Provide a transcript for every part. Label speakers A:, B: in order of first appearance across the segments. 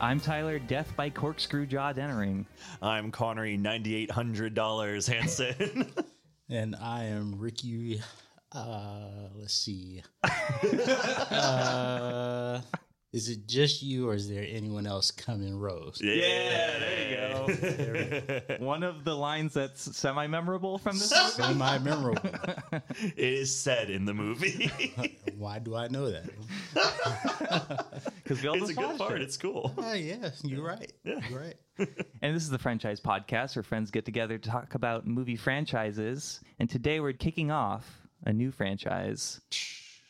A: I'm Tyler, Death by Corkscrew Jaw Dennering.
B: I'm Connery, ninety-eight hundred dollars Hanson.
C: And I am Ricky. Uh, let's see. uh, is it just you, or is there anyone else coming roast?
B: yeah, there you go.
A: One of the lines that's semi memorable from this.
C: Semi memorable.
B: It is said in the movie.
C: Why do I know that?
A: Because we all
B: it's
A: just
B: a good
A: watched
B: part.
A: it.
B: It's cool.
C: Oh yeah, you're right. You're right.
A: And this is the franchise podcast where friends get together to talk about movie franchises. And today we're kicking off a new franchise.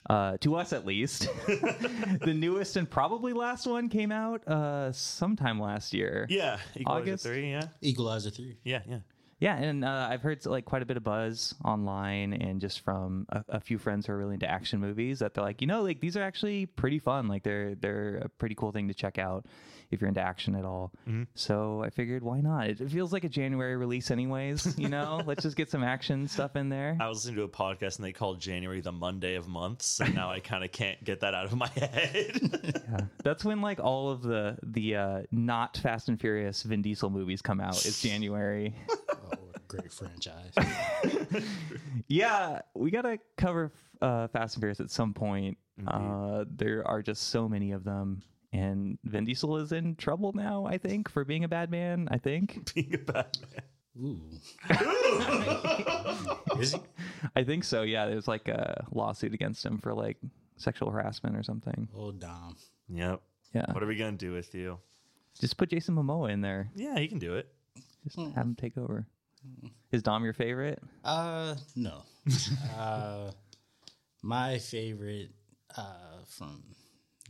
A: Uh, to us, at least. the newest and probably last one came out uh, sometime last year.
B: Yeah, Equalizer
A: August?
B: three. Yeah,
C: Equalizer three.
B: yeah, yeah.
A: Yeah, and uh, I've heard like quite a bit of buzz online and just from a, a few friends who are really into action movies that they're like, you know, like these are actually pretty fun. Like they're they're a pretty cool thing to check out if you're into action at all. So I figured, why not? It, it feels like a January release, anyways. You know, let's just get some action stuff in there.
B: I was listening to a podcast and they called January the Monday of months, and now I kind of can't get that out of my head.
A: Yeah. That's when like all of the the uh, not Fast and Furious Vin Diesel movies come out. It's January.
C: Oh, what a great franchise.
A: Yeah, we gotta cover uh, Fast and Furious at some point. Uh, there are just so many of them, and Vin Diesel is in trouble now. I think for being a bad man. I think,
B: Being a Batman.
C: Ooh. is he?
A: I think so. Yeah, there's like a lawsuit against him for like sexual harassment or something.
C: Oh, Dom.
B: Yep.
A: Yeah,
B: What are we gonna do with you?
A: just put Jason Momoa in there.
B: Yeah, he can do it.
A: Just
C: Hmm.
A: have him take over. Is Dom your favorite?
C: Uh, no. uh, my favorite uh, from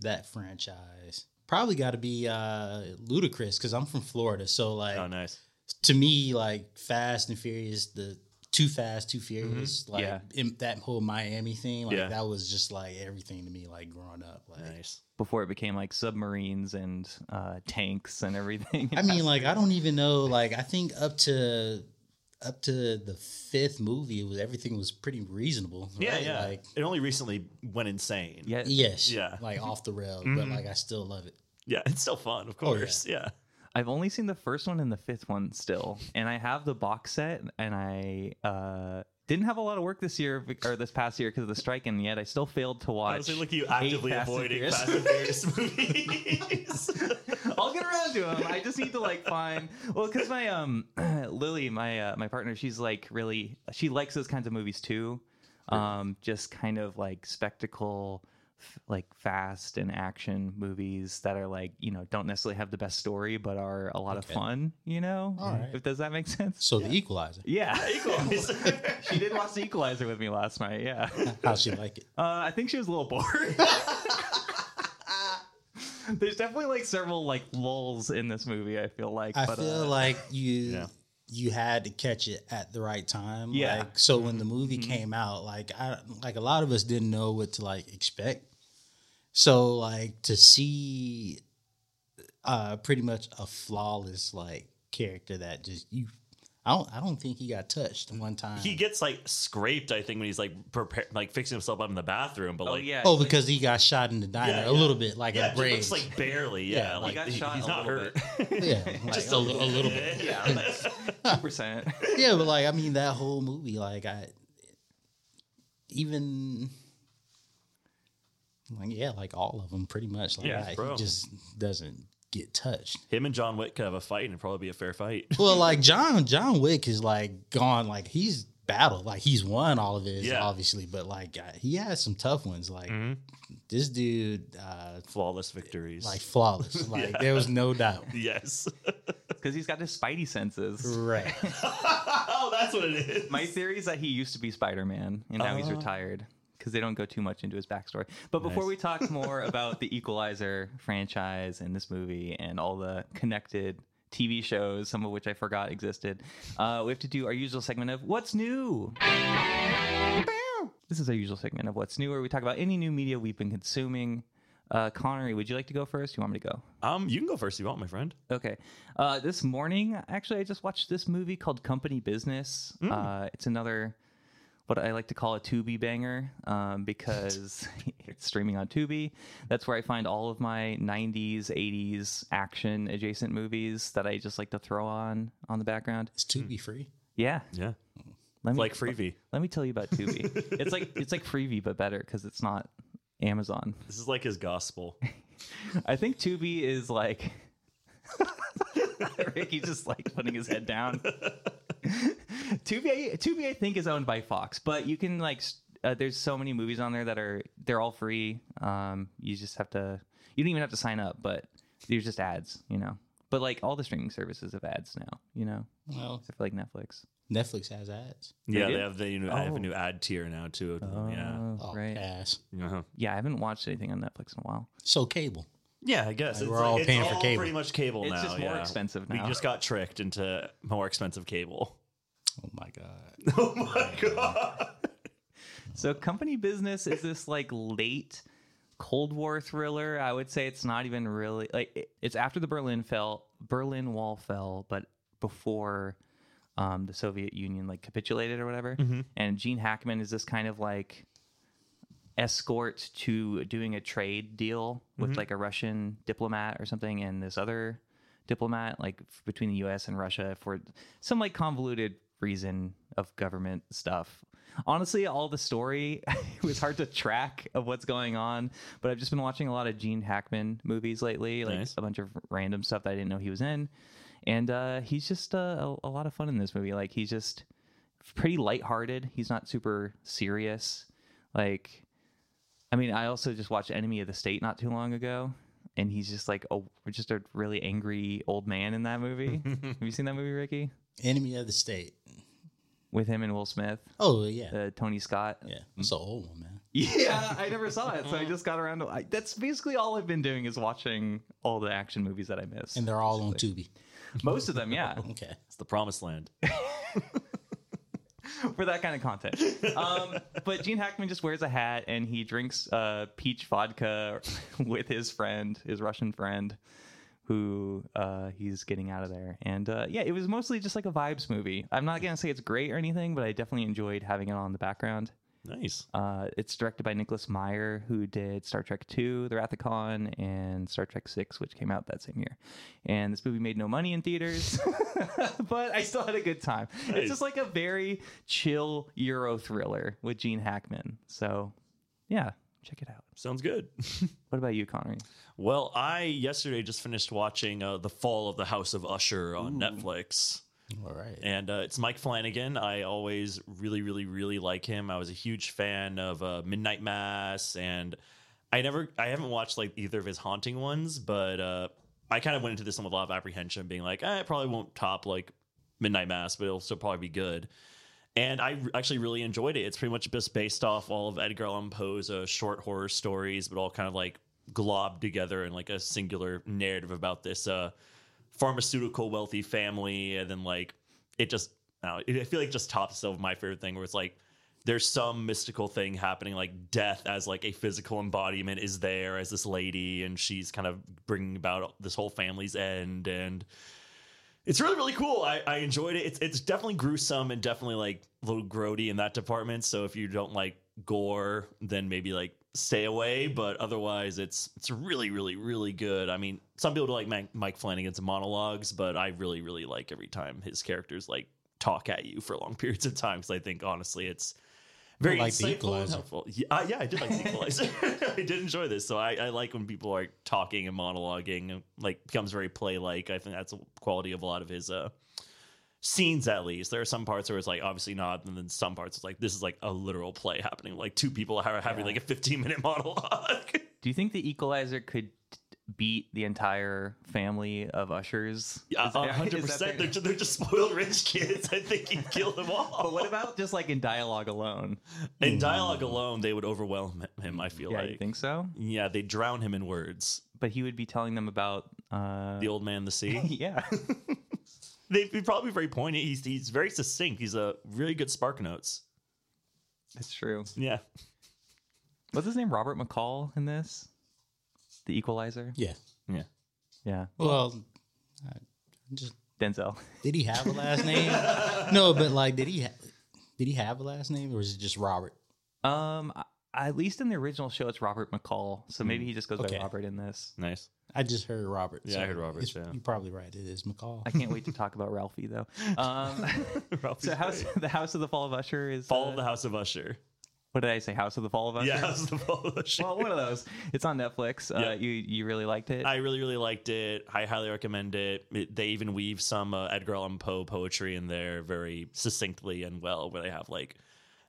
C: that franchise probably got to be uh, Ludacris because I'm from Florida. So like
B: Oh, nice.
C: to me, like Fast and Furious, the Too Fast, Too Furious, like
A: Yeah.
C: in, that whole Miami thing, like
B: Mm-hmm. Yeah.
C: that was just like everything to me, like growing up. Like
B: Nice.
A: Before it became like submarines and uh, tanks and everything.
C: I mean, like I don't even know. Like I think up to up to the fifth movie, it was everything was pretty reasonable.
B: Yeah,
C: right?
B: yeah.
C: Like
B: it only recently went insane.
A: yeah,
C: Yes.
B: Yeah. Mm-hmm.
C: Like off the rail, but like I still love it.
B: Yeah, it's still fun, of
C: Oh, yeah.
B: course. yeah.
A: I've only seen the first one and the fifth one still, and I have the box set, and I uh, didn't have a lot of work this year bec- or this past year because of the strike, and yet I still failed to
B: I
A: watch.
B: was like, look, at you actively
A: Fast and
B: avoiding
A: Furious.
B: Fast and Furious movies.
A: I'll get around to them. I just need to like find well, because my um Lily, my uh, my partner, she's like really she likes those kinds of movies too, um just kind of like spectacle, f- like fast and action movies that are like you know don't necessarily have the best story but are a lot of fun. You know,
C: All right.
A: if does that make sense?
C: So the equalizer.
A: Yeah.
B: Equalizer.
A: She did watch The Equalizer with me last night. Yeah, uh,
C: How she like it.
A: I think she was a little bored. There's definitely like several like lulls in this movie. I feel like,
C: I
A: but,
C: feel
A: uh,
C: like you
B: Yeah.
C: you had to catch it at the right time.
A: Yeah.
C: Like so when the
B: Mm-hmm.
C: movie came out, like I like a lot of us didn't know what to like expect. So like to see uh pretty much a flawless like character that just you I don't I don't think he got touched one time.
B: he gets like scraped, I think, when he's like prepare, like fixing himself up in the bathroom. But
A: oh
B: like,
A: yeah,
C: oh, because he got shot in the diner
B: Yeah,
C: a
B: yeah.
C: little bit, like
B: yeah,
C: a
B: just
C: brave.
B: looks like barely, yeah,
C: Yeah,
B: like
A: got
B: he-
A: shot
B: he's
A: a
B: not
A: little
B: hurt.
C: yeah, like,
B: Just a, li- a little bit. Yeah,
A: two percent.
C: yeah, but like I mean that whole movie, like I even like yeah, like all of them pretty much. Like
B: Yeah,
C: I,
B: bro.
C: he just doesn't get touched.
B: him and John Wick could have a fight, and it'd probably be a fair fight.
C: Well, like John John Wick is like gone, like he's battled, like he's won all of his,
B: Yeah.
C: obviously, but like I, he has some tough ones. Like
B: Mm-hmm.
C: this dude, uh,
B: Flawless victories.
C: like flawless. Like there was no doubt.
B: yes.
A: Because he's got his spidey senses.
C: Right.
B: oh, that's what it is.
A: My theory is that he used to be Spider-Man and now he's retired because they don't go too much into his backstory. But before
B: Nice.
A: we talk more about the Equalizer franchise and this movie and all the connected TV shows, some of which I forgot existed, uh, we have to do our usual segment of what's new. This is our usual segment of what's new, where we talk about any new media we've been consuming. Uh, Connery, would you like to go first? You want me to go?
B: Um, you can go first if you want, my friend.
A: Okay. Uh, this morning, actually, I just watched this movie called Company Business. Uh, it's another what I like to call a Tubi banger um, because it's streaming on Tubi. That's where I find all of my 90s, 80s action adjacent movies that I just like to throw on on the background.
C: It's to
B: Mm.
C: be free.
A: Yeah.
B: Yeah.
A: Let me,
B: Like freebie.
A: let me tell you about Tubi. it's like it's like Freebie but better cuz it's not Amazon.
B: This is like his gospel.
A: I think Tubi is like Ricky just like putting his head down. Tubi, Tubi, I think is owned by Fox, but you can like s- uh, there's so many movies on there that are they're all free. Um, you just have to you don't even have to sign up, but there's just ads, you know. But like all the streaming services have ads now, you know,
C: Well,
A: except for like Netflix.
C: Netflix has ads.
B: yeah,
A: do?
B: they have the you know, I have
A: Oh.
B: a new ad tier now too. Yeah.
A: Oh,
C: Oh,
A: right.
C: ass.
B: Uh-huh.
A: Yeah, I haven't watched anything on Netflix in a while.
C: So cable.
B: Yeah, I guess
C: Like, we're all
B: it's
C: paying for
B: all
C: cable.
B: Pretty much cable
A: It's
B: now.
A: just more
B: yeah.
A: expensive
B: We
A: now.
B: just got tricked into more expensive cable.
C: Oh my god.
B: oh my god!
A: So company business is this like late Cold War thriller. I would say it's not even really like it- it's after the Berlin fell Berlin Wall fell, but before um, the Soviet Union like capitulated or whatever. And Gene Hackman is this kind of like escort to doing a trade deal with like a Russian diplomat or something, and this other diplomat like f- between the U.S. and Russia for some like convoluted reason of government stuff. Honestly, all the story it was hard to track of what's going on, but I've just been watching a lot of Gene Hackman movies lately, like
B: Nice.
A: a bunch of random stuff that I didn't know he was in, and uh, he's just uh, a, a lot of fun in this movie. Like he's just pretty lighthearted. He's not super serious. Like, I mean, I also just watched Enemy of the State not too long ago, and he's just like a just a really angry old man in that movie. Have you seen that movie, Ricky?
C: Enemy of the state.
A: With him and Will Smith,
C: Oh yeah.
A: uh, Tony Scott.
B: Hmm.
C: yeah. It's an old one, man.
A: Yeah, I never saw it, so I just got around to. I, that's basically all I've been doing is watching all the action movies that I miss.
C: And they're all on Tubi.
A: Most of them, yeah.
C: Okay.
B: It's the promised land.
A: for that kind of content. Um, but Gene Hackman just wears a hat and he drinks uh, peach vodka with his friend, his Russian friend, who uh, he's getting out of there. And uh, yeah, it was mostly just like a vibes movie. I'm not gonna say it's great or anything, but I definitely enjoyed having it on the background.
B: Nice.
A: Uh, it's directed by Nicholas Meyer, who did Star Trek II, The Wrath of Khan, and Star Trek VI, which came out that same year. And this movie made no money in theaters, but I still had a good time. It's
B: Nice.
A: just like a very chill Euro thriller with Gene Hackman. So, yeah, check it out.
B: Sounds good.
A: What about you, Connery?
B: Well, I yesterday just finished watching uh, The Fall of the House of Usher on Netflix.
C: All right.
B: And uh, it's Mike Flanagan. I always really, really, really like him. I was a huge fan of uh, Midnight Mass, and I never, I haven't watched like either of his haunting ones, but uh, I kind of went into this one with a lot of apprehension, being like, eh, it probably won't top like Midnight Mass, but it'll still probably be good. And I r- actually really enjoyed it. It's pretty much just based off all of Edgar Allan Poe's uh, short horror stories, but all kind of like globbed together in like a singular narrative about this uh, pharmaceutical wealthy family, and then like it just I, don't know, I feel like it just tops itself my favorite thing where it's like there's some mystical thing happening like death as like a physical embodiment is there as this lady and she's kind of bringing about this whole family's end and it's really really cool i, I enjoyed it it's, it's definitely gruesome and definitely like a little grody in that department so if you don't like gore then maybe like stay away but otherwise it's it's really really really good i mean some people don't like Mike- mike flanagan's monologues but i really really like every time his characters like talk at you for long periods of time because i think honestly it's very
C: like The
B: insightful and
C: Equalizer.
B: helpful. Yeah, uh, yeah, I did like the equalizer. I did enjoy this, so I, I like when people are talking and monologuing, and like becomes very play like. I think that's a quality of a lot of his uh, scenes. At least there are some parts where it's like obviously not, and then some parts it's like this is like a literal play happening. Like two people are having like a fifteen minute monologue.
A: Do you think the Equalizer could beat the entire family of Ushers?
B: Yeah,
A: Is that-
B: a Uh,
A: is
B: hundred
A: that
B: percent. They're
A: their-
B: just, they're just spoiled rich kids. I think he killed them all.
A: But what about just like in dialogue alone?
B: in dialogue alone? They would overwhelm him. I feel
A: Yeah,
B: like.
A: you think so?
B: Yeah, they drown him in words.
A: But he would be telling them about uh,
B: The old man, the sea.
A: yeah.
B: They'd be probably very poignant. He's he's very succinct. He's a really good spark notes.
A: That's true.
B: Yeah.
A: What's his name? Robert McCall in this? The Equalizer?
C: Yeah.
B: Yeah.
A: Yeah.
C: Well, I just
A: Denzel.
C: did he have a last name? no, but like, did he? Ha- Did he have a last name, or is it just Robert?
A: Um, I- at least in the original show, it's Robert McCall. So maybe
B: Hmm.
A: he just goes
C: Okay.
A: by Robert in this.
B: Nice.
C: I just heard Robert.
B: Yeah, I heard Robert,
C: it's-
B: yeah.
C: You're probably right. It is McCall.
A: I can't wait to talk about Ralphie though. Um, so house, the House of the Fall of Usher is
B: Fall
A: uh,
B: of the House of Usher.
A: What did I say? House of the Fall of Usher.
B: Yeah, House of the Fall of Usher.
A: Well, one of those. It's on Netflix. Uh,
B: Yeah.
A: You you really liked it.
B: I really, really liked it. I highly recommend it. It- They even weave some uh, Edgar Allan Poe poetry in there very succinctly and well, where they have like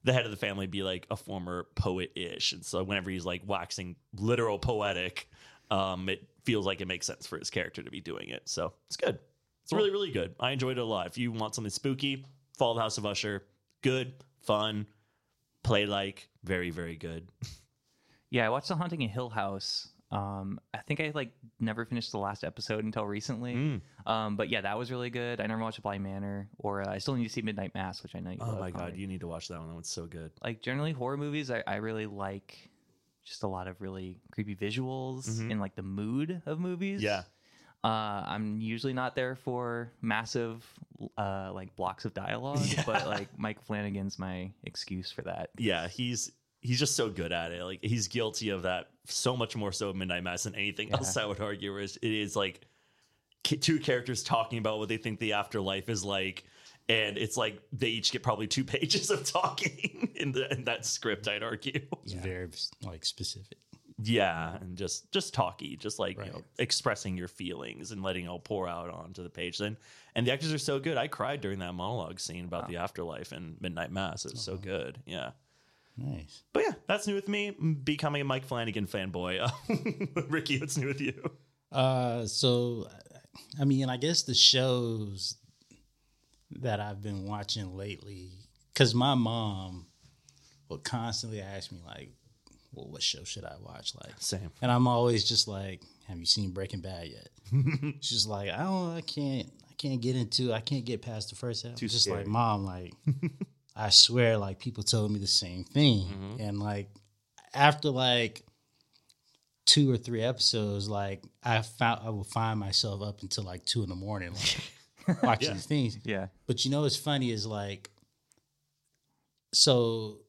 B: the head of the family be like a former poet ish. And so whenever he's like waxing literal poetic, um, it feels like it makes sense for his character to be doing it. So it's good. It's really, really good. I enjoyed it a lot. If you want something spooky, Fall of the House of Usher, good, fun, play like, very, very good.
A: yeah, I watched The Haunting of Hill House. Um, I think I like never finished the last episode until recently.
B: Mm.
A: Um, but yeah, that was really good. I never watched Blind Manor, or uh, I still need to see Midnight Mass, which I know you.
B: Oh
A: love,
B: my God,
A: Connor.
B: you need to watch that one. That one's so good.
A: like generally horror movies I, I really like just a lot of really creepy visuals
B: Mhm.
A: and like the mood of movies
B: Yeah.
A: uh, i'm usually not there for massive uh, like blocks of dialogue
B: Yeah.
A: but like mike flanagan's my excuse for that
B: yeah, he's he's just so good at it. Like he's guilty of that so much more so in Midnight Mass than anything
A: Yeah.
B: else. I would argue is it is like ki- two characters talking about what they think the afterlife is like. And it's like they each get probably two pages of talking in, the, in that script, I'd argue.
C: It's very like specific.
B: Yeah, and just just talky, just like you know,
C: Right.
B: expressing your feelings and letting it all pour out onto the page. Then, and the actors are so good. I cried during that monologue scene about the afterlife and Midnight Mass. It was so good. Yeah,
C: Nice.
B: but yeah, that's new with me. Becoming a Mike Flanagan fanboy. Uh, Ricky, what's new with you?
C: Uh, so I- I mean, I guess the shows that I've been watching lately, because my mom will constantly ask me like, "Well, what show should I watch?" Like,
B: Same.
C: and I'm always just like, "Have you seen Breaking Bad yet?" She's just like, "I don't, I can't, I can't get into, I can't get past the first half." I'm just
B: scary.
C: like, "Mom, like, I swear, like people told me the same thing,
B: Mhm.
C: and like after like." two or three episodes, like I found I will find myself up until like two in the morning, like watching
B: Yeah.
C: these things.
A: yeah
C: But you know what's funny is like so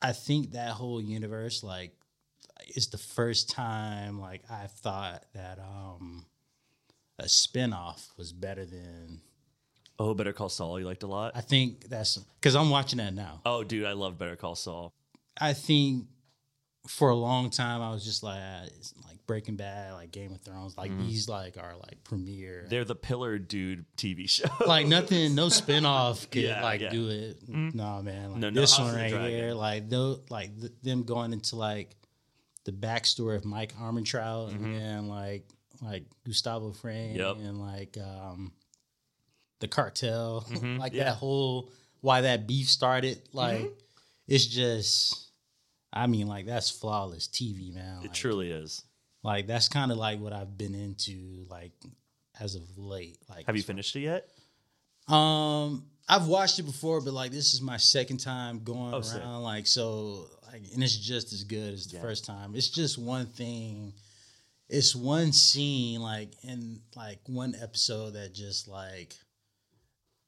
C: I think that whole universe, like it's the first time like I thought that um a spinoff was better than
B: Oh, Better Call Saul, you liked a lot.
C: I think that's because I'm watching that now.
B: oh, dude, I love Better Call Saul.
C: I think for a long time I was just like ah, it's like Breaking Bad, like Game of Thrones, like these like are like premiere.
B: They're the Pillar Dude TV show.
C: like nothing, no spinoff could
B: Yeah,
C: like
B: yeah. Mm-hmm.
C: do it. Nah, man, like,
B: No, no
C: this
B: House
C: one
B: of the
C: right
B: Dragon.
C: here, like no, like th- them going into like the backstory of Mike Armentrout
B: Mm-hmm.
C: and then like like Gustavo Fring
B: Yep.
C: and like um the cartel,
B: Mhm,
C: like
B: yeah. Mm-hmm.
C: that whole why that beef started. Like it's just, I mean, like that's flawless TV, man.
B: it
C: Like,
B: truly is.
C: like that's kind of like what I've been into, like as of late. Like
B: Have you
C: as far-
B: finished it yet?
C: um, I've watched it before, but like this is my second time going
B: Oh,
C: around.
B: sick.
C: Like so, like and it's just as good as the
B: Yeah.
C: first time. It's just one thing. It's one scene, like in like one episode that just like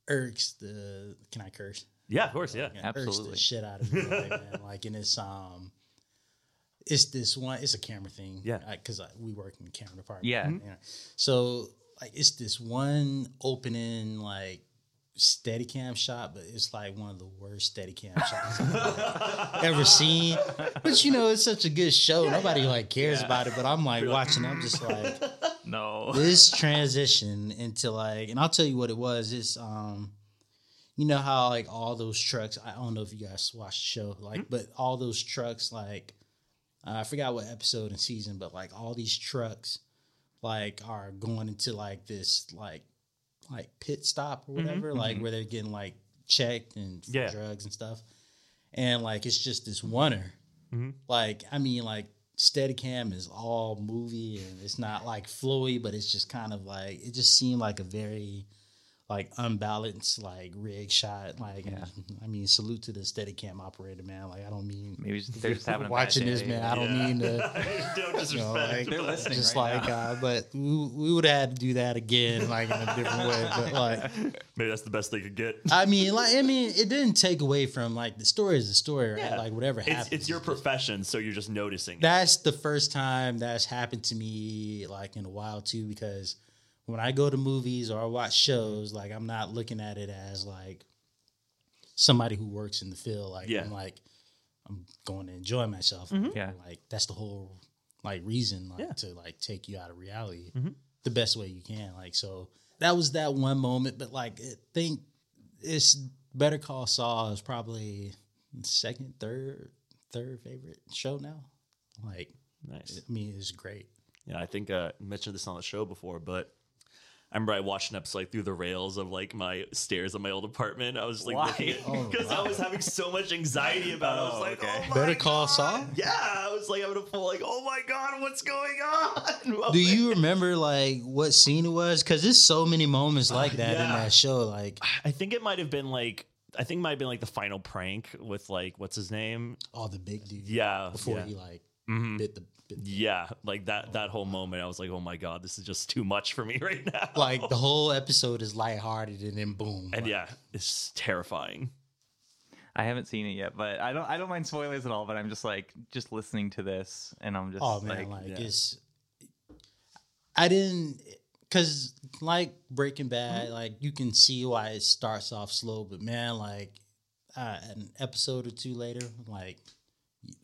C: irks the. Can I curse?
B: Yeah, of course. Yeah.
C: Like, it irks
A: Absolutely.
C: the shit out of me, like, man. Like and it's um. It's this one. It's a camera thing,
B: Yeah.
C: Because we work in the camera department.
A: yeah
C: Yeah. So like it's this one opening like steadicam shot, but it's like one of the worst steadicam shots I've ever seen. But you know, it's such a good show. Nobody like cares
B: Yeah.
C: about it. But I'm like watching, I'm just like
A: no
C: this transition into like and I'll tell you what it was. It's um you know how like all those trucks I don't know if you guys watched the show, like but all those trucks like uh, I forgot what episode and season, but like all these trucks like are going into like this like like pit stop or whatever, like where they're getting like checked and for
B: Yeah.
C: drugs and stuff. And like it's just this wonder.
B: Mhm.
C: Like I mean like Steadicam is all movie and it's not like flowy, but it's just kind of like it just seemed like a very like unbalanced, like rig shot. Like,
A: Yeah.
C: I mean, salute to the Steadicam operator, man. Like, I don't mean
A: Maybe just- they're just having a bad
C: watching this,
A: day.
C: man. I don't mean to.
B: don't disrespect.
C: You know, like,
A: They're
B: but-
A: listening.
C: just
A: right
C: like,
A: now.
C: uh, but we, we would have had to do that again, like in a different way. But like,
B: Maybe that's the best they could get.
C: I mean, like, I mean, it didn't take away from like the story is the story, right?
B: Yeah.
C: Like whatever happens,
B: It's, it's your profession, so you're just noticing. it.
C: That's the first time that's happened to me like in a while too, because when I go to movies or I watch shows, like I'm not looking at it as like somebody who works in the field. Like
B: Yeah.
C: I'm like I'm going to enjoy myself.
A: Yeah.
C: Like that's the whole like reason like
B: Mm-hmm. Yeah.
C: to like take you out of reality
B: Mhm.
C: the best way you can. Like so that was that one moment, but like I think it's Better Call Saul is probably second, third, third favorite show now. Like
B: Nice.
C: I mean, it's great.
B: Yeah, I think uh, I mentioned this on the show before, but I remember I watched Neps like through the rails of like my stairs in my old apartment. I was just, like,
A: Why?
C: Oh,
B: because I
C: wow.
B: was having so much anxiety about. it. I was
A: Oh,
B: like,
A: okay.
B: oh my
C: Better Call
B: God.
C: Saul?
B: Yeah, I was like, I'm gonna pull like, oh my god, what's going on?
C: Do you remember like what scene it was? Because there's so many moments like that in
B: yeah.
C: that show. Like,
B: I think it might have been like. I think it might have been like the final prank with like what's his name?
C: all the big dude.
B: Yeah,
C: Before
B: yeah.
C: he like
B: Mhm.
C: bit the. Bit the
B: Yeah, like that that whole moment, I was like, "Oh my god, this is just too much for me right now."
C: like the whole episode is lighthearted, and then boom.
B: and
C: like,
B: yeah, it's terrifying.
A: I haven't seen it yet, but I don't. I don't mind spoilers at all. But I'm just like just listening to this, and I'm just
C: Oh
A: like,
C: man, like,
B: yeah.
C: it's. I didn't, cause like Breaking Bad, like you can see why it starts off slow, but man, like uh, an episode or two later, like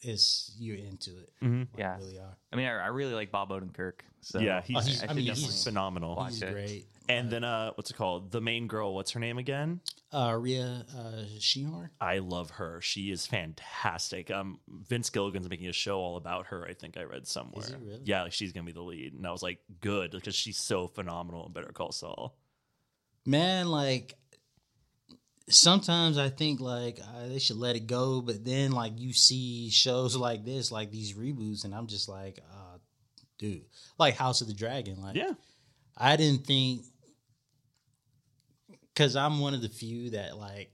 C: it's you're into it.
B: Mhm.
C: Like,
A: Yeah.
C: really are.
A: I mean, I, I really like Bob Odenkirk. So
B: yeah, he's,
C: Oh, he's-
A: I
B: I
A: should
B: mean,
A: definitely-
B: he's phenomenal.
A: Watch
C: He's
A: it.
C: great.
B: And then uh what's it called? The main girl, what's her name again?
C: Uh, Rhea uh, Shehorn.
B: I love her. She is fantastic. Um Vince Gilligan's making a show all about her, I think I read somewhere.
C: he really?
B: Yeah, like she's going to be the lead. And I was like, "Good, because she's so phenomenal in Better Call Saul."
C: man like sometimes i think like uh, they should let it go but then like you see shows like this like these reboots and i'm just like uh dude like house of the dragon like
B: Yeah.
C: i didn't think because i'm one of the few that like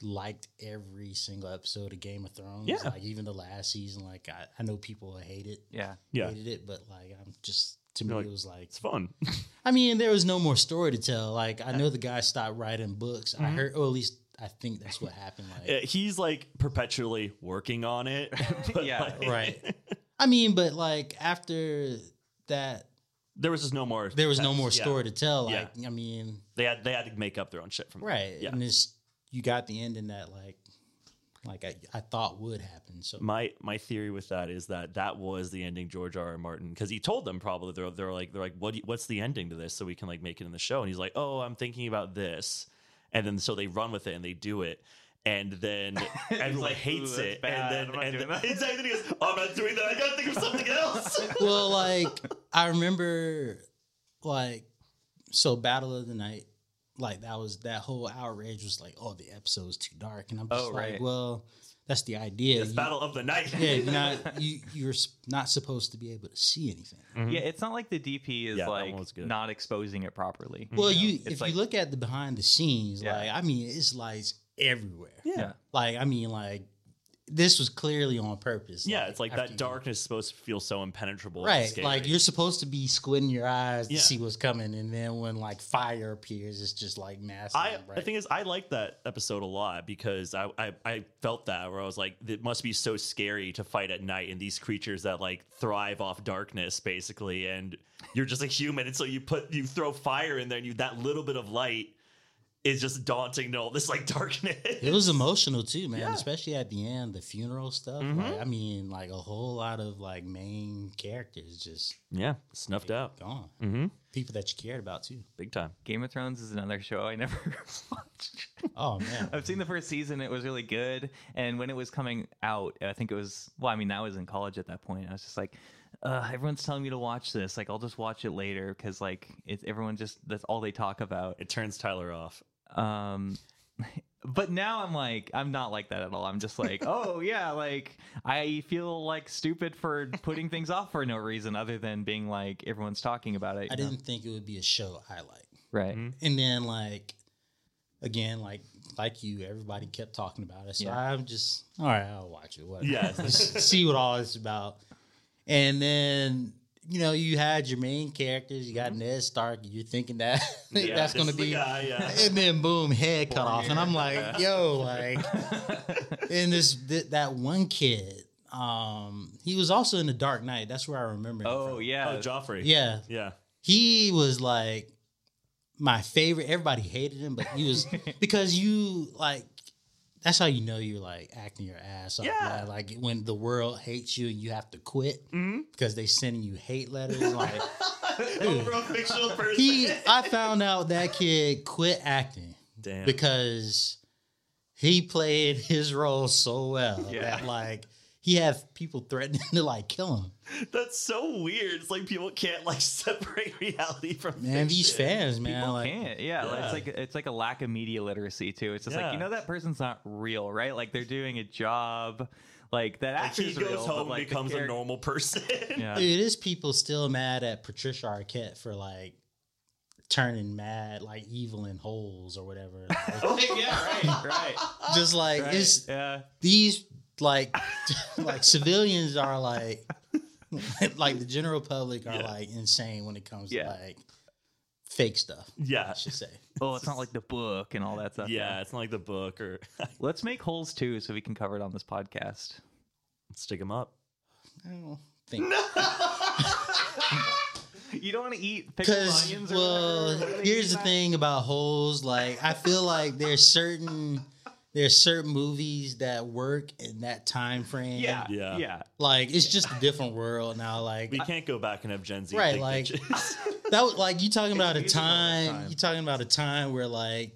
C: liked every single episode of game of thrones
B: Yeah.
C: like even the last season like i, I know people hate it
A: yeah,
B: Yeah.
C: hated it but like i'm just to me
B: You're like,
C: it was like
B: It's fun.
C: I mean, there was no more story to tell. Like, I
B: Uh,
C: know the guy stopped writing books. I
B: mm-hmm.
C: heard, or at least I think that's what happened.
B: Uh,
C: Like,
B: He's like perpetually working on it. but,
A: Yeah,
B: like,
C: right. I mean, but like after that,
B: There was just no more
C: there was no
B: text.
C: more
B: Yeah.
C: story to tell.
B: Yeah.
C: Like, I mean,
B: They had they had to make up their own shit from there.
C: right?
B: Yeah.
C: And it's you got the ending that like, like I, I thought would happen. So
B: my my theory with that is that that was the ending George R. R. Martin because he told them probably they're they're like they're like what do you- what's the ending to this so we can like make it in the show and he's like oh I'm thinking about this and then so they run with it and they do it and then everyone
A: like, "Ooh,
B: hates
A: that's
B: it
A: bad. I'm
B: and then
A: not
B: and
A: doing
B: then,
A: that.
B: exactly he goes oh, I'm not doing that I gotta think of something else
C: well, like I remember, like so Battle of the Night, like that was that whole outrage was like, oh, the episode's too dark, and I'm just
A: Oh,
C: like,
A: right.
C: well, that's the idea.
B: it's
C: You-
B: Battle of the Night
C: yeah, you're not you you're s- not supposed to be able to see anything.
B: Mhm.
A: yeah. It's not like the DP is
B: Yeah, that
A: like
B: one was good.
A: not exposing it properly.
B: Mm,
C: Well,
A: know?
C: you
A: It's
C: if
A: like-
C: you look at the behind the scenes,
A: Yeah.
C: like I mean, it's lights everywhere.
A: yeah.
C: Like I mean, like this was clearly on purpose.
B: yeah it's like
C: after
B: that
C: you-
B: darkness is supposed to feel so impenetrable and
C: Right,
B: scary.
C: like you're supposed to be squinting your eyes to
B: Yeah.
C: see what's coming, and then when like fire appears, it's just like massive.
B: I
C: right?
B: the thing is I liked that episode a lot because I, I I felt that where I was like it must be so scary to fight at night and these creatures that like thrive off darkness basically and you're just a human and so you put you throw fire in there and you that little bit of light is just daunting to all this like darkness.
C: it was emotional too, man.
B: Yeah.
C: Especially at the end, the funeral stuff.
B: Mhm.
C: Like, I mean, like a whole lot of like main characters just
B: yeah snuffed out.
C: gone.
B: Mm-hmm.
C: People that you cared about too.
B: Big time.
A: Game of Thrones is another show I never watched.
C: Oh man,
A: I've seen the first season; it was really good. And when it was coming out, I think it was well. I mean, I was in college at that point. I was just like, uh, everyone's telling me to watch this. Like, I'll just watch it later because like it, everyone just that's all they talk about.
B: It turns Tyler off.
A: Um, but now I'm like, I'm not like that at all. I'm just like, oh yeah, like I feel like stupid for putting things off for no reason other than being like everyone's talking about it.
C: I
A: you know?
C: didn't think it would be a show I like.
A: right.
B: Mhm.
C: and then like again like like you everybody kept talking about it so
A: Yeah.
C: i'm just all right i'll watch it whatever.
B: Yeah.
C: Just see what all it's about and then you know you had your main characters you got ned stark you're thinking that
B: Mm-hmm. Yeah,
C: that's
B: this
C: gonna
B: is the
C: be
B: guy, yeah.
C: and then boom head cut off and i'm
B: Yeah.
C: like yo like and this th- that one kid um he was also in the dark knight that's where i remember him
A: oh
C: from.
A: yeah.
B: oh, Joffrey.
C: yeah
B: Yeah.
C: he was like my favorite. Everybody hated him, but he was because you like that's how you know you're like acting your ass off.
B: Yeah.
C: man. Like when the world hates you and you have to quit
A: Mm-hmm.
B: Mhm.
C: because they sending you hate letters. Like dude,
B: Over a fictional person.
C: he, I found out that kid quit acting
B: Damn.
C: because he played his role so well
A: Yeah.
C: that like he had people threatening to like kill him.
B: That's so weird. It's like people can't like separate reality from
C: Man, these
B: fiction.
C: fans, man,
A: People
C: like
A: can't. Yeah, like,
B: Yeah.
A: it's like it's like a lack of media literacy too. It's just like you
B: Yeah.
A: know that person's not real, right? Like they're doing a job. Like that
B: Like
A: actor's
B: he goes
A: real, but,
B: home and
A: like, the
B: becomes a
A: character-
B: normal person.
A: Yeah.
C: Dude, there's people still mad at Patricia Arquette for like turning mad, like evil in holes or whatever. Like,
A: yeah, right, right.
C: just like
A: right.
C: it's
A: yeah,
C: these like like civilians are like like the general public are
B: Yeah.
C: like insane when it comes
A: Yeah.
C: to like fake stuff. I
B: yeah.
C: should say.
A: Oh, it's not like the book and all that stuff.
B: Yeah, it's not like the book or
A: Let's make holes too so we can cover it on this podcast.
B: stick him up.
C: I don't think
A: You don't want to eat pickled
C: Because
A: onions or
C: well,
A: whatever. What do they
C: here's
A: eat
C: the
A: back?
C: thing about holes. Like I feel like there's certain there's certain movies that work in that time frame.
A: Yeah, yeah,
B: Yeah.
A: yeah.
C: like it's just a different world now. Like
B: We can't go back and have Gen Z.
C: Right,
B: think
C: like-
B: bitches.
C: that was like you talking about a
A: musical all the
C: time.
A: time.
C: You talking about a time where like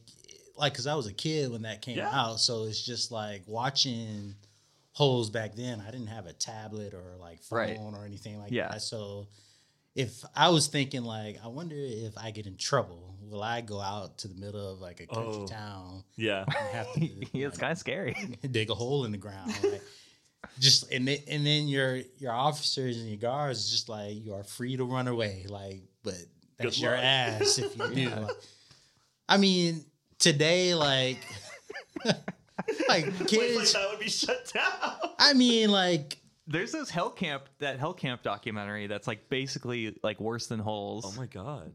C: like because I was a kid when that came
B: Yeah.
C: out, so it's just like watching holes back then. I didn't have a tablet or like phone
A: Right.
C: or anything like
A: Yeah.
C: that, so. If I was thinking like, I wonder if I get in trouble, will I go out to the middle of like a country
B: Oh.
C: town
B: yeah.
C: and have to
A: it's kind of scary.
C: dig a hole in the ground. Like, just and then, and then your your officers and your guards is just like you are free to run away. Like, but that's your
B: luck.
C: ass if you do.
A: Yeah.
C: Like, I mean, today, like, like
B: Places
C: kids.
B: like that would be shut down.
C: I mean, like,
A: There's this Hell Camp, that Hell Camp documentary that's like basically like worse than holes.
B: Oh my god.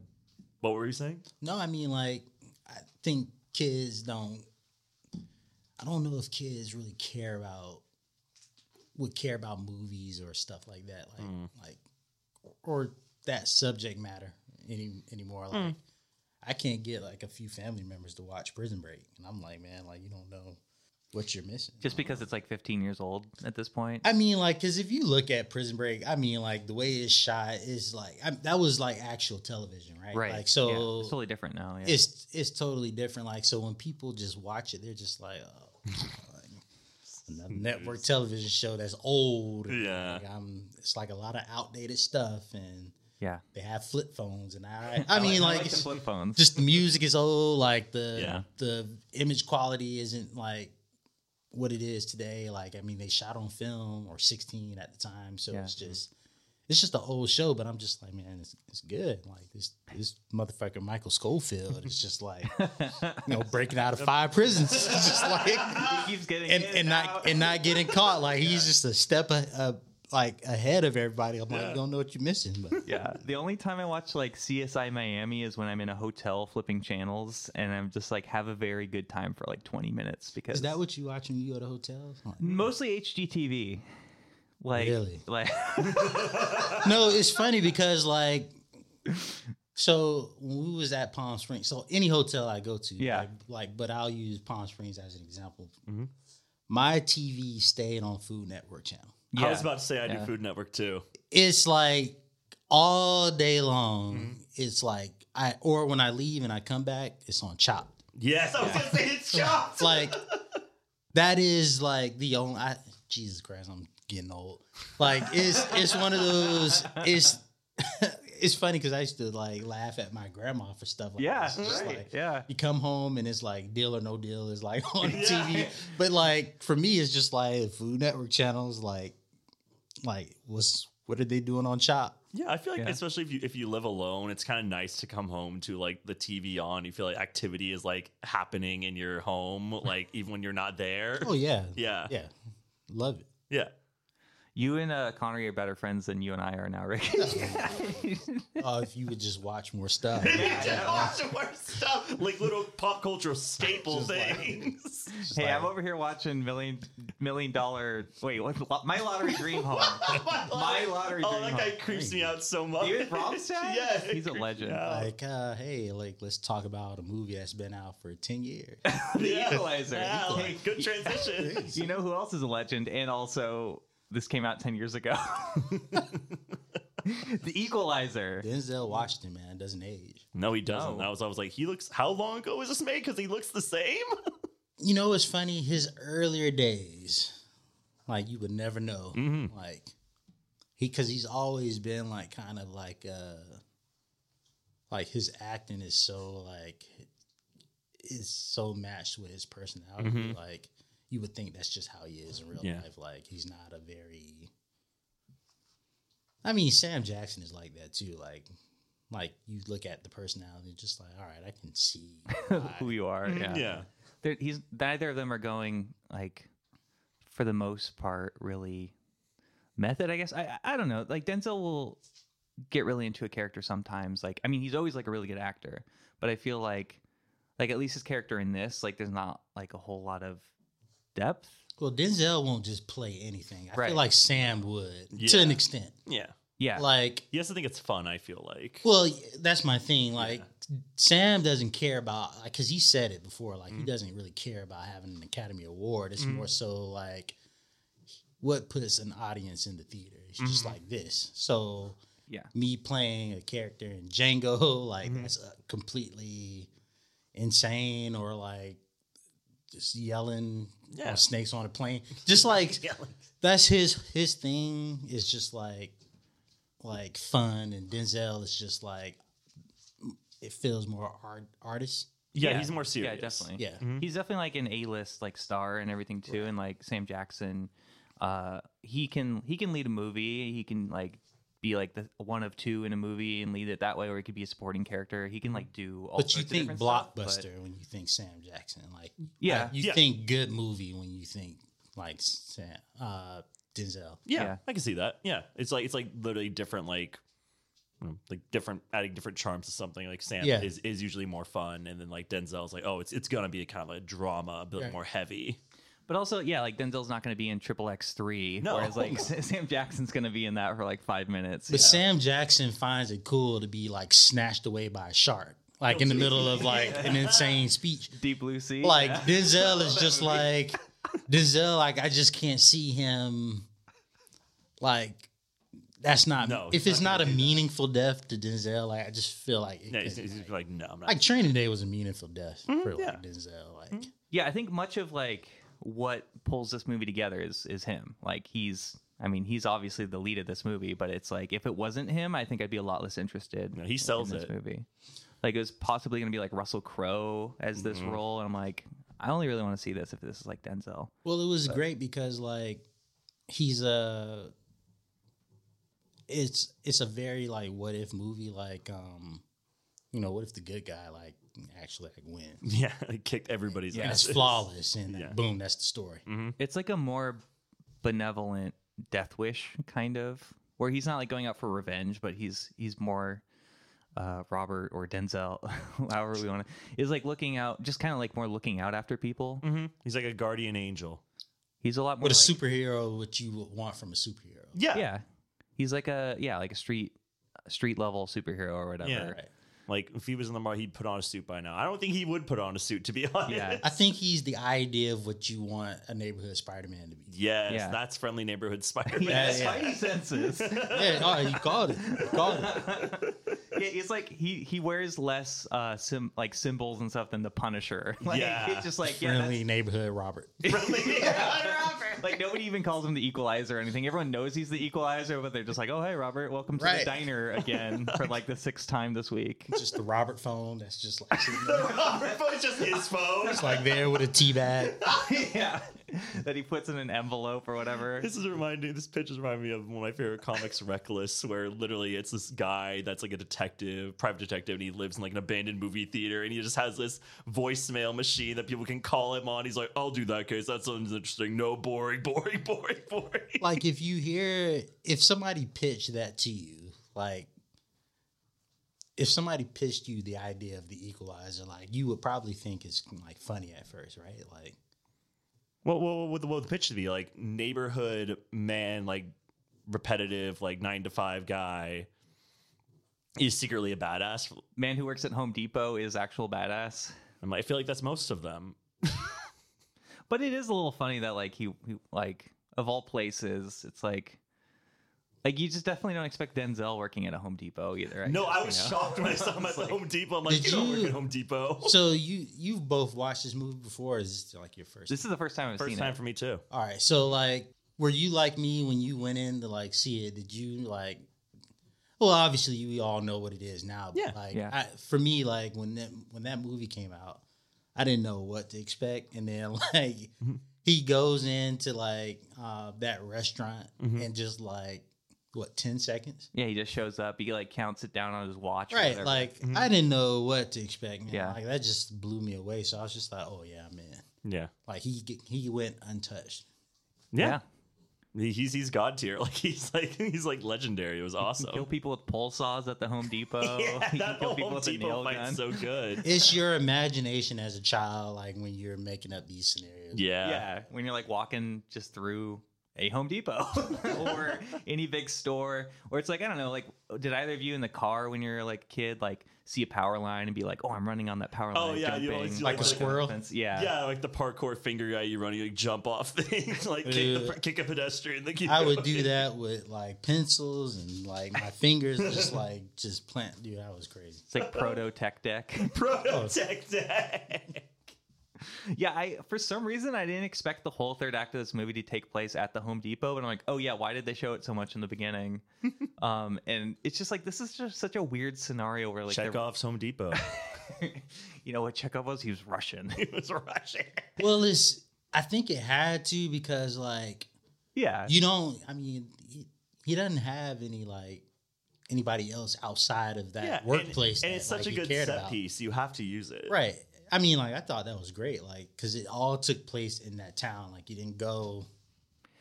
B: What were you saying?
C: no, I mean, like, I think kids don't. I don't know if kids really care about would care about movies or stuff like that, like
B: Mm.
C: like or that subject matter any anymore. Like
B: Mm.
C: I can't get like a few family members to watch Prison Break, and I'm like, man, like you don't know what you're missing.
A: Just because it's like 15 years old at this point.
C: I mean, like, because if you look at Prison Break, I mean, like the way it's shot is like I, that was like actual television, right?
A: right.
C: Like so,
A: yeah, it's totally different now. Yeah.
C: it's it's totally different. Like so, when people just watch it, they're just like, oh, like, another network television show that's old.
B: Yeah.
C: Like, I'm, it's like a lot of outdated stuff, and
A: yeah.
C: they have flip phones, and I I mean like,
A: the flip phones.
C: just the music is old, like the
B: Yeah.
C: the image quality isn't like what it is today. Like I mean, they shot on film or 16 at the time, so
A: Yeah.
C: it's just. It's just an old show, but I'm just like, man, it's, it's good. Like this, this motherfucker Michael Schofield is just like, you know, breaking out of five prisons, It's just like,
A: he keeps getting
C: and
A: in
C: and not
A: out.
C: and not getting caught. Like he's just a step a, a, like ahead of everybody. I'm like,
B: Yeah.
C: you don't know what you're missing, but
A: yeah. The only time I watch like CSI Miami is when I'm in a hotel flipping channels and I'm just like have a very good time for like 20 minutes because
C: is that what you watch when you go to hotels?
A: mostly HGTV. Like
C: Really?
A: like
C: no, it's funny because like, so when we was at Palm Springs, so any hotel I go to,
A: Yeah.
C: like, like, but I'll use Palm Springs as an example.
B: Mhm.
C: My TV stayed on Food Network channel.
A: yeah.
B: I was about to say I
A: Yeah.
B: do Food Network too.
C: it's like all day long. It's like I or when I leave and I come back, it's on Chopped.
B: Yes, I was gonna say it's chopped.
C: Like that is like the only. I, Jesus Christ, I'm getting old. Like it's it's one of those. It's it's funny because I used to like laugh at my grandma for stuff. Like
A: yeah,
C: this. It's just
A: right,
C: like-
A: yeah.
C: you come home and it's like deal or no deal is like on the
B: Yeah.
C: TV. But like for me, it's just like Food Network channels. Like, like what's what are they doing on Chop?
B: Yeah, I feel like
A: Yeah.
B: especially if you if you live alone, it's kind of nice to come home to like the TV on. You feel like activity is like happening in your home, like even when you're not there.
C: Oh yeah,
B: yeah, yeah,
C: yeah, love it.
A: You and uh, Connery are better friends than you and I are now, Rick.
C: Oh, if you would just watch more stuff.
B: Just lots of weird stuff, like little pop culture staple
C: Just like-
B: things.
A: hey, I'm over here watching million million dollar. Wait, what? Lo- My lottery dream home. My lottery
B: Oh,
A: dream
B: that
A: home.
B: guy creeps me out so much.
A: David Bromstead?
B: yeah,
A: He's a
B: creeps me
A: legend.
B: out.
C: Like, uh, hey, like let's talk about a movie that's been out for ten years.
A: the
B: Yeah.
A: Equalizer.
B: Yeah,
A: Hey,
B: like, good transition.
A: you know who else is a legend? And also, this came out ten years ago. the Equalizer.
C: Denzel Washington, man, doesn't age.
B: no, he doesn't.
A: No.
B: I was, I was like, he looks. How long ago was this made? Because he looks the same.
C: You know, it's funny. His earlier days, like you would never know.
A: Mm-hmm.
B: Mhm.
C: Like he, because he's always been like kind of like, uh like his acting is so like is so matched with his personality.
B: Mhm.
C: Like you would think that's just how he is in real
B: Yeah.
C: life. Like he's not a very. I mean, Sam Jackson is like that too. Like, like you look at the personality, just like, all right, I can see
A: who you are? Yeah.
B: yeah.
A: They're, he's neither of them are going like, for the most part, really method. I guess I I I don't know. Like Denzel will get really into a character sometimes. Like I mean, he's always like a really good actor, but I feel like like at least his character in this like there's not like a whole lot of depth.
C: Well, Denzel won't just play anything. I
A: Right.
C: feel like Sam would to
B: Yeah.
C: an extent.
B: Yeah.
A: Yeah.
C: Like,
B: Yes, I think it's fun. I feel like.
C: well, that's my thing. Like, Sam doesn't care about like because he said it before. Like, he doesn't really care about having an Academy Award. It's more so like what puts an audience in the theater. It's just like this. So
A: yeah.
C: me playing a character in Django, like that's uh, completely insane, or like just yelling
B: Yeah.
C: on snakes on a plane, just like that's his his thing is just like like fun, and Denzel is just like it feels more art artist,
B: yeah, he's more serious.
A: Yeah, definitely.
C: yeah.
A: He's definitely like an A-list like star and everything too, and like Sam Jackson, uh, he can he can lead a movie. He can like be like the one of two in a movie and lead it that way, or he could be a supporting character. He can like do all.
C: But you
A: sorts of
C: think
A: different stuff, but-
C: blockbuster when you think Sam Jackson, like
A: Yeah.
C: like, you
B: Yeah.
C: think good movie when you think like Sam uh, Denzel.
B: Yeah,
A: Yeah.
B: I can see that. Yeah, it's like it's like literally different, like you know, like different adding different charms to something. Like Sam
C: Yeah.
B: is is usually more fun, and then like Denzel's like, oh, it's it's gonna be a kind of a drama, but
C: Right.
B: more heavy.
A: but also yeah, like Denzel's not going to be in Triple X three,
B: No.
A: whereas like Sam Jackson's going to be in that for like five minutes.
C: But
A: yeah.
C: Sam Jackson finds it cool to be like snatched away by a shark, like in the middle of like an insane speech.
A: Deep Blue Sea,
C: Like
A: yeah.
C: Denzel is just like Denzel, like I just can't see him. Like that's not
B: No,
C: if
B: he's
C: it's
B: not
C: not,
B: gonna
C: a
B: do that.
C: meaningful death to Denzel, like I just feel like it
B: Yeah, he's,
C: couldn't,
B: he's
C: like,
B: like, no, I'm not.
C: like Training Day was a meaningful death for like
B: yeah. Mm-hmm.
C: Denzel. Like
A: Yeah, I think much of like what pulls this movie together is is him. Like he's I mean, he's obviously the lead of this movie, but it's like if it wasn't him, I think I'd be a lot less interested.
B: No, he sells
A: in this
B: it.
A: movie. Like it was possibly going to be like Russell Crowe as this
B: Mm-hmm.
A: role and I'm like I only really want to see this if this is like Denzel.
C: Well, it was great because like he's a it's it's a very like what if movie like um you know what if the good guy like actually like wins
B: yeah, he kicked everybody's
A: Yeah.
C: and
B: ass.
C: it's flawless and like,
B: Yeah.
C: boom that's the story
A: It's like a more benevolent death wish kind of where he's not like going out for revenge, but he's he's more uh, Robert or Denzel, however we want to, is like looking out, just kind of like more looking out after people.
B: hmm He's like a guardian angel.
A: He's a lot more
C: what a
A: like-
C: superhero what you would want from a superhero
B: Yeah,
A: yeah he's like a yeah like a street street level superhero or whatever
B: Yeah.
C: right
B: Like if he was in the mall, he'd put on a suit by now. I don't think he would put on a suit to be honest.
A: Yeah.
C: I think he's the idea of what you want a neighborhood Spider Man to be
B: Yes,
A: Yeah.
B: that's friendly neighborhood Spider-Man.
A: yeah,
C: Yeah, yeah.
A: spidey senses
C: yeah oh, you called it you called it
A: yeah it's like he he wears less uh sim like symbols and stuff than the punisher like
B: Yeah.
A: it's just like yeah
C: friendly
A: that's-
C: neighborhood Robert
B: Friendly-
A: like nobody even calls him the equalizer or anything everyone knows he's the equalizer but they're just like oh hey robert welcome to the
C: Right.
A: diner again for like the sixth time this week
C: just the Robert phone that's just like sitting there.
B: Robert Phone's just his phone.
C: It's like there with a tea bag.
A: yeah that he puts in an envelope or whatever.
B: This is reminding. This picture's reminding me of one of my favorite comics, Reckless, where literally it's this guy that's like a detective, private detective, and he lives in like an abandoned movie theater, and he just has this voicemail machine that people can call him on. He's like, "I'll do that case. That sounds interesting. No, boring, boring, boring, boring."
C: like if you hear if somebody pitched that to you, like if somebody pitched you the idea of the equalizer, like you would probably think it's like funny at first, right? Like
B: What what would the, what would the pitch be? Like neighborhood man, like repetitive, like nine to five guy. Is secretly a badass.
A: Man who works at Home Depot is actual badass.
B: I'm like, I feel like that's most of them.
A: But it is a little funny that like he, he like of all places, it's like like you just definitely don't expect Denzel working at a Home Depot either. I
B: No,
A: guess,
B: I
A: you
B: was
A: know?
B: shocked when I saw him at the Home Depot. I'm like,
C: Did
B: you don't
C: you-
B: work at Home Depot.
C: so you you've both watched this movie before or is this like your first
A: This is the first time I've
B: First
A: seen
B: time
A: it.
B: for me too.
C: All right. So like were you like me when you went in to like see it? Did you like well, obviously we all know what it is now, but
B: Yeah.
C: like
A: Yeah.
C: I, for me, like when that when that movie came out, I didn't know what to expect. And then like
A: Mm-hmm.
C: he goes into like uh that restaurant
A: Mm-hmm.
B: Mhm.
C: and just like what, ten seconds?
A: Yeah, he just shows up. He like counts it down on his watch. or
C: Right.
A: whatever. Mm-hmm.
C: Like
B: Mhm.
C: I didn't know what to expect, man.
A: Yeah.
C: Like that just blew me away. So I was just like, Oh yeah, man.
B: Yeah.
C: Like he he went untouched.
B: Yeah. He- He's he's god tier. Like he's like he's like legendary. It was
A: Kill
B: awesome.
A: people with pole saws at the Home Depot.
B: yeah,
A: he can
B: that
A: kill people
B: Home
A: with a
B: Depot
A: nail
B: fight's
A: gun.
B: so good.
C: it's your imagination as a child, like when you're making up these scenarios.
B: Yeah.
A: yeah, when you're like walking just through a Home Depot or any big store, or it's like I don't know, like did either of you in the car when you're like a kid like see a power line and be like, oh, I'm running on that power line,
B: Oh, yeah, you
A: jumping,
B: always do,
C: Like like, a like, squirrel?
A: on the fence. yeah,
B: Yeah, like the parkour finger guy you run, you like jump off things, like kick,
A: Uh,
B: the,
C: Dude.
B: kick a pedestrian. Like, you
C: I
B: go-
C: would do that with like pencils and like my fingers, just like just plant. Dude, I was crazy.
A: It's like proto tech deck.
B: Protect that.
A: yeah, I for some reason I didn't expect the whole third act of this movie to take place at the Home Depot, and I'm like, oh yeah, why did they show it so much in the beginning? um, and it's just like this is just such a weird scenario where like they're-
B: Chekhov's Home Depot.
A: you know what Chekhov was? He was Russian.
B: he was rushing.
C: Well, it's I think it had to because like
A: yeah,
C: you don't. I mean, he, he doesn't have any like anybody else outside of that
B: Yeah, and-
C: workplace.
B: and,
C: that,
B: it's such
C: like,
B: a
C: he
B: good
C: cared
B: set
C: about.
B: piece. You have to use it.
C: right? I mean, like I thought that was great, like because it all took place in that town. Like you didn't go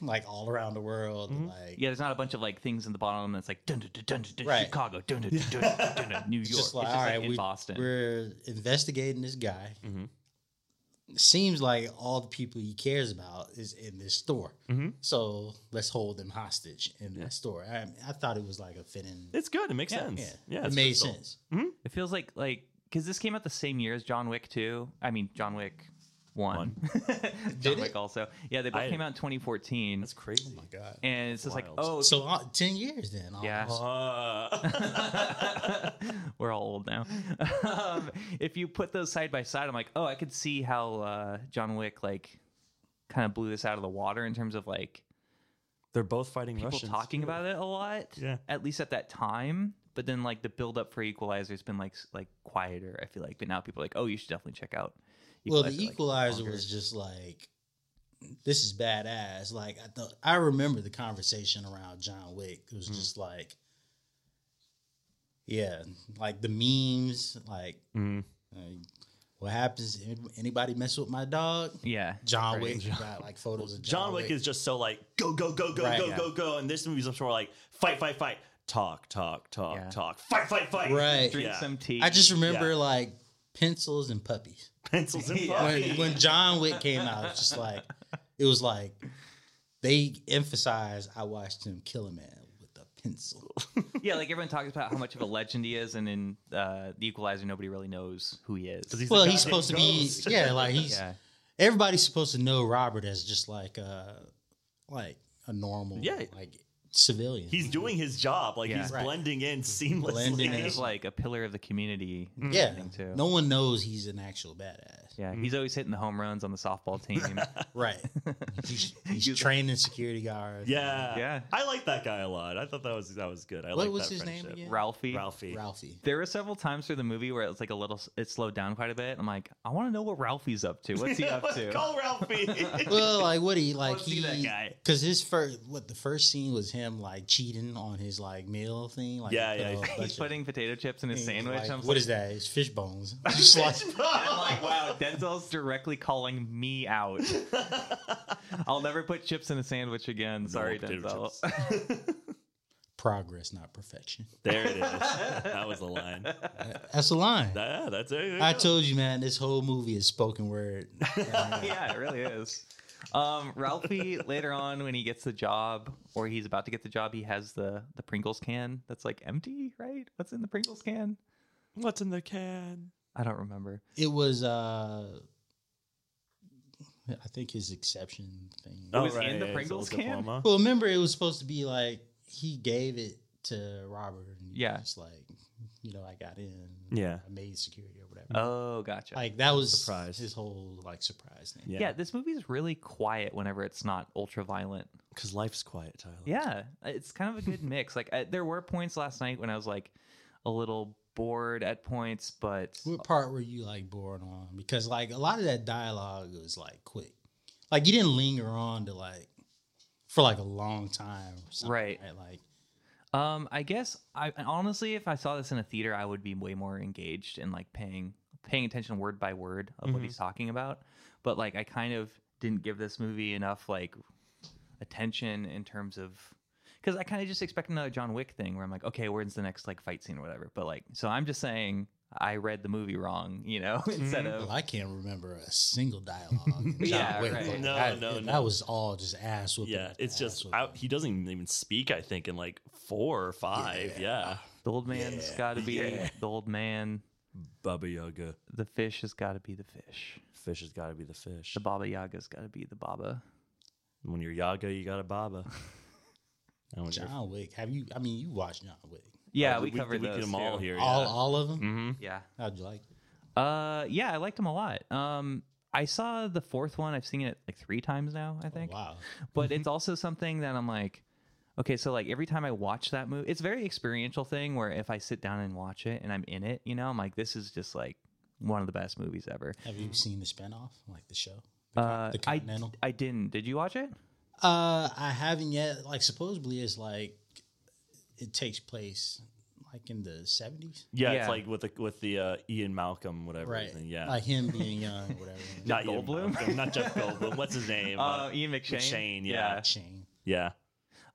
C: like all around the world,
B: Mm-hmm.
C: like
A: yeah. There's not a bunch of like things in the bottom that's like dun dun dun dun dun, dun
C: Right.
A: Chicago dun dun dun dun dun, dun, dun New York.
C: It's
A: It's
C: just like, all right,
A: in
C: we,
A: Boston. Mm-hmm.
C: we're investigating this guy.
B: Mhm.
C: Seems like all the people he cares about is in this store.
A: Mm-hmm.
B: Mhm.
C: So let's hold him hostage in that store. I, I thought it was like a fitting.
B: It's good. It makes
A: Yeah.
B: sense.
C: Yeah,
B: Yeah,
C: it
B: it's
C: made
B: crystal.
C: sense.
A: It feels like like because this came out the same year as John Wick two. I mean John Wick one. John
C: Did
A: Wick
C: it?
A: also. Yeah, they both
B: I-
A: came out in 2014,
B: That's crazy.
C: Oh my god!
A: and it's just like
B: wild.
A: oh
C: So uh, ten years then. almost.
A: Yeah.
B: Uh,
A: We're all old now. um, if you put those side by side, I'm like, oh, I could see how uh, John Wick like kind of blew this out of the water in terms of like
B: They're both fighting
A: people
B: Russians.
A: talking about it a lot.
B: Yeah.
A: At least at that time. But then like the build up for Equalizer has been like s- like quieter. I feel like, but now people are like, oh, you should definitely check out.
C: Well, the
A: like,
C: equalizer
A: longer.
C: was just like, this is badass. Like I thought, I remember the conversation around John Wick. It
A: Mm.
C: was just like, yeah, like the memes, like
A: Mm-hmm.
B: Mm.
C: Like, what happens? if Anybody mess with my dog?
A: yeah.
C: John
A: Right.
C: Wick got like photos of John,
B: John Wick is just so like go go go go
C: Right.
B: go
A: Yeah.
B: go go, and this movie's much more like fight fight fight, talk talk talk
A: Yeah.
B: talk, fight fight fight,
C: Right.
A: Drink
B: Yeah.
A: some tea.
C: I just remember
B: Yeah.
C: like pencils and puppies.
B: pencils and
A: Yeah.
B: fucking-
C: When when John Wick came out, it's just like it was like they emphasized. I watched him kill a man with a pencil.
A: yeah, like everyone talks about how much of a legend he is, and in uh, the Equalizer, nobody really knows who he is.
B: he's
C: well,
B: the
C: he's
B: goddamn
C: supposed to be
B: ghost.
C: yeah, like he's
A: yeah.
C: everybody's supposed to know Robert as just like uh like a normal
B: Yeah.
C: like civilian.
B: he's doing his job. Like
A: Yeah.
B: he's
C: Right.
B: blending in seamlessly.
C: Blending
A: and
C: in.
A: he's like a pillar of the community.
C: Mm-hmm. yeah. Mm-hmm.
A: thing, too.
C: No one knows he's an actual badass.
A: Yeah, he's always hitting the home runs on the softball team.
C: Right. He's, he's,
A: He's-
C: training security guards.
B: Yeah,
A: Yeah.
B: I like that guy a lot. I thought that was that was good. I
C: What
B: like
C: was
B: that
C: his name
B: friendship.
C: again?
A: Ralphie.
B: Ralphie.
C: Ralphie.
A: There were several times through the movie where it's like a little, it slowed down quite a bit. I'm like, I want to know what Ralphie's up to. What's he up to?
B: Call Ralphie.
C: Well, like what he like
B: wanna see
C: he
B: that guy.
C: because his first what the first scene was him like cheating on his like meal thing. Like
B: Yeah,
C: he put
B: yeah,
C: a
B: he's-
C: bunch
A: He's
C: of
A: putting potato chips in his
C: things,
A: sandwich.
C: Like,
A: I'm
C: what
A: like,
C: is that? It's fish bones. Just like,
A: I'm like, wow, Denzel's directly calling me out. I'll never put chips in a sandwich again. Sorry,
B: potato
A: Denzel.
C: progress, not perfection.
B: there it is. That was the line.
C: That's a line.
B: Yeah, that's it. There you
C: I
B: go.
C: told you, man. This whole movie is spoken word.
A: yeah, it really is. Um, Ralphie later on when he gets the job or he's about to get the job, he has the the Pringles can that's like empty, right? What's in the Pringles can?
B: What's in the can?
A: I don't remember.
C: It was, uh I think, his exception thing.
A: was in the
B: yeah,
A: Pringles
B: it's a
A: can?
B: diploma.
C: Well, remember, it was supposed to be like he gave it to Robert. And he
A: Yeah.
C: was just like you know, I got in.
B: Yeah.
C: I made security or whatever.
A: Oh, gotcha.
C: like that was
B: Surprise.
C: his whole like surprise thing.
A: yeah. this movie's really quiet whenever it's not ultra violent.
B: because life's quiet, Tyler.
A: Yeah, it's kind of a good mix. Like I, there were points last night when I was like a little bored at points, but
C: What part were you like bored on? Because like a lot of that dialogue was like quick. Like you didn't linger on to like for like a long time. Or something,
A: Right.
C: Like
A: Um, I guess I honestly, if I saw this in a theater, I would be way more engaged and like paying paying attention word by word of what
B: Mhm.
A: he's talking about. But like, I kind of didn't give this movie enough like attention in terms of because I kind of just expect another John Wick thing where I'm like, okay, where's the next like fight scene or whatever. But like, so I'm just saying I read the movie wrong, you know, instead
B: Mm-hmm.
C: well,
A: of
C: "Oh, I can't remember a single dialogue. in John
A: Yeah,
C: Wick.
A: right.
B: No,
C: I-
B: no, no.
C: That was all just ass whooping.
B: Yeah, it's just
C: ass
B: I,
C: whooping.
B: he doesn't even speak. I think in like four or five. Yeah,
A: the old man's got to be
B: yeah.
A: the old man.
B: Baba Yaga.
A: The fish has got to be the fish.
B: Fish has got to be the fish.
A: The Baba Yaga's got to be the Baba.
B: When you're Yaga, you got a Baba. And when you're-
C: John Wick. Have you? I mean, you watched John Wick.
A: Yeah,
B: uh,
A: we, covered
B: we
A: those
B: did them all
A: too.
B: here.
C: All
B: yeah.
C: all of them.
B: Mhm.
A: Yeah.
C: How'd you like? it?
A: Uh, yeah, I liked him a lot. Um, I saw the fourth one. I've seen it like three times now, I think.
C: Oh, Wow.
A: But it's also something that I'm like, okay, so like every time I watch that movie, it's a very experiential thing where if I sit down and watch it and I'm in it, you know, I'm like, this is just like one of the best movies ever.
C: Have you seen the spinoff, like the show, the, Con-
A: Uh,
C: the
A: I,
C: Continental?
A: I didn't. Did you watch it?
C: Uh, I haven't yet. Like, supposedly, it's like it takes place like in the seventies,
B: Yeah,
A: Yeah.
B: it's like with the with the uh, Ian Malcolm, whatever. his
C: right?
B: name- Yeah.
C: like him being young, or whatever.
B: not Ian
A: Goldblum?
B: Malcolm, not Jeff Goldblum. What's his name?
A: Uh, Ian McShane.
B: McShane, yeah.
C: Shane.
B: yeah.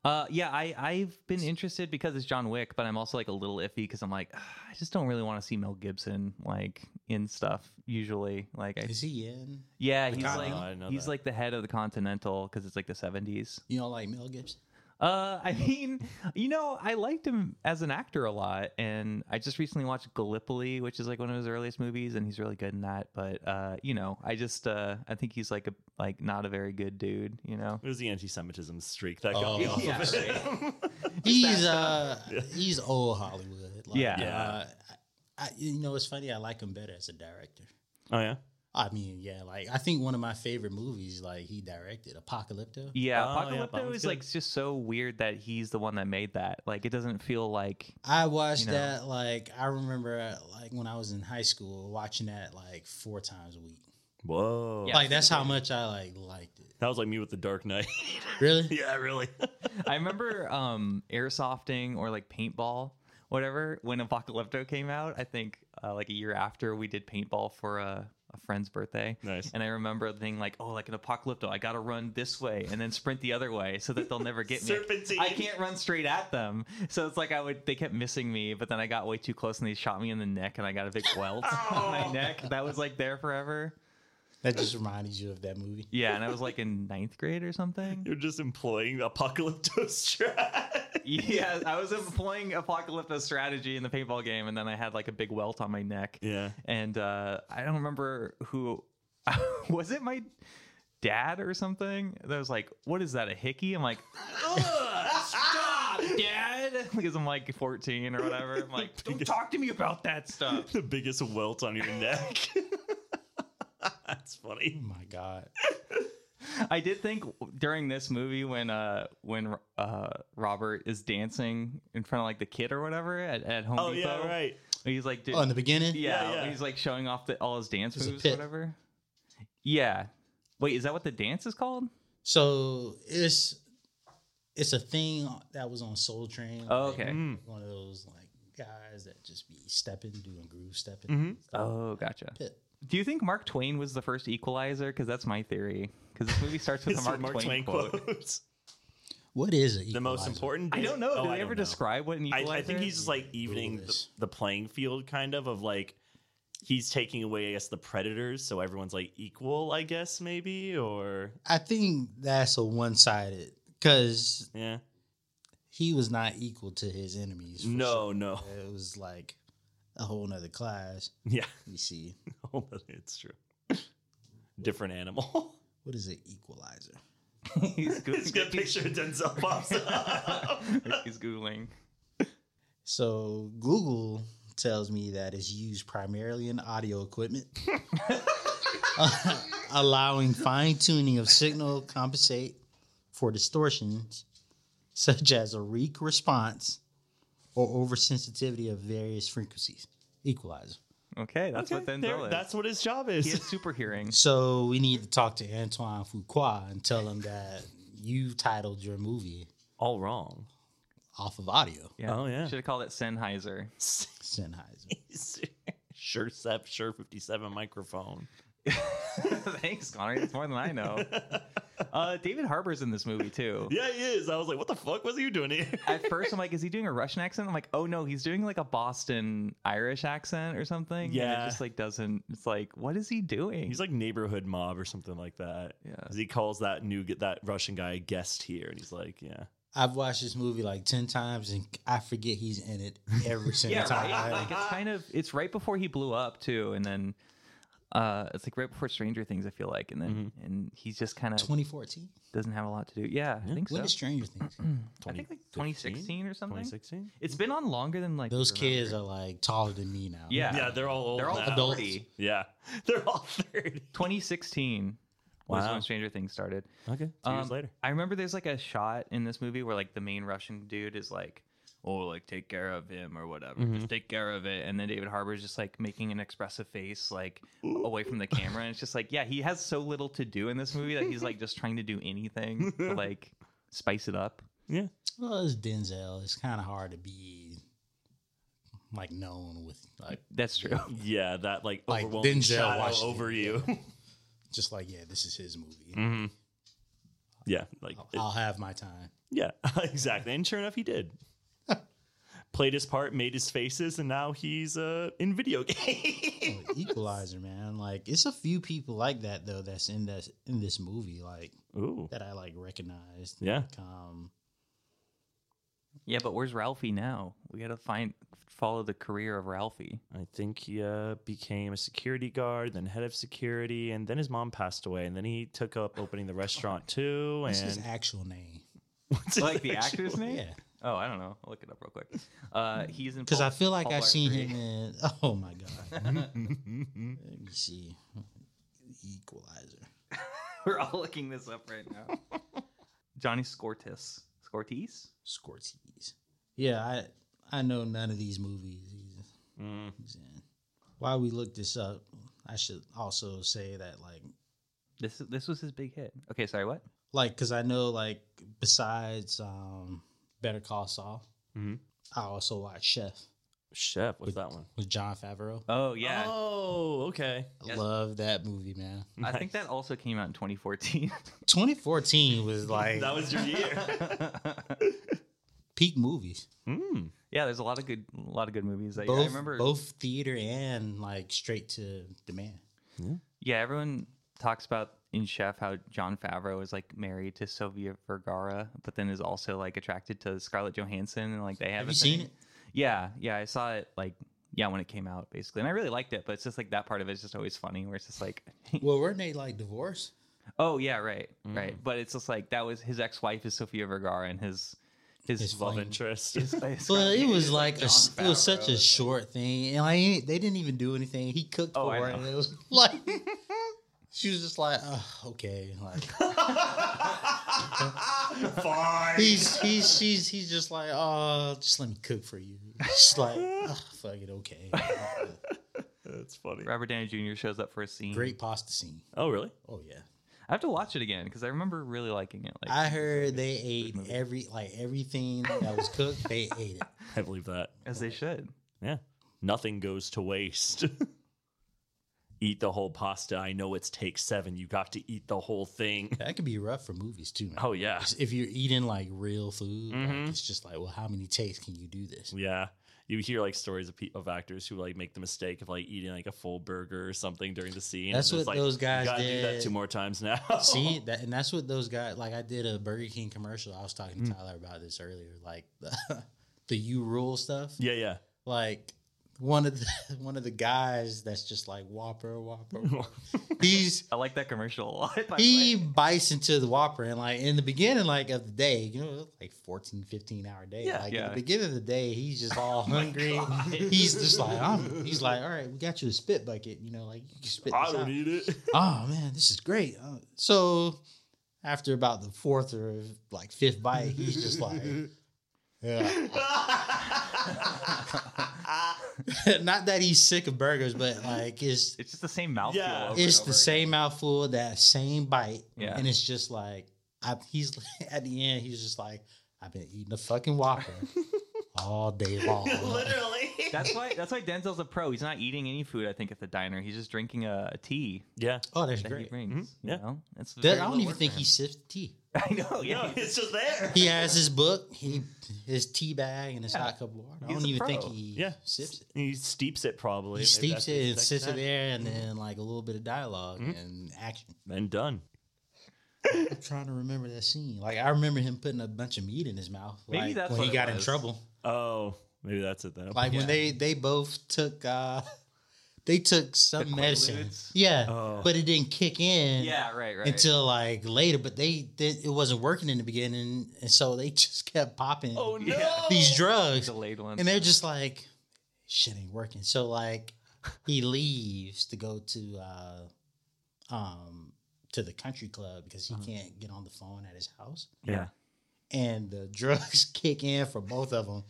A: Uh, yeah, I I've been interested because it's John Wick, but I'm also like a little iffy because I'm like, "Ah, I just don't really want to see Mel Gibson like in stuff usually. Like, I,
C: Is he in?
A: yeah, he's
C: Continental?
A: like
B: Oh, I didn't know
A: he's
B: that.
A: like the head of the Continental because it's like the 70s.
C: You know, like Mel Gibson.
B: Oh.
A: Uh, I mean, you know, I liked him as an actor a lot, and I just recently watched Gallipoli, which is like one of his earliest movies, and he's really good in that. But uh, you know, I just uh, I think he's like a like not a very good dude. You know,
B: It was the anti-Semitism streak that
C: Oh.
B: got me off
A: Yeah,
B: of it.
C: He's uh, he's old Hollywood. Like,
A: Yeah.
C: Uh, I, you know, it's funny. I like him better as a director.
B: Oh yeah.
C: I mean, yeah, like I think one of my favorite movies, like he directed Apocalypto.
A: Yeah,
B: Oh, yeah,
A: Apocalypto
B: that one's
A: is like
B: good.
A: just so weird that he's the one that made that. Like it doesn't feel like
C: I watched
A: you know.
C: that like I remember uh, like when I was in high school watching that like four times a week.
B: Whoa.
A: Yeah.
C: like that's how much I like liked it.
B: That was like me with the Dark Knight.
C: Really?
B: yeah, really.
A: I remember um airsofting or like paintball, whatever, when Apocalypto came out, I think uh, like a year after we did paintball for a, a friend's birthday.
B: nice.
A: And I remember being like, oh, like an apocalypto, I gotta run this way and then sprint the other way so that they'll never get me.
B: Serpentine.
A: I can't run straight at them. So it's like I would they kept missing me, but then I got way too close and they shot me in the neck and I got a big welt on my neck. That was like there forever.
C: That just reminded you of that movie.
A: Yeah, and I was like in ninth grade or something.
B: You're just employing Apocalypto strat.
A: Yeah, I was employing Apocalypto strategy in the paintball game, and then I had like a big welt on my neck.
B: yeah.
A: And uh, I don't remember who was it my dad or something that was like, What is that, a hickey? I'm like, Stop, dad! Because I'm like 14 or whatever. I'm like, Don't talk to me about that stuff.
B: The biggest welt on your neck. That's funny.
C: Oh my god.
A: I did think during this movie when uh when uh Robert is dancing in front of like the kid or whatever at, at Home
B: Oh
A: Depot.
B: yeah, right.
A: He's like, dude,
C: Oh, in the beginning,
A: yeah,
B: yeah, yeah.
A: he's like showing off the, all his dance
C: It's a
A: moves or
C: pit.
A: whatever. Yeah. Wait, is that what the dance is called?
C: So it's it's a thing that was on Soul Train.
A: Oh,
C: like,
A: okay.
B: Mm.
C: One of those like guys that just be stepping, doing groove stepping.
B: Mhm.
A: Oh, gotcha.
C: Pit.
A: Do you think Mark Twain was the first equalizer? Because that's my theory. Because this movie starts with a
B: It's
A: Mark,
B: from Mark
A: Twain,
B: Twain
A: quote.
B: quotes.
C: What is it?
B: The most important.
A: I don't know.
B: Oh,
A: Do
B: I
A: they ever
B: don't know.
A: describe what an
B: I,
A: equalizer?
B: I think
A: is?
B: he's just like evening the,
C: Clueless.
B: the playing field, kind of, of like he's taking away, I guess, the predators, so everyone's like equal, I guess, maybe, or
C: I think that's a one sided because
B: yeah,
C: he was not equal to his enemies. for
B: no, no,
C: sure. it was like a whole nother class.
B: yeah,
C: You see,
B: Oh, it's true. Different animal.
C: what is an equalizer?
A: he's
B: it's a good
A: googling.
B: picture of Denzel pops up.
A: he's googling.
C: So Google tells me that it's used primarily in audio equipment, allowing fine tuning of signal to compensate for distortions such as a weak response or oversensitivity of various frequencies. Equalizer.
A: Okay, that's what
B: Okay,
A: Denzel
B: there-
A: is.
B: That's what his job
A: he has
B: is.
A: super hearing.
C: So we need to talk to Antoine Fuqua and tell him that you titled your movie
B: All wrong.
C: off of audio.
A: Yeah.
B: Oh, yeah.
A: Should have called it Sennheiser.
C: Sennheiser.
B: sure, Sep, sure, 57 microphone.
A: Thanks, Connor. It's more than I know. Uh, David Harbour's in this movie too.
B: Yeah, he is. I was like, what the fuck was he doing here?
A: At first, I'm like, is he doing a Russian accent? I'm like, oh no, he's doing like a Boston Irish accent or something. and
B: Yeah.
A: it just like doesn't. It's like, what is he doing?
B: He's like neighborhood mob or something like that.
A: Yeah.
B: 'Cause he calls that new that Russian guy a guest here, and he's like, yeah,
C: I've watched this movie like 10 times and I forget he's in it every single
A: yeah,
C: time.
A: right? like it's kind of it's right before he blew up too, and then uh, it's like right before Stranger Things, I feel like, and then
B: Mm-hmm.
A: and he's just kind of
C: 2014?
A: doesn't have a lot to do. Yeah, I think so.
C: When did Stranger Things?
A: I think like 2016 or something.
B: 2016.
A: It's been on longer than like
C: Those
A: we
C: kids
A: remember.
C: are like taller than me now.
A: Yeah.
B: Yeah, they're all old.
A: They're all
B: now.
C: adults.
A: forty.
B: Yeah, they're all thirty.
A: 2016 was
B: Wow.
A: when Stranger Things started.
B: Okay, two
A: Um,
B: years later.
A: I remember there's like a shot in this movie where like the main Russian dude is like, "Oh, like take care of him or whatever, just take care of it." And then David Harbour's just like making an expressive face like away from the camera, and it's just like, yeah, he has so little to do in this movie that he's like just trying to do anything to like spice it up.
B: Yeah,
C: Well, it's Denzel. It's kind of hard to be like known with like
A: That's true.
B: yeah, that like
C: Like
B: overwhelming
C: Denzel
B: shadow
C: Washington.
B: over you.
C: just like yeah, this is his movie.
B: hmm Yeah, like
C: I'll,
B: it-
C: I'll have my time.
B: yeah, exactly. And sure enough, he did. Played his part, made his faces, and now he's uh in video game.
C: But Oh, Equalizer, man. Like it's a few people like that though that's in this in this movie like
B: Ooh,
C: that I like recognized.
B: yeah.
C: Like, um,
A: Yeah, but where's Ralphie now? We gotta find follow the career of Ralphie.
B: I think he uh, became a security guard, then head of security, and then his mom passed away, and then he took up opening the restaurant too.
C: what's
B: And
C: his actual name?
B: What's his
A: Like the
B: actual-
A: actor's name?
C: Yeah,
A: Oh, I don't know. I'll look it up real quick. Uh, he's in
C: because I
A: Pulp-
C: feel like
A: Paul
C: I've seen
A: Blart
C: him in. Oh my god. Let me see. Equalizer.
A: We're all looking this up right now. Johnny Scortis. Scortis?
C: Scortese. Yeah, I I know none of these movies he's,
B: Mm.
C: he's in. While we look this up, I should also say that like
A: This is this was his big hit. Okay, sorry, what?
C: like because I know like besides um Better Call Saul,
A: Mm-hmm.
B: Mhm.
C: I also watch Chef
B: Chef, what's that one?
C: with John Favreau.
A: Oh yeah.
B: Oh, okay.
C: I
A: yes.
C: love that movie, man.
A: I think that also came out in 2014.
C: 2014 was like
B: that was your year.
C: peak movies.
B: mm.
A: yeah, there's a lot of good a lot of good movies. That,
C: Both,
A: I remember
C: both theater and like straight to demand.
A: Yeah, everyone talks about in Chef how John Favreau is like married to Sofia Vergara, but then is also like attracted to Scarlett Johansson and like they have,
C: Have
A: a
C: you seen
A: thing.
C: it?
A: Yeah, yeah, I saw it like yeah, when it came out basically. And I really liked it, but it's just like that part of it is just always funny where it's just like
C: Well, weren't they like divorced?
A: Oh yeah, right, right.
C: Mm.
A: But it's just like that was his ex-wife is Sofia Vergara and his his,
C: His
A: love
B: Love
C: flame.
A: and
B: interest.
A: his, his
C: Well, it was like a,
A: Jon
C: it was such
A: Favreau.
C: a short thing, and like they didn't even do anything. He cooked
A: Oh, I
C: for it.
A: know.
C: and It was like She was just like, "Ugh, okay, like
B: Fine.
C: he's he's she's he's just like, oh, just let me cook for you. She's like, oh, fuck it, okay.
B: That's funny.
A: Robert Downey Jr. shows up for a scene.
C: uh, Great pasta scene.
B: Oh, really?
C: Oh yeah.
A: I have to watch it again because I remember really liking it. Like,
C: I heard they ate every like everything that was cooked. They ate it.
B: I believe that.
A: as they should.
B: Yeah. Nothing goes to waste. eat the whole pasta. I know it's take seven. You got to eat the whole thing.
C: That could be rough for movies too. Man.
B: Oh, yeah.
C: If you're eating like real food, like,
B: Mhm.
C: it's just like, well, how many takes can you do this?
B: Yeah. You hear like stories of, pe- of actors who like make the mistake of like eating like a full burger or something during the scene.
C: That's
B: and it's
C: what
B: like,
C: those guys
B: you gotta do that
C: did.
B: two more times now.
C: See that, and that's what those guys like. I did a Burger King commercial. I was talking to Tyler about this earlier, like the, the you rule stuff.
B: Yeah, yeah.
C: Like one of the one of the guys that's just like Whopper, Whopper. Whopper. He's
A: I like that commercial a lot. by the
C: he
A: way.
C: bites into the Whopper, and like in the beginning, like of the day, you know, it's like 14, 15 hour day.
B: Yeah,
C: like
A: yeah. Oh
C: at the beginning of the day, he's just all hungry. he's just like, I'm, he's like, all right, we got you a spit bucket. You know, like you can spit.
B: I
C: this out
B: don't eat it.
C: oh man, this is great. Uh, so after about the fourth or like fifth bite, he's just like, yeah. Not that he's sick of burgers, but like it's
A: It's just the same mouthfeel.
B: Yeah.
A: over and
C: it's
A: over
C: the same mouthful, that same bite,
A: Yeah.
C: and it's just like I, he's at the end, he's just like, I've been eating a fucking Whopper all day long.
A: Again. That's why. That's why Denzel's a pro. He's not eating any food. I think at the diner, he's just drinking a, a tea
B: Yeah.
C: Oh, that's
A: that he
C: great.
A: brings. You
B: Mm-hmm. Yeah.
A: know? That's
C: That-
A: very
C: I
A: little
C: don't even
A: work
C: think
A: for
C: he
A: him.
C: sips tea.
A: I know. Yeah.
B: No, it's just there.
C: he has his book, he his tea bag, and his
A: Yeah.
C: hot cup of water. I
A: He's
C: don't
A: a
C: even
A: pro.
C: think he
B: Yeah.
C: sips it.
B: He steeps it probably.
C: He
B: Maybe
C: steeps
B: that's
C: it
B: his
C: and
B: second
C: sits it
B: time.
C: there,
A: Mm-hmm.
C: and then like a little bit of dialog and action.
B: Then done.
C: I'm trying to remember that scene. Like I remember him putting a bunch of meat in his mouth.
A: Maybe
C: like,
A: that's
C: when
A: what
C: he
A: it
C: got in
A: was.
C: trouble.
B: Oh, maybe that's it then.
C: Like
A: Yeah.
C: when they they both took uh they took some
A: The
C: medicine.
A: Quaaludes?
C: Yeah,
B: Oh.
C: but it didn't kick in.
A: Yeah. Right. Right.
C: Until like later, but they, they it wasn't working in the beginning, and so they just kept popping
B: oh no.
A: Yeah.
C: these drugs.
A: delayed one.
C: and they're just like shit ain't working so like he leaves to go to uh um to the country club because
A: Uh-huh.
C: he can't get on the phone at his house
B: Yeah.
C: and the drugs kick in for both of them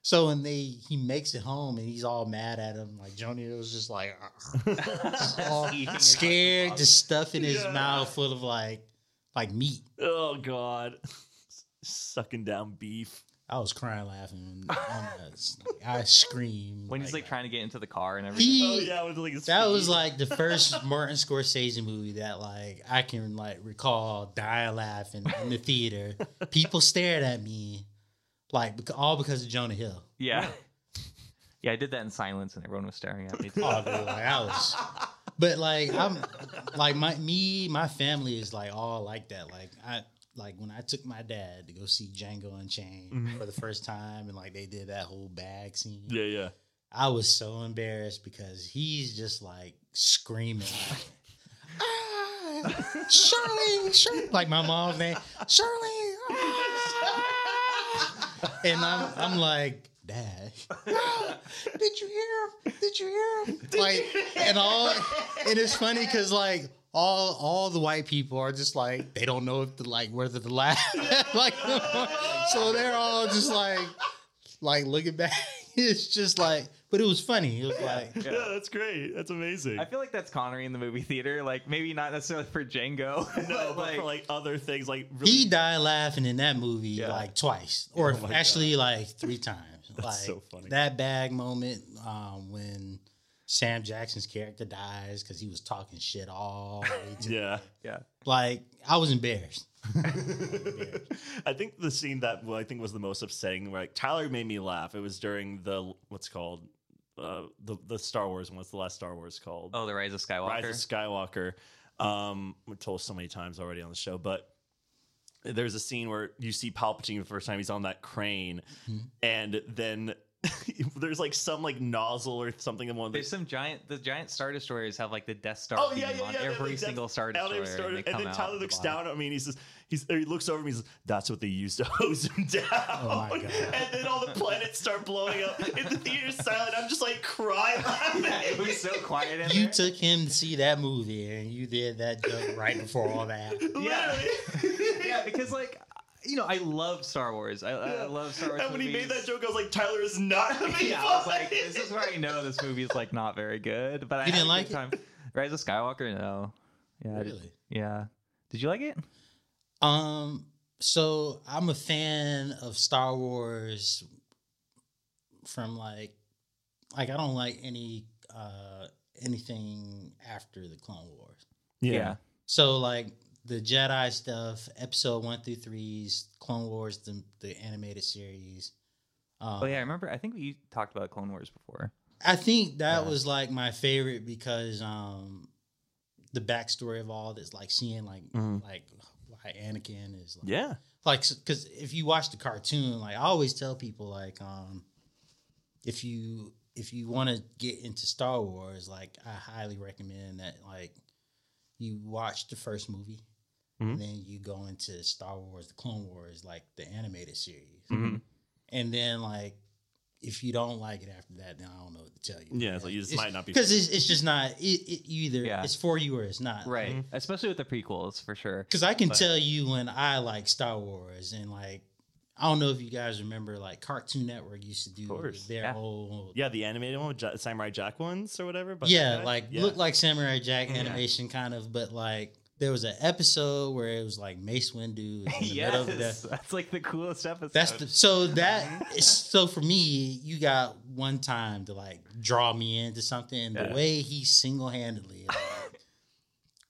C: so when they he makes it home and he's all mad at him like joni was just like just all
A: Eating his
C: scared
A: hot
C: just stuffing his
B: Yeah.
C: mouth full of like like meat
B: Oh god. Sucking down beef.
C: i was crying laughing when, on the, i screamed
A: when he's like trying to get into the car and everything.
C: he,
B: Oh yeah, with like his
C: That was
B: feet.
C: like the first Martin Scorsese movie that like I can like recall dying laughing in the theater. People stared at me, like bec- all because of Jonah Hill.
A: Yeah. Yeah, I did that in silence, and everyone was staring at me.
C: Oh, dude, like, I was. But like I'm, like my me my family is like all like that. Like I like when I took my dad to go see Django Unchained
B: Mhm.
C: for the first time, and like they did that whole bag scene.
B: Yeah, yeah.
C: I was so embarrassed because he's just like screaming. Like, ah, Shirley, Shirley, like my mom's name, Shirley. ah." And I'm, I'm like, Dad, "Ah, did you hear him? Did you hear him? like, and all, and it's funny because like all, all the white people are just like they don't know if to like whether to laugh, like, so they're all just like, like looking back, it's just like, but it was funny. It was like,
B: Yeah. that's great. That's amazing.
A: I feel like that's Connery in the movie theater. Like maybe not necessarily for Django,
B: no,
A: but
B: but for like other things, like really, oh
C: he died laughing in that movie
A: Yeah.
C: like twice or
B: my
C: actually like three times like
B: so funny.
C: that bag moment um, when sam jackson's character dies because he was talking shit all the way to
B: yeah.
A: yeah,
C: like i was embarrassed
B: I think the scene that well, I think was the most upsetting, where like Tyler made me laugh. It was during the what's called uh, the the Star Wars one. What's the last Star Wars called?
A: Oh, the Rise of Skywalker.
B: Rise of Skywalker. Um, I told so many times already on the show, but
A: Mm-hmm.
B: there's a scene where you see Palpatine for the first time. He's on that crane, and then there's like some like nozzle or something in one of the
A: There's some giant. The giant star destroyers have like the Death Star
B: Oh yeah,
A: theme
B: yeah,
A: on
B: yeah.
A: every
B: that's-
A: single star
B: that's-
A: destroyer,
B: Star-
A: and, they
B: and
A: come
B: then
A: out
B: Tyler
A: at the
B: looks
A: bottom.
B: down at me and he says, he's, he looks over at me. and He's, that's what they used to hose him down.
C: Oh, my God.
B: And then all the planets start blowing up. And the theater's silent. I'm just like crying. laughing.
A: it was so quiet in
C: You
A: there.
C: took him to see that movie, and you did that joke right before all that. happened.
A: Yeah.
B: Literally.
A: yeah, because like you know, I love Star Wars. I, I love Star Wars.
B: And when he made
A: movies.
B: that joke, I was like, Tyler is not having
A: yeah,
B: fun.
A: I was like, this is where I know this movie is like not very good. But I
C: You
A: had
C: didn't
A: a
C: like
A: good time. Rise of Skywalker, no. Yeah, I did-
C: Really?
A: yeah. Did you like it?
C: Um, so I'm a fan of Star Wars from like like I don't like any uh anything after the Clone Wars. So like the Jedi stuff, episode one through threes, Clone Wars, the the animated series. Um,
A: Oh yeah, I remember. I think we talked about Clone Wars before.
C: I think that
A: Yeah.
C: was like my favorite because um the backstory of all this, like seeing like
B: Mhm.
A: Mm-hmm.
C: like why Anakin is like
B: Yeah.
C: like because if you watch the cartoon like i always tell people like um if you if you want to get into star wars like i highly recommend that like you watch the first movie
B: Mhm.
C: and then you go into star wars the clone wars like the animated series
A: Mm-hmm.
B: Mhm.
C: and then like if you don't like it after that then i don't know what to tell you
B: Yeah, so you just might not be-
C: because it's, it's just not it, it either
A: Yeah.
C: it's for you or it's not
A: Right, Mm-hmm. especially with the prequels for sure.
C: because I can
A: But-
C: tell you when I like Star Wars and like I don't know if you guys remember like Cartoon Network used to do
B: course,
C: their
A: yeah.
C: old
B: Yeah, the animated one with Ja- Samurai Jack ones or whatever. But
C: yeah like
B: yeah.
C: look like Samurai Jack
A: Yeah.
C: animation kind of but like there was an episode where it was like Mace Windu is in the middle of
A: yes,
C: the
A: that's like the coolest episode.
C: that's the so that
B: Mm-hmm.
C: is so for me you got one time to like draw me into something and
B: Yeah.
C: the way he single handedly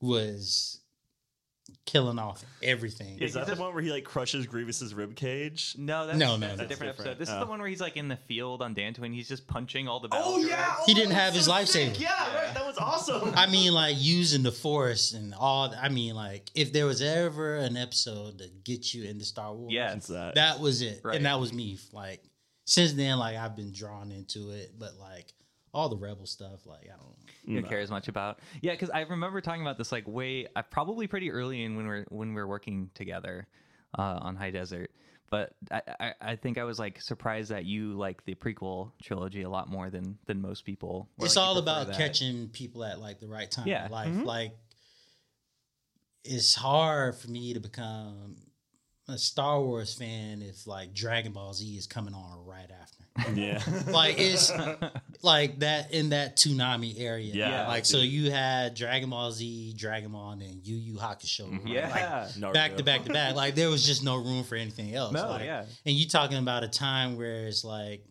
C: was killing off everything
B: Is that the one where he like crushes Grievous's rib cage?
A: no, that's,
C: No, no,
A: that's
C: that's
A: a different,
B: different.
A: episode. This is
B: Oh.
A: the one where he's like in the field on Dantooine. He's just punching all the.
C: Oh,
A: battle droids.
B: Oh,
C: He didn't have his lifesaver.
B: Yeah, right. That was awesome.
C: I mean, like using the force and all. I mean, like if there was ever an episode to get you into Star Wars,
A: Yeah.
B: It's that.
C: that was it,
A: Right.
C: and that was me. Like since then, like I've been drawn into it, but like all the rebel stuff, like I don't.
A: who
B: No.
A: cares much about. Yeah, because I remember talking about this like way, I probably pretty early in when we're when we were working together uh, on High Desert. But I, I, I think I was like surprised that you like the prequel trilogy a lot more than than most people. or,
C: it's
A: like, you
C: all
A: prefer
C: about
A: that.
C: catching people at like the right time
A: Yeah. Mm-hmm.
C: in life. Like it's hard for me to become a Star Wars fan if like Dragon Ball Z is coming on right after.
B: Yeah.
C: like it's like that in that tsunami area.
B: Yeah,
A: Yeah.
C: Like so you had Dragon Ball Z, Dragon Ball, and then Yu Yu Hakusho. right? Like,
A: Mm-hmm. Yeah.
B: Naruto.
C: back to back to back. Like there was just no room for anything else.
A: no.
C: Like,
A: yeah.
C: And you talking about a time where it's like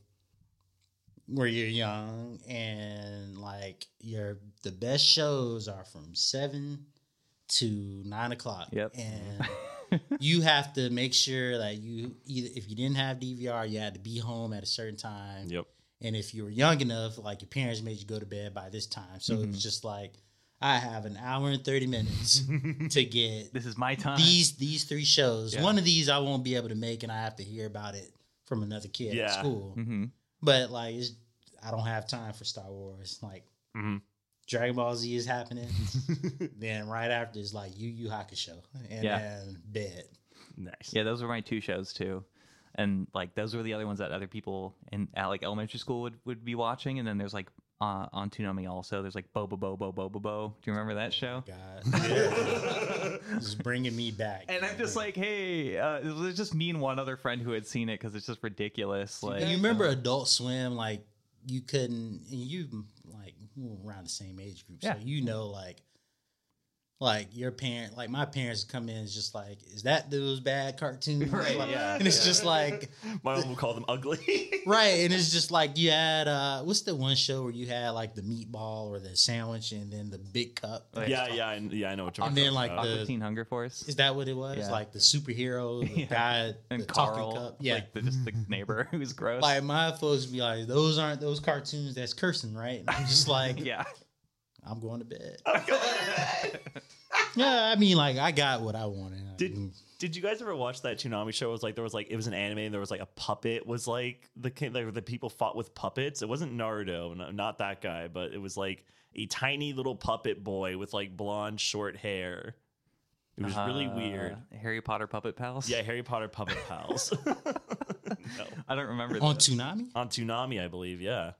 C: where you're young and like your the best shows are from seven to nine o'clock.
A: Yep.
C: And you have to make sure that you either if you didn't have DVR, you had to be home at a certain time.
B: Yep.
C: And if you were young enough, like your parents made you go to bed by this time. So
A: Mhm.
C: it's just like I have an hour and thirty minutes to get
A: This is my time.
C: these these three shows.
A: Yeah.
C: One of these I won't be able to make, and I have to hear about it from another kid at
B: Yeah.
C: school.
A: hmm
C: But like, it's, I don't have time for Star Wars. Like
A: Mm-hmm.
B: Mhm.
C: Dragon Ball Z is happening. then right after is like Yu Yu Hakusho, and
A: Yeah.
C: then bed.
B: Nice.
A: Yeah, those were my two shows too. And like those were the other ones that other people in at like elementary school would, would be watching. And then there's like uh, on Toonami also, there's like Bo Bo Bo Bo Bo Bo Bo. Do you remember that show?
C: God, this is bringing me back.
A: And I'm just like, hey, uh, it was just me and one other friend who had seen it because it's just ridiculous. Like, uh,
C: you remember Adult Swim? Like you couldn't, and you like we were around the same age group,
A: Yeah.
C: so you know, like, like your parent, like my parents come in, it's just like, is that those bad cartoons?
A: Right,
C: Like-
A: yeah,
C: and it's
B: yeah.
C: just like,
B: My mom would call them ugly.
C: right, and it's just like you had uh, what's the one show where you had like the meatball or the sandwich, and then the big cup.
A: Like,
B: yeah, yeah, I, yeah. I know what you're
C: And then,
B: talking
C: like,
B: about.
A: Aqua
C: the-
A: Teen Hunger Force
C: uh, Is that what it was?
A: Yeah.
C: Like the superhero, the
A: Yeah.
C: guy, the
A: and
C: talking
A: Carl,
C: cup. Yeah,
A: like the, just the neighbor who's gross.
C: like my folks be like, those aren't those cartoons that's cursing, right? And I'm just like,
A: yeah,
C: I'm going to bed. yeah, I mean, like I got what I wanted. I
B: Did-
C: mean,
B: Did you guys ever watch that Toonami show? It was like there was like it was an anime and there was like a puppet was like the king like, the people fought with puppets. It wasn't Naruto, n- not that guy, but it was like a tiny little puppet boy with like blonde short hair. It was really
A: Uh,
B: weird.
A: Harry Potter puppet pals.
B: Yeah, Harry Potter puppet pals. No.
A: I don't remember.
C: on
A: this.
C: Tsunami?
B: On Toonami, I believe, yeah.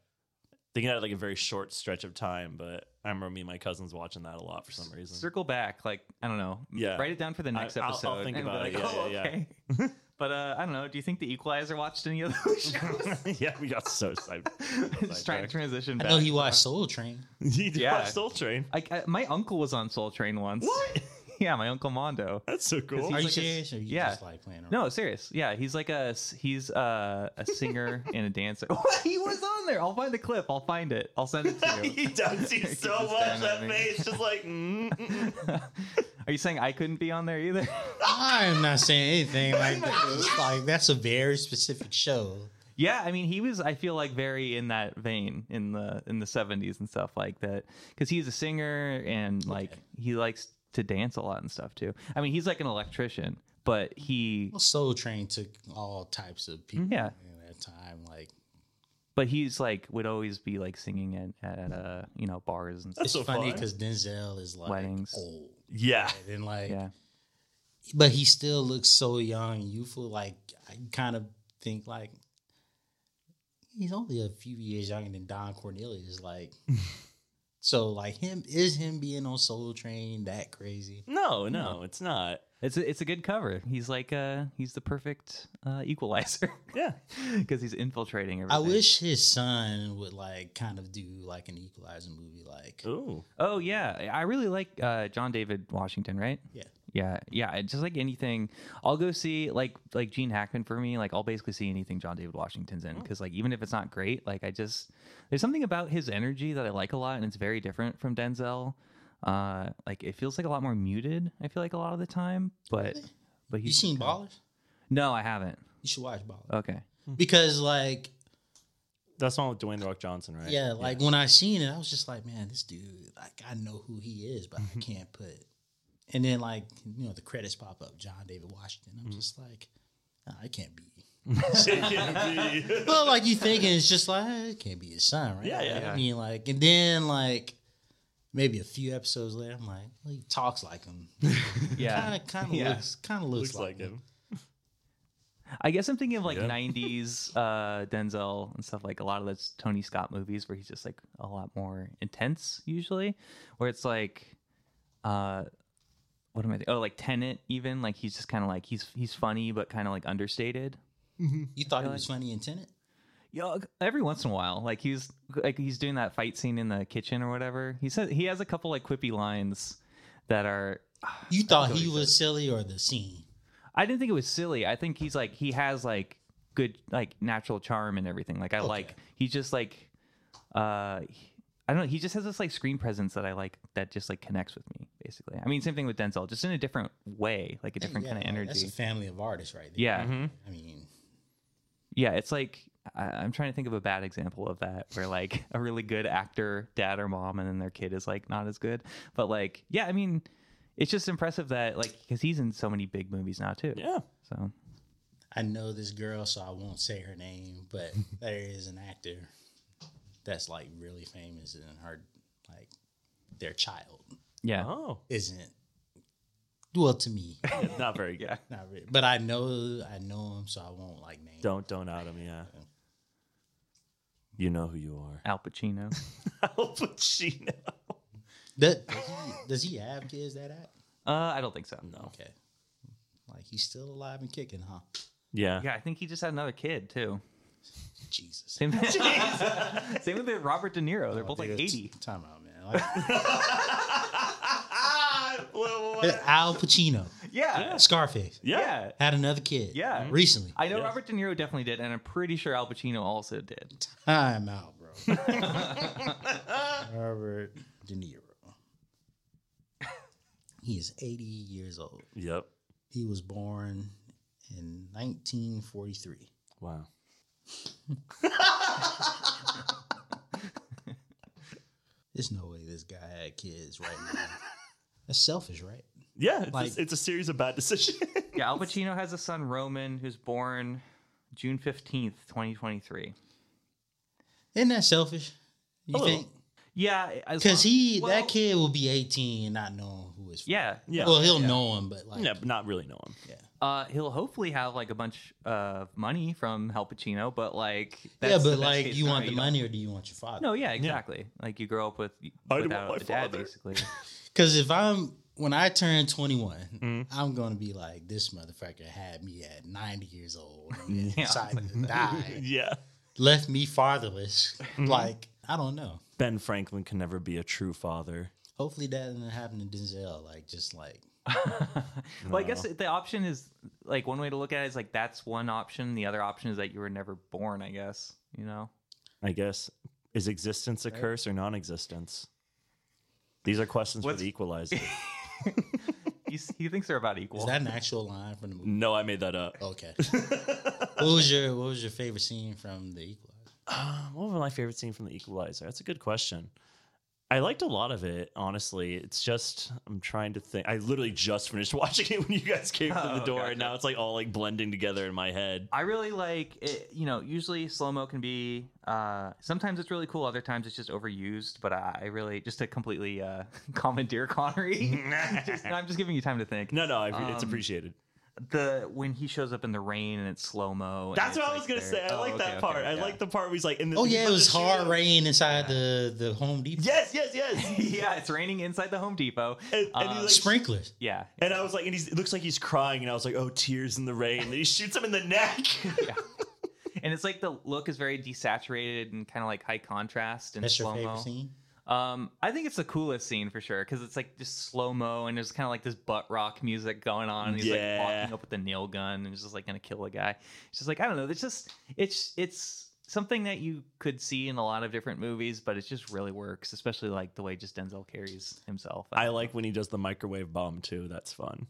B: They had like a very short stretch of time, but I remember me and my cousins watching that a lot for some reason.
A: Circle back, like I don't know.
B: Yeah.
A: Write it down for the
B: I-
A: next
B: I'll- I'll
A: episode.
B: think
A: and be
B: about it.
A: like,
B: Yeah,
A: "Oh,
B: yeah, yeah."
A: okay." but uh, I don't know. Do you think the Equalizer watched any of those shows?
B: yeah, we got so excited.
A: Just trying to transition
C: I
A: back.
C: know he watched Soul Train.
B: He did
A: Yeah.
B: watch Soul Train.
A: I, I- my uncle was on Soul Train once.
B: What?
A: yeah, my uncle Mondo.
B: That's so cool.
A: He's
C: Are
A: like
C: you
A: a-
C: serious? Or you
A: yeah.
C: just like playing around?
A: No, serious. Yeah, he's like a s- he's uh, a singer and a dancer. he was on there. I'll find the clip. I'll find it. I'll send it to
B: he
A: you.
B: does see
A: He's
B: so
A: just
B: much
A: staring
B: that
A: at me.
B: face, just like mm, mm, mm.
A: Are you saying I couldn't be on there either?
C: I'm not saying anything like that. Like that's a very specific show.
A: yeah, I mean he was. I feel like very in that vein in the in the seventies and stuff like that because he's a singer and like he likes to dance a lot and stuff too. I mean he's like an electrician, but he
C: Well, Soul Train took all types of people
A: Yeah.
C: in that time. Like
A: but he's like would always be like singing at at uh you know bars and stuff.
C: it's
B: so
C: funny
B: fun.
C: because Denzel is like
A: Weddings.
C: old,
B: yeah.
C: and like,
A: Yeah.
C: but he still looks so young, and youthful. Like I kind of think like he's only a few years younger than Don Cornelius. Like so, like him is him being on Soul Train that crazy?
B: No, no, it's not.
A: It's a, it's a good cover. He's like uh he's the perfect uh, equalizer
B: Yeah,
A: because he's infiltrating
C: I
A: everything.
C: wish his son would like kind of do like an Equalizer movie, like.
B: ooh,
A: Oh yeah, I really like uh, John David Washington, right?
C: Yeah.
A: Yeah, yeah. I- Just like anything, I'll go see like like Gene Hackman for me. Like I'll basically see anything John David Washington's
C: Mm.
A: in because like even if it's not great, like I just there's something about his energy that I like a lot, and it's very different from Denzel. Uh, like it feels like a lot more muted. I feel like a lot of the time, but but
C: You
A: he's
C: seen Ballers?
A: No, I haven't.
C: You should watch Ballers.
A: Okay.
C: because like
B: that's the one with Dwayne the Rock Johnson, right?
C: yeah like when i seen it i was just like man this dude like i know who he is but i can't put and then like you know the credits pop up john david washington i'm just like nah, i can't be
B: yeah.
C: well like you thinking it's just like eh, it can't be his son right
B: Yeah, yeah,
C: Like,
A: yeah.
C: i mean like and then like maybe a few episodes later i'm like well, he talks like him kind
A: Yeah.
C: of kind of
A: Yeah.
C: looks kind of looks,
B: looks like him.
A: I guess I'm thinking of like
B: Yeah.
A: 90s uh, Denzel and stuff like a lot of those Tony Scott movies where he's just like a lot more intense usually, where it's like, uh, what am I? Th- oh, like Tenet even like he's just kind of like he's he's funny but kind of like understated.
C: you thought he was funny in tenant
A: Yeah, every once in a while, like he's like he's doing that fight scene in the kitchen or whatever. He says he has a couple like quippy lines that are
C: you thought
A: what
C: he
A: he
C: was silly or the scene
A: I didn't think it was silly. I think he's like he has like good like natural charm and everything. Like I like he's just like uh he- I don't know, he just has this like screen presence that I like that just like connects with me basically. I mean same thing with Denzel, just in a different way, like a different
C: Yeah,
A: kind of
C: like, that's
A: energy.
C: a family of artists right there
A: yeah.
B: Mm-hmm.
C: i mean
A: Yeah, it's like I, I'm trying to think of a bad example of that where like a really good actor, dad or mom, and then their kid is like not as good. But like, yeah, I mean, it's just impressive that like because he's in so many big movies now too.
B: Yeah.
A: So
C: I know this girl, so I won't say her name, but there is an actor that's like really famous, and her like their child
A: yeah,
B: Oh,
C: isn't. Well, to me,
B: it's not very good.
A: yeah.
C: not really, but I know I know him, so I won't like name.
B: Don't don't out him. Yeah, you know who you are.
A: Al Pacino.
B: Al Pacino.
C: That- does, he, does he have kids? That act?
A: Uh, I don't think so.
B: No.
C: Okay, like he's still alive and kicking, huh?
B: Yeah.
A: Yeah, I think he just had another kid too.
C: Jesus,
A: Same, same with the Robert De Niro. They're both like
C: Oh, Dude,
A: eighty.
C: Time out, man. Like,
B: Ah, what- what-
C: Al Pacino,
A: Yeah,
C: Scarface,
A: yeah,
B: yeah.
A: yeah.
C: had another kid. recently.
A: I know
B: Yeah.
A: Robert De Niro definitely did, and I'm pretty sure Al Pacino also did.
C: Time out, bro. Robert De Niro. He is 80 years old.
B: Yep.
C: He was born in 1943.
B: Wow.
C: There's no way this guy had kids right now. That's selfish, right?
B: Yeah, it's,
C: Like-
B: just- it's a series of bad decisions.
A: Yeah, Al Pacino has a son, Roman, who's born June 15th, 2023.
C: Isn't that selfish? You
B: little.
C: think?
A: Yeah. as
C: Because
A: long-
C: he,
A: Oh. well,
C: that kid will be 18 and not knowing who his father
A: Yeah.
B: yeah,
C: Well, he'll
A: yeah.
C: know him, but like,
B: yeah, but not really know him.
A: Uh, he'll hopefully have like a bunch of money from Al Pacino, but like.
C: yeah,
A: the
C: but
A: best
C: like,
A: case
C: you want
A: scenario.
C: the
A: You
C: money or do you want your father?
A: don't- No, yeah, exactly. Like you grow up with
B: I don't
A: without
B: want
A: a
B: my
A: dad,
B: father.
A: basically.
C: Because if I'm when I turn 21,
B: Mhm.
C: I'm gonna be like, this motherfucker had me at 90 years old, and
A: Yeah.
C: decided to die,
B: Yeah.
C: left me fatherless.
B: Mm-hmm.
C: Like, I don't know.
B: Ben Franklin can never be a true father.
C: Hopefully that doesn't happen to Denzel. Like, just like,
A: Well, I guess the option is like one way to look at it is like that's one option. The other option is that you were never born, I guess. You know?
B: I guess is existence a
C: Right.
B: curse or non-existence? These are questions
A: What's-
B: for the equalizer.
A: He, s- he thinks they're about equal.
C: is that an actual line from the movie?
B: no, I made that up.
C: Okay. what was your What was your favorite scene from The Equalizer?
B: Uh, what was my favorite scene from The Equalizer? That's a good question. I liked a lot of it, honestly. It's just I'm trying to think. I literally just finished watching it when you guys came through
A: Oh,
B: the door,
A: gotcha.
B: and now it's like all like blending together in my head.
A: I really like it. You know, usually slow mo can be. Uh, sometimes it's really cool. Other times it's just overused. But I, I really just to completely uh, commandeer Connery. just, I'm just giving you time to think.
B: No, no, I, it's
A: Um,
B: appreciated.
A: The when he shows up in the rain and it's slow mo.
B: That's what I was gonna say. I
A: Oh,
B: like that part. I like the part where he's like in the.
C: Oh yeah, it
B: the
C: was hard
B: shootout.
C: rain inside the the Home Depot.
B: Yes, yes, yes.
A: yeah, it's raining inside the Home Depot.
B: And, and
A: Um,
B: he's like,
C: Sprinklers.
A: Yeah,
B: And I was like, and he's, it looks like he's crying, and I was like, oh, tears in the rain. And he shoots him in the neck.
A: and it's like the look is very desaturated and kind of like high contrast and
C: That's your
A: slow
C: favorite
A: mo.
C: scene.
A: Um, I think it's the coolest scene for sure because it's like just slow mo and there's kind of like this butt rock music going on. And he's
B: Yeah.
A: like walking up with a nail gun and he's just like gonna kill a guy. It's just like I don't know. It's just it's it's something that you could see in a lot of different movies, but it just really works, especially like the way just Denzel carries himself.
B: I like when he does the microwave bomb too. That's fun.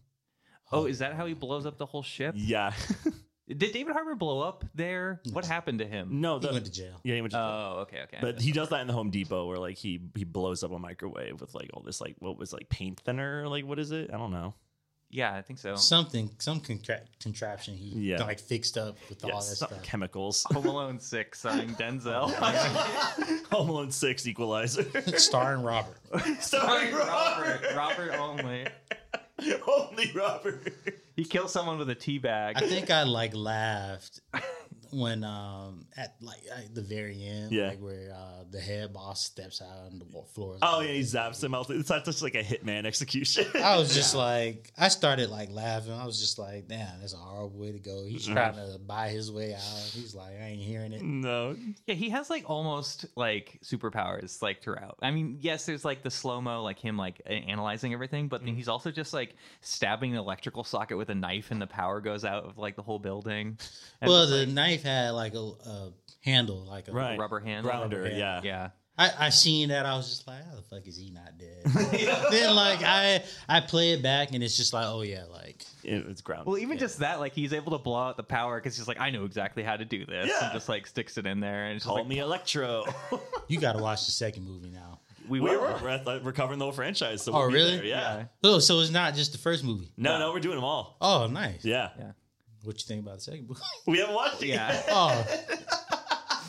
A: Oh, is that how he blows up the whole ship?
B: Yeah.
A: Did David Harbour blow up there? What happened to him?
B: no,
C: He
B: the,
C: went to jail.
B: yeah, he went to Uh, jail.
A: Oh, okay, okay.
B: Mm. but he does that in the Home Depot where like he he blows up a microwave with like all this like what was like paint thinner like what is it? I don't know.
A: yeah, I think so.
C: Something, some contra- contraption he
B: Yeah.
C: like fixed up with all
B: Yeah,
C: that
B: some
C: stuff.
B: chemicals.
A: Home Alone six, starring Denzel.
B: Home Alone Six Equalizer.
C: starring Robert.
B: Sorry, Robert.
A: Robert, Robert only.
B: Only Robert.
A: He kills someone with a tea bag.
C: I think I like laughed when um at like at the very end,
B: Yeah.
C: like where uh, the head boss steps out on the wa- floor. is
B: Oh
C: like-
B: yeah, he zaps him out. It's not just like a hitman execution.
C: I was just like, I started like laughing. I was just like, damn, that's a horrible way to go. He's
B: Mm-hmm.
C: trying to buy his way out. He's like, I ain't hearing it.
B: no.
A: yeah, he has like almost like superpowers like throughout. I mean, yes, there's like the slow mo, like him like a- analyzing everything, but
C: Mm.
A: then he's also just like stabbing an electrical socket with a knife, and the power goes out of like the whole building.
B: Mm-hmm.
A: And
C: well,
A: it's,
C: the knife had like a, a handle, like a
A: like,
B: Right.
A: rubber hand
B: Grounder,
C: Robert,
B: yeah.
A: Yeah,
C: I, I seen that. I was just like, how the fuck is he not dead? then like I I play it back and it's just like, oh yeah, like
B: It- it's ground.
A: Well, even just that, like he's able to blow out the power because he's like, I know exactly how to do this, and
B: Yeah.
A: just like sticks it in there, and it's just
B: Call
A: like,
B: me Electro.
C: you got to watch the second movie now.
A: we,
B: we
A: will.
B: were, we're, at- we're covering the whole franchise. So
C: Oh,
B: we'll be
C: really?
B: there, Yeah.
A: Yeah.
C: Oh, so it's not just the first movie.
B: No, no, we're doing them all.
C: Oh, nice.
B: Yeah.
A: Yeah.
C: What you think about the second movie?
B: We haven't watched it yet.
A: Yeah,
C: oh,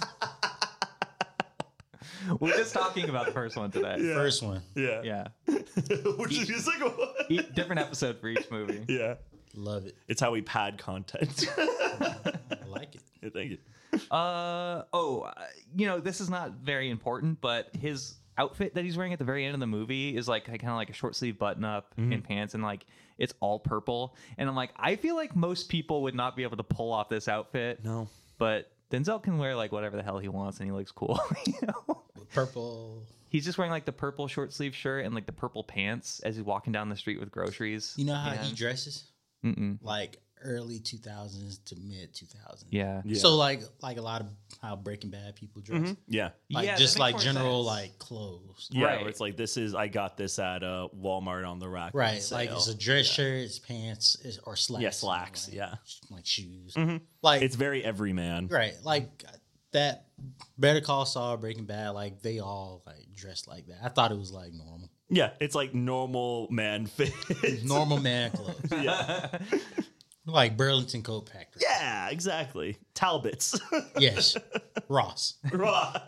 A: we're just talking about the first one today.
B: Yeah.
C: first one.
B: Yeah.
A: Yeah,
B: Which is the second one.
A: E different episode for each movie.
B: Yeah.
C: Love it.
B: It's how we pad content.
C: I like it.
B: Yeah, Thank you.
A: Uh oh, uh, you know this is not very important, but his outfit that he's wearing at the very end of the movie is like kind of like a short sleeve button up
C: Mm-hmm.
A: and pants, and like it's all purple. And I'm like, I feel like most people would not be able to pull off this outfit,
B: No.
A: but Denzel can wear like whatever the hell he wants, and he looks cool. you know?
C: Purple.
A: He's just wearing like the purple short sleeve shirt and like the purple pants as he's walking down the street with groceries.
C: You know how he
A: And-
C: dresses?
A: Mm-mm.
C: Like early two thousands to mid two thousands.
A: Yeah.
B: Yeah.
C: So like like a lot of how Breaking Bad people dress.
B: Yeah.
C: Like
A: yeah,
C: just
A: that makes
C: like
A: more
C: general
A: sense.
C: like clothes.
B: Yeah.
A: Right.
B: Where it's like, this is, I got this at uh, Walmart on the rack. on
C: Right, like
B: sale.
C: it's a dress shirt, it's pants, it's, or slacks.
B: Yeah, slacks,
C: like,
B: yeah.
C: sh- like shoes.
B: Mhm.
C: Like
B: It's very everyman.
C: right, like that. Better Call Saul, Breaking Bad, like they all like dressed like that. I thought it was like normal.
B: Yeah, it's like normal man fit.
C: Normal man clothes.
B: yeah.
C: Like Burlington Coat Factory.
B: yeah, exactly. Talbots.
C: Yes. Ross.
B: Ross.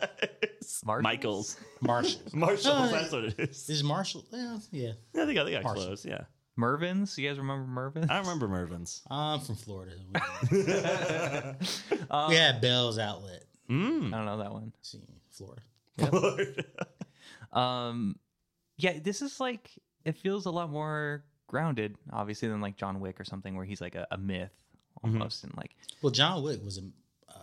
A: Marshall's?
B: Michaels.
C: Marshall.
B: Marshall.
C: Oh,
B: that's what it is.
C: Is Marshall? Well, yeah.
B: I think I think I got
C: Marshall.
B: close. Yeah,
A: Mervyn's. You guys remember Mervyn's?
B: I remember Mervin's.
C: I'm from Florida.
A: Um,
C: We had Bell's Outlet.
A: I
B: Mm.
A: don't know that one.
C: See, Florida.
A: Um, yeah, this is like it feels a lot more grounded, obviously, than like John Wick or something where he's like a, a myth
B: Mhm.
C: Mm-hmm.
A: almost, and like
C: Well, John Wick was a. Uh,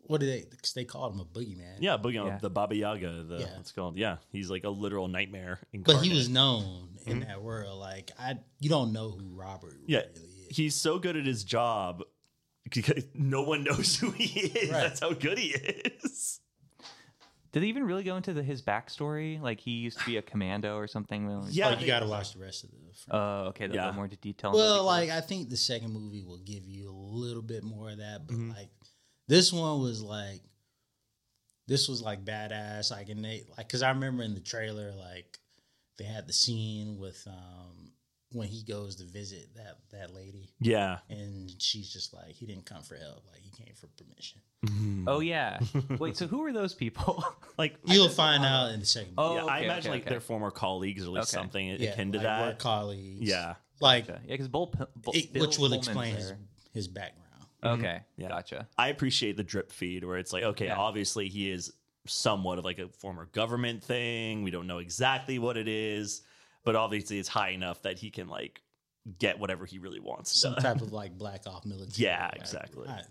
C: what did they? 'cause they called him a boogeyman.
B: Yeah, Boogie on
A: Yeah.
B: the Baba Yaga. The,
C: Yeah.
B: It's called. Yeah, he's like a literal nightmare.
C: But
B: Incarnate.
C: he was known in that world. Like I, you don't know who Robert
B: Mm-hmm. Yeah.
C: really is.
B: He's so good at his job. Because no one knows who he is.
C: Right.
B: That's how good he is.
A: did they even really go into the, his backstory? Like he used to be a commando or something. Like-
B: Yeah,
C: Like, you got to watch the rest of the.
A: Oh, okay. They'll
B: Yeah.
A: go more into detail. in
C: well,
A: that
C: like
A: because-
C: I think the second movie will give you a little bit more of that, but
B: Mhm.
C: like this one was like this was like badass. Like and they like because I remember in the trailer like they had the scene with um when he goes to visit that that lady
B: Yeah.
C: and she's just like he didn't come for help like he came for permission. Mm-hmm.
A: oh yeah. Wait, so who are those people?
B: Like I
C: You'll
B: just-
C: find out in the second.
A: Oh,
B: yeah, I
A: okay, okay,
B: imagine like
A: okay.
B: their former colleagues or like
A: Okay.
B: something
C: movie.
B: akin to
C: like
B: that.
C: work colleagues.
B: Yeah.
C: like
A: yeah, because Bull, Bull
C: it,
A: Bill
C: which will
A: Pullman's
C: explain his, Mm-hmm.
A: there.
C: his background.
A: Okay,
B: Yeah.
A: gotcha.
B: I appreciate the drip feed where it's like, okay,
A: Yeah.
B: obviously he is somewhat of like a former government thing. We don't know exactly what it is, but obviously it's high enough that he can like get whatever he really wants.
C: Some
B: done.
C: type of like black off military.
B: Yeah,
C: like,
B: exactly.
C: I- I-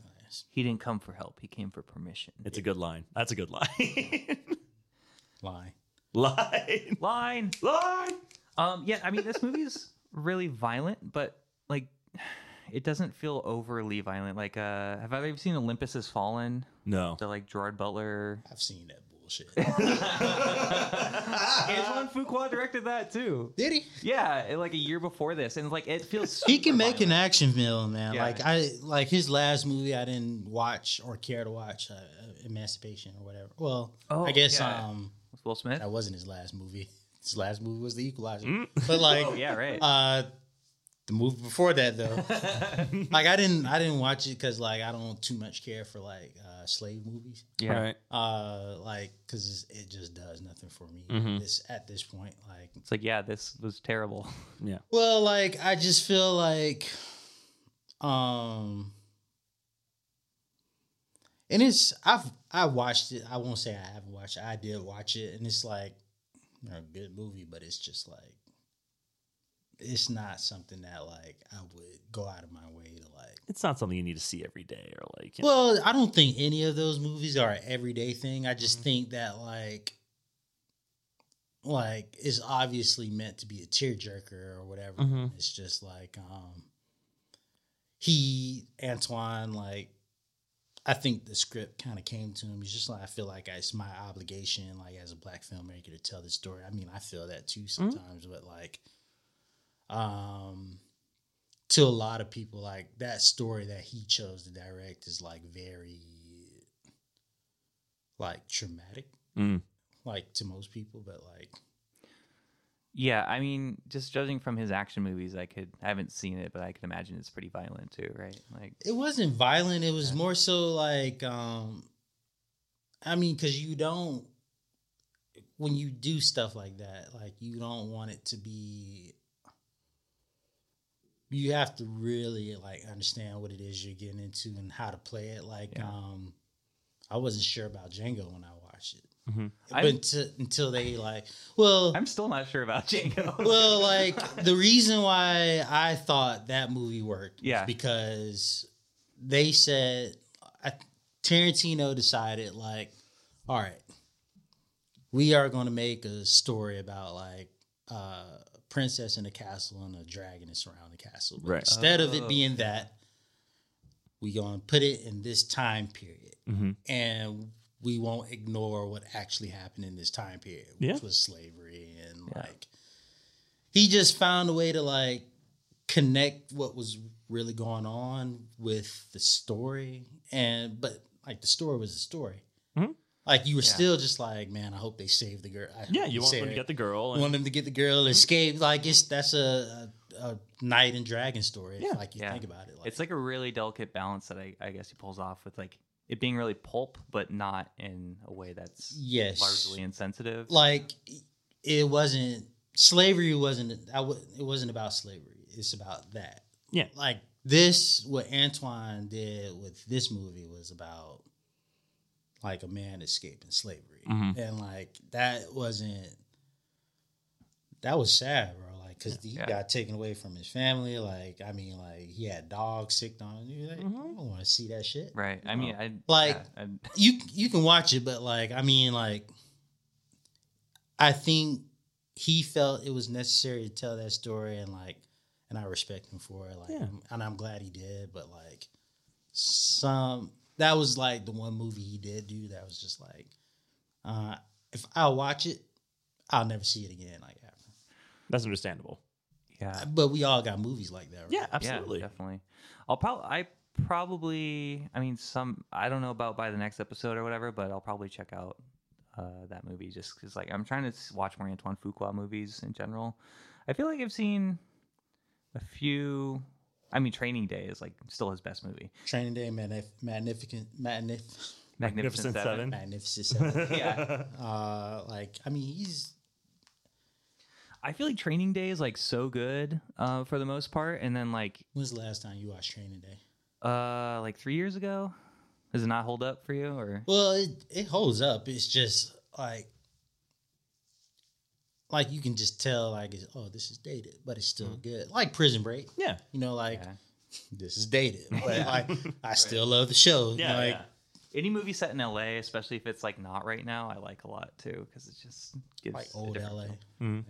A: He didn't come for help. He came for permission.
B: It's a good line. That's a good line.
C: line.
B: line.
A: Line.
B: Line.
A: Um, yeah, I mean, this movie is really violent, but like, it doesn't feel overly violent. Like, uh, have I ever seen Olympus Has Fallen?
B: No.
A: The like Gerard Butler.
C: I've seen that bullshit.
A: Antoine Fuqua directed that too.
C: Did he?
A: Yeah, it- like a year before this, and like it feels
C: He can
A: super
C: make an
A: violent.
C: action film, man.
A: Yeah.
C: Like I like his last movie, I didn't watch or care to watch, uh, Emancipation or whatever. Well,
A: Oh,
C: I guess
A: yeah.
C: um
A: Will Smith.
C: that wasn't his last movie. His last movie was The Equalizer.
B: Mm.
C: But like,
A: Oh yeah, right.
C: uh, the movie before that though, like I didn't I didn't watch it because like I don't too much care for like uh, slave movies.
A: yeah.
C: Uh, like because it just does nothing for me.
B: Mhm.
C: This at this point, like
A: It's like yeah, this was terrible.
C: Well, like I just feel like um and it's I've I watched it. I won't say I haven't watched it. I did watch it and it's like you know, a good movie, but it's just like it's not something that like I would go out of my way to like
B: It's not something you need to see every day or like. you know.
C: well, I don't think any of those movies are an everyday thing. I just think that like like it's obviously meant to be a tearjerker or whatever.
A: Mm-hmm.
B: Mhm.
C: It's just like um he Antoine like I think the script kind of came to him. He's just like I feel like it's my obligation like as a black filmmaker to tell this story. I mean, I feel that too sometimes, but like um to a lot of people like that story that he chose to direct is like very like traumatic
B: Mm.
C: like to most people but like
A: Yeah, I mean, just judging from his action movies, I could I haven't seen it, but I could imagine it's pretty violent too, right? Like
C: it wasn't violent it was more so like um i mean because you don't when you do stuff like that like you don't want it to be you have to really like understand what it is you're getting into and how to play it like
A: Yeah.
C: um i wasn't sure about django when i watched it
B: Mhm.
C: but
A: I'm-
C: until, until they like well
A: I'm still not sure about Django.
C: well, like the reason why I thought that movie worked, was
A: Yeah.
C: because they said I, Tarantino decided like, all right, we are going to make a story about like uh, princess in a castle and a dragon is around the castle. But
B: Right.
C: Instead of it
A: Oh.
C: being that, we going to put it in this time period
B: Mhm.
C: and we won't ignore what actually happened in this time period, which
B: Yeah.
C: was slavery and
A: Yeah.
C: like he just found a way to like connect what was really going on with the story and but like the story was a story.
B: Mhm.
C: Like you were
A: Yeah.
C: still just like, man, I hope they save the girl. I
B: Yeah,
C: hope
B: you
C: they
B: want
C: save
B: them to
C: her.
B: get the Mm-hmm. girl.
C: You
B: And
C: want them to get the girl, escape. Like it's that's a a, a knight and dragon story.
B: Yeah.
C: if, like you
A: Yeah.
C: think about it. Like,
A: It's like a really delicate balance that I, I guess he pulls off with like it being really pulp, but not in a way that's
C: yes,
A: largely insensitive.
C: like it wasn't slavery wasn't I w- it wasn't about slavery it's about that
B: Yeah.
C: like this what antoine did with this movie was about like a man escaping slavery
B: Mhm.
C: and like that wasn't that was sad bro like because he
A: Yeah.
C: got taken away from his family like i mean like he had dogs sick on him You're like, i
B: Mhm.
C: don't want to see that shit
A: right. I mean, I
C: Like-
A: yeah, I'd-
C: you you can watch it, but like I mean, like I think he felt it was necessary to tell that story, and like, and I respect him for it. Like,
B: Yeah.
C: and I'm glad he did. But like, some that was like the one movie he did do that was just like, uh, if I watch it, I'll never see it again. Like, after.
B: that's understandable.
A: yeah.
C: but we all got movies like that, right?
B: Yeah,
A: Yeah,
B: absolutely.
A: definitely. I'll probably I probably I mean some I don't know about by the next episode or whatever, but I'll probably check out uh, that movie just because like I'm trying to s- watch more Antoine Fuqua movies in general. I feel like I've seen a few. I mean, Training Day is like still his best movie.
C: Training Day, magnif- magnificent, magnif-
A: Magnificent,
B: Magnificent
A: Seven.
C: magnificent. Seven.
A: yeah,
C: uh, like I mean, he's
A: I feel like Training Day is like so good uh, for the most part, and then like
C: When's the last time you watched Training Day?
A: uh like three years ago, does it not hold up for you or?
C: Well, it, it holds up. It's just like like you can just tell like it's, oh this is dated, but it's still good. Like Prison Break,
B: Yeah,
C: you know, like
A: Yeah.
C: this is dated, but like I still love the show.
B: yeah,
C: like
B: yeah.
A: any movie set in LA, especially if it's like not right now, I like a lot too because it just gives
C: like
A: a
C: old
A: different
C: LA,
A: feel.
B: Mhm.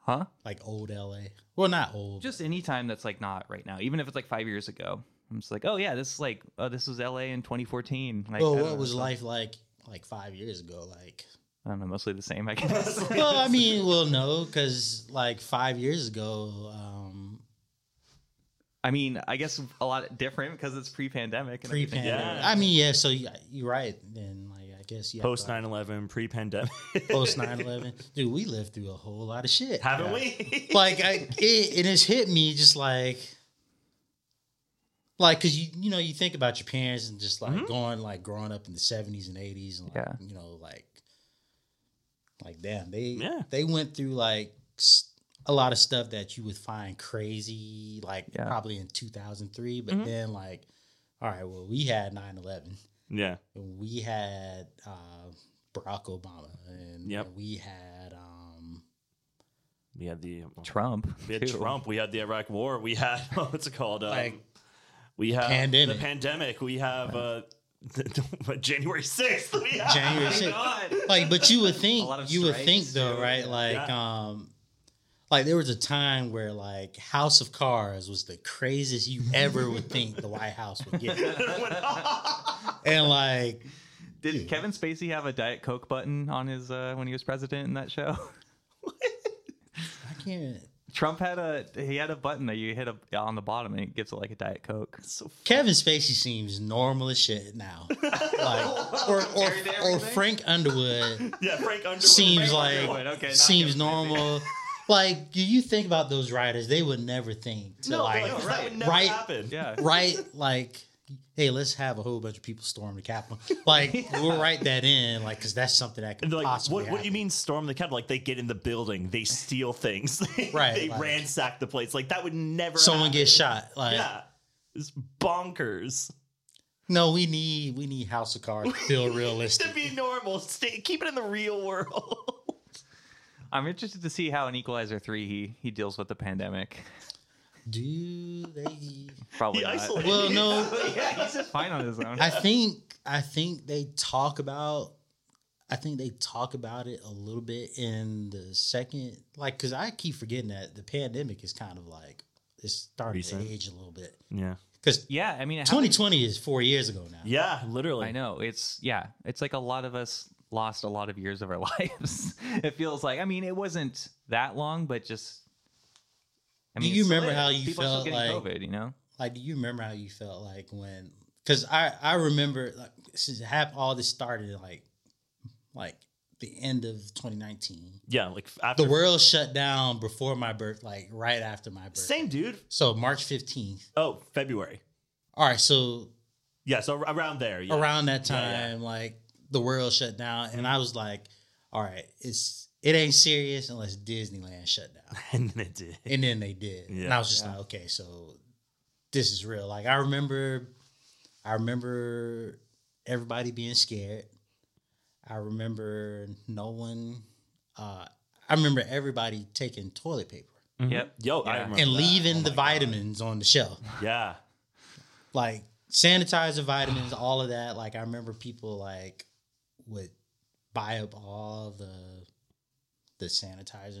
A: huh?
C: like old LA. Well, not old.
A: Just any time that's like not right now, even if it's like five years ago. I'm just like, oh yeah, this is like, oh, this was LA in 2014. Like,
C: well,
A: I don't
C: what
A: know,
C: was
A: so-
C: life like like five years ago? Like,
A: I don't know, mostly the same, I guess.
C: well, I mean, well, no, because like five years ago, um,
A: I mean, I guess a lot different because it's pre-pandemic. And everything.
C: pre-pandemic.
B: Yeah.
C: I mean, yeah. So you, you're right. Then, like, I guess you have
B: Post
C: to-
B: 9/11, pre-pandemic.
C: post 9-11 dude we lived through a whole lot of shit
B: haven't we?
C: like I, it, it has hit me just like like because you you know you think about your parents and just like
B: Mm-hmm.
C: going like growing up in the 70s and 80s and like,
A: Yeah.
C: you know like like damn they
B: Yeah.
C: they went through like s- a lot of stuff that you would find crazy like
A: Yeah.
C: probably in 2003 but
B: Mhm.
C: then like all right well we had 9-11
B: yeah,
C: we had uh, Barack Obama, and
B: Yep.
C: we had um,
B: we had the um, well,
A: Trump.
B: we had
A: too.
B: Trump. We had the Iraq War. We had what's it called? Um,
C: Like,
B: we have
C: pandemic.
B: the pandemic. We have uh, January sixth. We have
C: January
A: Thank
C: 6th.
A: Oh God.
C: Like, but you would
A: A
C: think,
A: lot of
C: you would
A: strikes,
C: think though,
A: too,
C: right?
A: yeah.
C: Like, um, like there was a time where like House of Cards was the craziest you ever would think the White House would get, and like
A: Did Kevin Spacey have a Diet Coke button on his uh, when he was president in that show?
C: I can't.
A: Trump had a he had a button that you hit a, on the bottom and it gives it like a diet coke.
B: So
C: Kevin Spacey seems normal as shit now, like or or,
A: Compared to
C: or
A: everything?
C: Frank Underwood.
B: yeah, Frank Underwood. Frank
C: seems like
A: Underwood, okay, not
C: seems
A: Kevin Spacey.
C: normal. like, do you think about those writers? They would never think to
B: No,
C: like
B: no, that
A: right,
B: would never
C: right.
B: happen.
A: Yeah.
C: write like, hey, let's have a whole bunch of people storm the Capitol. Like, we'll write that in, like, because that's something that could
B: And they're like,
C: possibly.
B: what, what do you
C: happen."
B: mean storm the Capitol? Like, they get in the building, they steal things, they,
C: Right,
B: they
C: like-
B: ransack the place. Like, that would never
C: Someone
B: happen.
C: gets shot. Like,
B: Yeah. It's bonkers.
C: no, we need we need House of Cards to feel
B: To
C: realistic.
B: be normal, stay, keep it in the real world.
A: I'm interested to see how in Equalizer three he he deals with the pandemic.
C: do they?
A: Probably
B: He
A: not.
B: isolated.
C: Well, no.
A: yeah, he's just fine on his own.
C: I think I think they talk about I think they talk about it a little bit in the second like cuz I keep forgetting that the pandemic is kind of like it's starting
B: Recent.
C: to age a little bit
B: Yeah.
C: cuz
A: yeah, I mean, it happened-
C: 2020 is 4 years ago now.
B: Yeah, literally.
A: I know it's yeah, it's like a lot of us lost a lot of years of our lives. it feels like I mean, it wasn't that long, but just. I
C: Do you
A: it's still
C: remember
A: there.
C: how you
A: People are still
C: felt,
A: getting
C: like-
A: COVID? You know,
C: Like do you remember how you felt like when cuz I I remember like since it happened all this started in like like the end of 2019.
B: Yeah, like f- after
C: The world shut down before my birth, like right after my birth.
B: same dude.
C: So March 15th.
B: Oh, February.
C: All right, so
B: Yeah, so ar- around there. Yeah.
C: around that
B: Yeah, yeah.
C: time, like the world shut down, and I was like, all right, it's it ain't serious unless Disneyland shut down.
B: and then it did.
C: And then they did. And
B: Yeah.
C: I was just like, okay, so this is real. Like I remember I remember everybody being scared. I remember no one uh I remember everybody taking toilet paper
B: Mhm.
A: Yep.
B: Yo, I
A: Yeah.
B: remember
C: and
B: that.
C: leaving
B: Oh
C: the
B: my
C: vitamins on the shelf.
B: God. Yeah.
C: Like sanitizer vitamins, all of that. Like I remember people like would buy up all the the sanitizer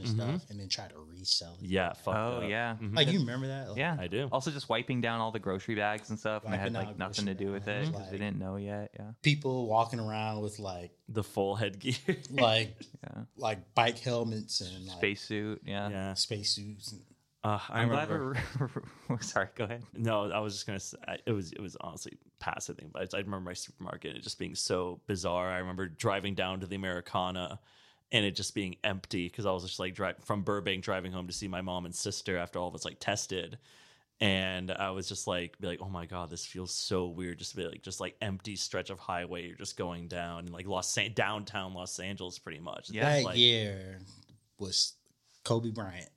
A: Mm-hmm.
C: and stuff and then try to resell it.
B: Yeah. Fuck
A: Oh,
B: up.
A: yeah.
B: Mhm.
C: Like you remember that? Like,
A: Yeah.
B: I do.
A: Also, just wiping down all the grocery bags and stuff, and I had
C: Wiping
A: like
C: out
A: nothing to
C: grocery
A: do with it
C: bags,
A: because we
C: like-
A: didn't know yet. Yeah.
C: people walking around with like
B: The full headgear.
C: like
A: Yeah.
C: like bike helmets and like
A: Spacesuit. Yeah.
B: yeah.
C: spacesuits. And,
B: Uh, I
A: I'm glad
B: remember.
A: we're. we're- Sorry. Go ahead.
B: No, I was just gonna say I- it was it was honestly past I think, but I remember my supermarket it just being so bizarre. I remember driving down to the Americana and it just being empty because I was just like drive from Burbank driving home to see my mom and sister after all of us like tested. And I was just like, be like, oh my god, this feels so weird. Just to be like, just like empty stretch of highway. You're just going down and like Los An- downtown Los Angeles, pretty much.
A: Yeah,
C: that
B: like,
C: year was Kobe Bryant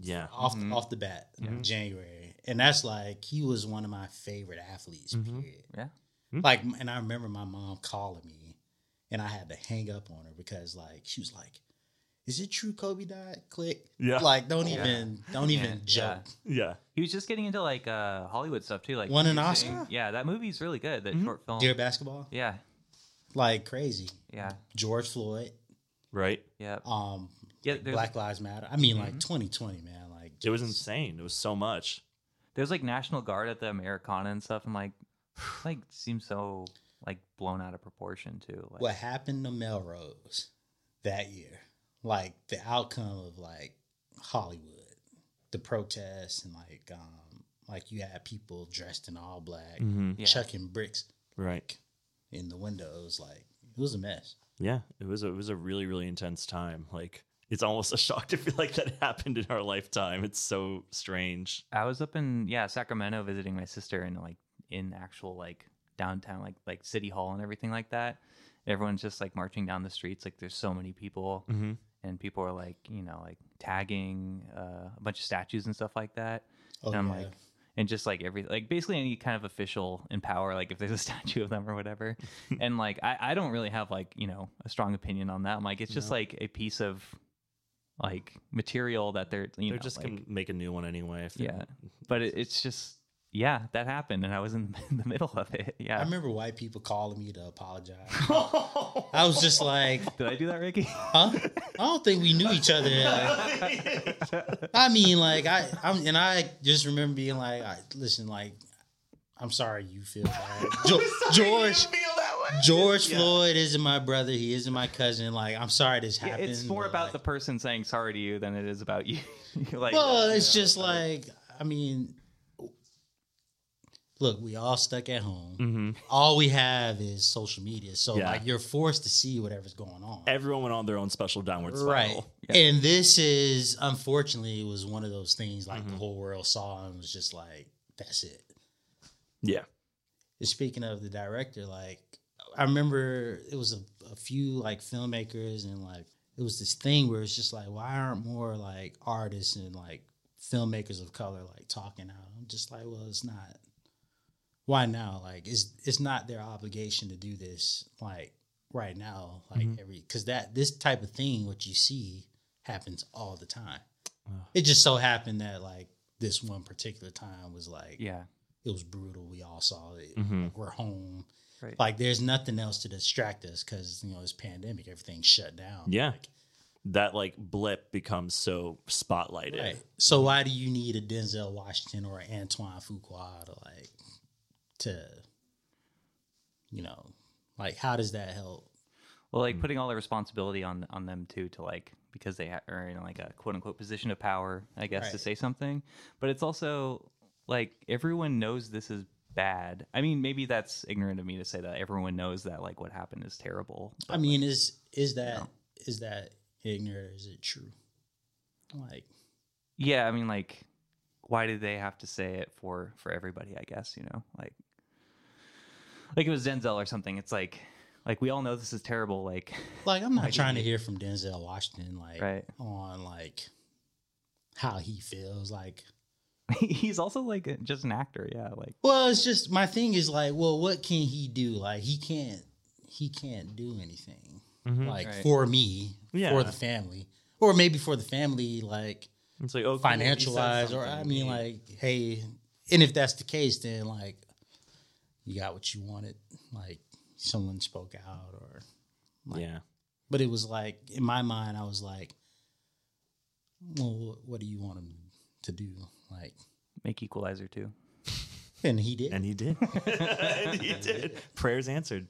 B: yeah,
C: off
A: Mhm.
C: off the bat
B: Mhm.
C: January, and that's like he was one of my favorite athletes.
B: Mhm.
C: Period.
A: Yeah.
B: Mhm.
C: Like, and I remember my mom calling me, and I had to hang up on her because like she was like, "Is it true Kobe died?" Click.
B: yeah,
C: Like, don't
A: Yeah.
C: even don't even
A: Yeah.
C: joke.
B: yeah.
A: He was just getting into like uh, Hollywood stuff too. Like
C: Won an
A: you're
C: Oscar. Mm-hmm.
A: saying- Yeah, that movie's really good. That
B: Mhm.
A: short film.
C: Dear basketball,
A: Oh. Yeah.
C: like crazy.
A: Yeah.
C: George Floyd.
B: Right.
A: Yeah.
C: um
A: Yeah.
C: like,
A: There's
C: black lives matter i mean like
A: Mhm.
C: 2020 man like
B: It was
C: just-
B: insane. It was so much.
A: there's like National Guard at the Americana and stuff. and like, like seems so like blown out of proportion too. Like,
C: what happened to melrose that year like the outcome of like hollywood the protests and like um like you had people dressed in all black
B: Mm-hmm.
A: Mm, Yeah.
C: chucking bricks
B: Right.
C: in the windows like it was a mess
B: Yeah, it was a, it was a really really intense time. Like it's almost a shock to feel like that happened in our lifetime. It's so strange.
A: I was up in yeah Sacramento visiting my sister and like in actual like downtown like like city hall and everything like that. Everyone's just like marching down the streets. Like there's so many people
B: Mm-hmm.
A: and people are like you know like tagging uh, a bunch of statues and stuff like that.
C: oh
A: and I'm
C: yeah.
A: like and just like every like basically any kind of official in power like if there's a statue of them or whatever and like I, I don't really have like you know a strong opinion on that i'm like it's just
B: No.
A: like a piece of like material that they're you know
B: They're just
A: like-
B: gonna make a new one anyway. If they-
A: yeah but it, it's just yeah that happened and i was in, in the middle of it yeah
C: i remember white people calling me to apologize i was just like
A: did i do that ricky
C: huh i don't think we knew each other I mean, like I, I'm, and I just remember being like, I, "Listen, like, I'm sorry you feel bad. Jo- George, George Floyd isn't my brother. He isn't my cousin. Like, I'm sorry this
A: yeah,
C: happened. uh,
A: it's more
C: but,
A: about the
C: like,
A: person saying sorry to you than it is about you like
C: Well,
A: you
C: it's
A: know,
C: just like, I mean, look, we all stuck at home.
B: Mhm.
C: All we have is social media, so
B: Yeah.
C: like you're forced to see whatever's going on.
B: Everyone went on their own special downward spiral.
C: Right.
A: Yeah.
C: And this is unfortunately it was one of those things like
A: Mm-hmm.
B: Mhm.
C: the whole world saw and was just like, that's it.
B: Yeah.
C: And speaking of the director, like I remember it was a, a few like filmmakers and like it was this thing where it's just like, why aren't more like artists and like filmmakers of color like talking out? I'm just like, well, it's not. Why now? Like, it's it's not their obligation to do this like right now, like
B: Mhm.
C: every because that this type of thing, what you see, happens all the time.
B: Ugh.
C: It just so happened that like this one particular time was like
A: yeah
C: it was brutal. We all saw it.
B: Mhm.
C: Like, we're home.
A: Right.
C: Like there's nothing else to distract us because you know it's pandemic. Everything's shut down.
B: Yeah.
C: Like,
B: That like blip becomes so spotlighted.
C: right. So why do you need a Denzel Washington or an Antoine Fuqua to like to you know like how does that help?
A: Well, like putting all the responsibility on on them too, to like because they ha- are in like a quote unquote position of power, I guess, to
C: Right.
A: say something. But it's also like everyone knows this is bad. I mean, maybe that's ignorant of me to say that. Everyone knows that like what happened is terrible.
C: I mean, is is that is that ignorant? Or is it true? Like,
A: Yeah, I mean, like, why did they have to say it for for everybody? I guess you know, like, like it was Denzel or something. It's like, like we all know this is terrible. Like,
C: like I'm not
A: Like,
C: trying to hear from Denzel Washington like
A: Right.
C: on like how he feels. Like,
A: he's also like a- just an actor. Yeah, like,
C: well, it's just my thing is like, well, what can he do? Like, he can't he can't do anything.
B: Mhm.
C: Like
A: Right.
C: for me,
B: Yeah.
C: for the family, or maybe for the family, like
B: It's like oh, cool, he said
C: financial wise, or I
B: something.
C: mean, like, hey, and if that's the case, then like, you got what you wanted. Like, someone spoke out, or
B: yeah,
C: but it was like in my mind, I was like, well, wh- what do you want him to do? Like,
A: make Equalizer too.
C: and he did.
B: and he did, and he did. Prayers answered.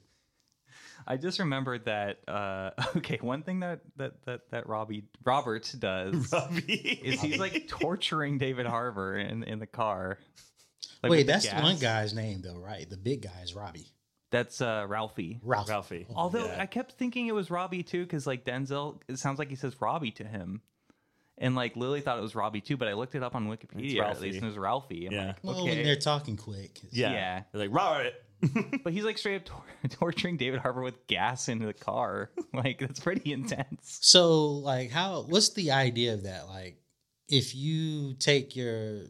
A: I just remembered that. uh Okay, one thing that that that that Robbie Robert does
B: Robbie
A: is he's like torturing David Harbour in in the car. Like,
C: Wait,
A: with the
C: that's
A: gas.
C: one guy's name though, right? The big guy is Robbie.
A: That's uh Ralphie.
C: Ralph.
B: Ralphie.
A: Although
B: Yeah.
A: I kept thinking it was Robbie too, because like Denzel, it sounds like he says Robbie to him, and like Lily thought it was Robbie too. But I looked it up on Wikipedia at
B: Ralphie.
A: least, and it was Ralphie. I'm
B: Yeah.
A: like,
C: Well,
A: okay.
C: Oh, when they're talking quick, it's-
B: Yeah.
A: Yeah.
B: They're like, Robert.
A: but he's like straight up tor- torturing David Harbour with gas in the car. like that's pretty intense.
C: So, like, how? What's the idea of that? Like, if you take your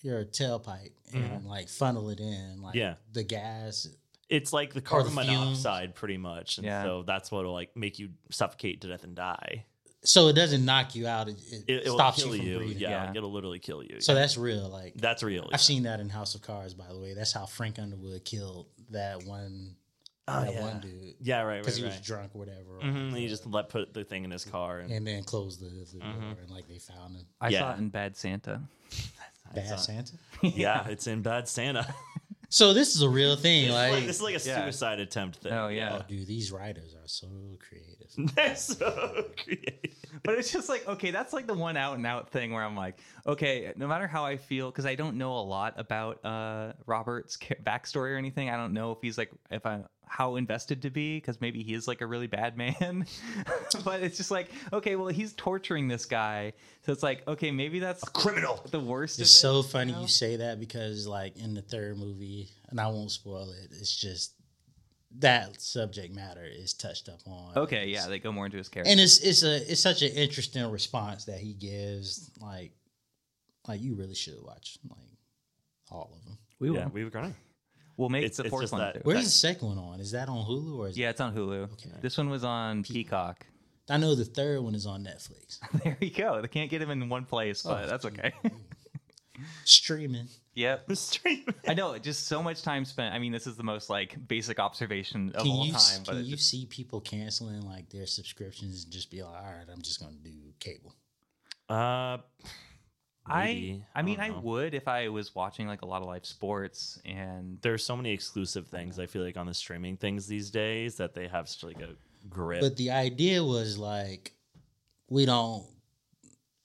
C: your tailpipe and like funnel it in, like
B: Mm-hmm. Yeah.
C: the gas.
B: It's like the
C: Or the
B: carbon monoxide, pretty much. And
A: Yeah.
B: so that's what'll like make you suffocate to death and die.
C: So it doesn't knock you out. It, it
B: It, it'll
C: stops you
B: kill
C: from
B: you.
C: breathing.
B: Yeah,
A: Yeah.
B: like, it'll literally kill you.
C: So that's real. Like
B: that's real.
C: I've seen that in House of Cards, by the way. That's how Frank Underwood killed that one.
B: Oh,
C: that
B: yeah.
C: one dude
B: yeah, right, right,
C: because
B: right.
C: he was drunk or whatever. or
B: Mhm, He just let put the thing in his car and
C: and then closed the, the door
B: Mhm.
C: and like they found him.
A: I saw
B: Yeah.
A: it in Bad Santa.
C: Bad
B: It's on-
C: Santa.
B: yeah, it's in Bad Santa.
C: So this is a real thing.
B: It's like,
C: like,
B: this is like a
A: yeah.
B: suicide attempt thing.
A: Oh yeah, Mm.
C: oh, dude, these writers are so creative.
B: They're so creative.
A: but it's just like okay, that's like the one out and out thing where I'm like, okay, no matter how I feel, because I don't know a lot about uh Robert's ca- backstory or anything. I don't know if he's like if I'm how invested to be because maybe he is like a really bad man. but it's just like okay, well he's torturing this guy, so it's like okay, maybe that's
B: Criminal.
A: the worst.
C: It's
A: of it,
C: so funny
A: know?
C: you say that because, like, in the third movie, and I won't spoil it. It's just that subject matter is touched up on.
A: Okay, yeah, they go more into his character.
C: and it's it's a it's such an interesting response that he gives. Like, like you really should watch like all of them.
A: we will.
B: Yeah, we were crying.
A: We'll make
B: It's-
A: the
B: it's
A: fourth
B: just
A: one.
B: that-
A: too.
C: Where's the second one on? Is that on Hulu or is
A: Yeah, it's on Hulu.
C: Okay.
A: This one was on Peacock.
C: I know the third one is on Netflix
A: There you go. They can't get him in one place, but
C: Oh,
A: that's okay.
C: streaming.
A: yep.
B: The stream.
A: I know. Just so much time spent. I mean, this is the most like basic observation of
C: Can
A: all
C: you
A: time. But
C: can
A: it
C: you
A: just,
C: see people canceling like their subscriptions and just be like, all right, I'm just gonna do cable.
B: Uh,
A: I,
B: Maybe.
A: I mean,
B: don't
A: I
B: know.
A: would if I was watching like a lot of live sports and
B: There's so many exclusive things I feel like on the streaming things these days that they have such like a grip.
C: But the idea was like, we don't,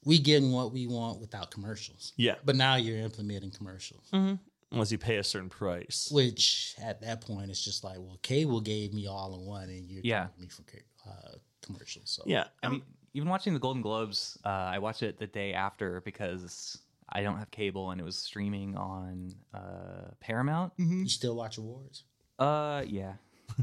C: we getting what we want without commercials.
B: yeah,
C: But now you're implementing commercials,
A: Hmm.
B: unless you pay a certain price.
C: which at that point it's just like, well, cable gave me all in one, and you're
A: Yeah.
C: keeping me from ca- uh, commercials. So
B: Yeah,
A: I mean, even watching the Golden Globes, uh, I watched it the day after because I don't have cable and it was streaming on uh, Paramount.
C: you still watch awards.
B: Mm-hmm.
A: Uh, yeah.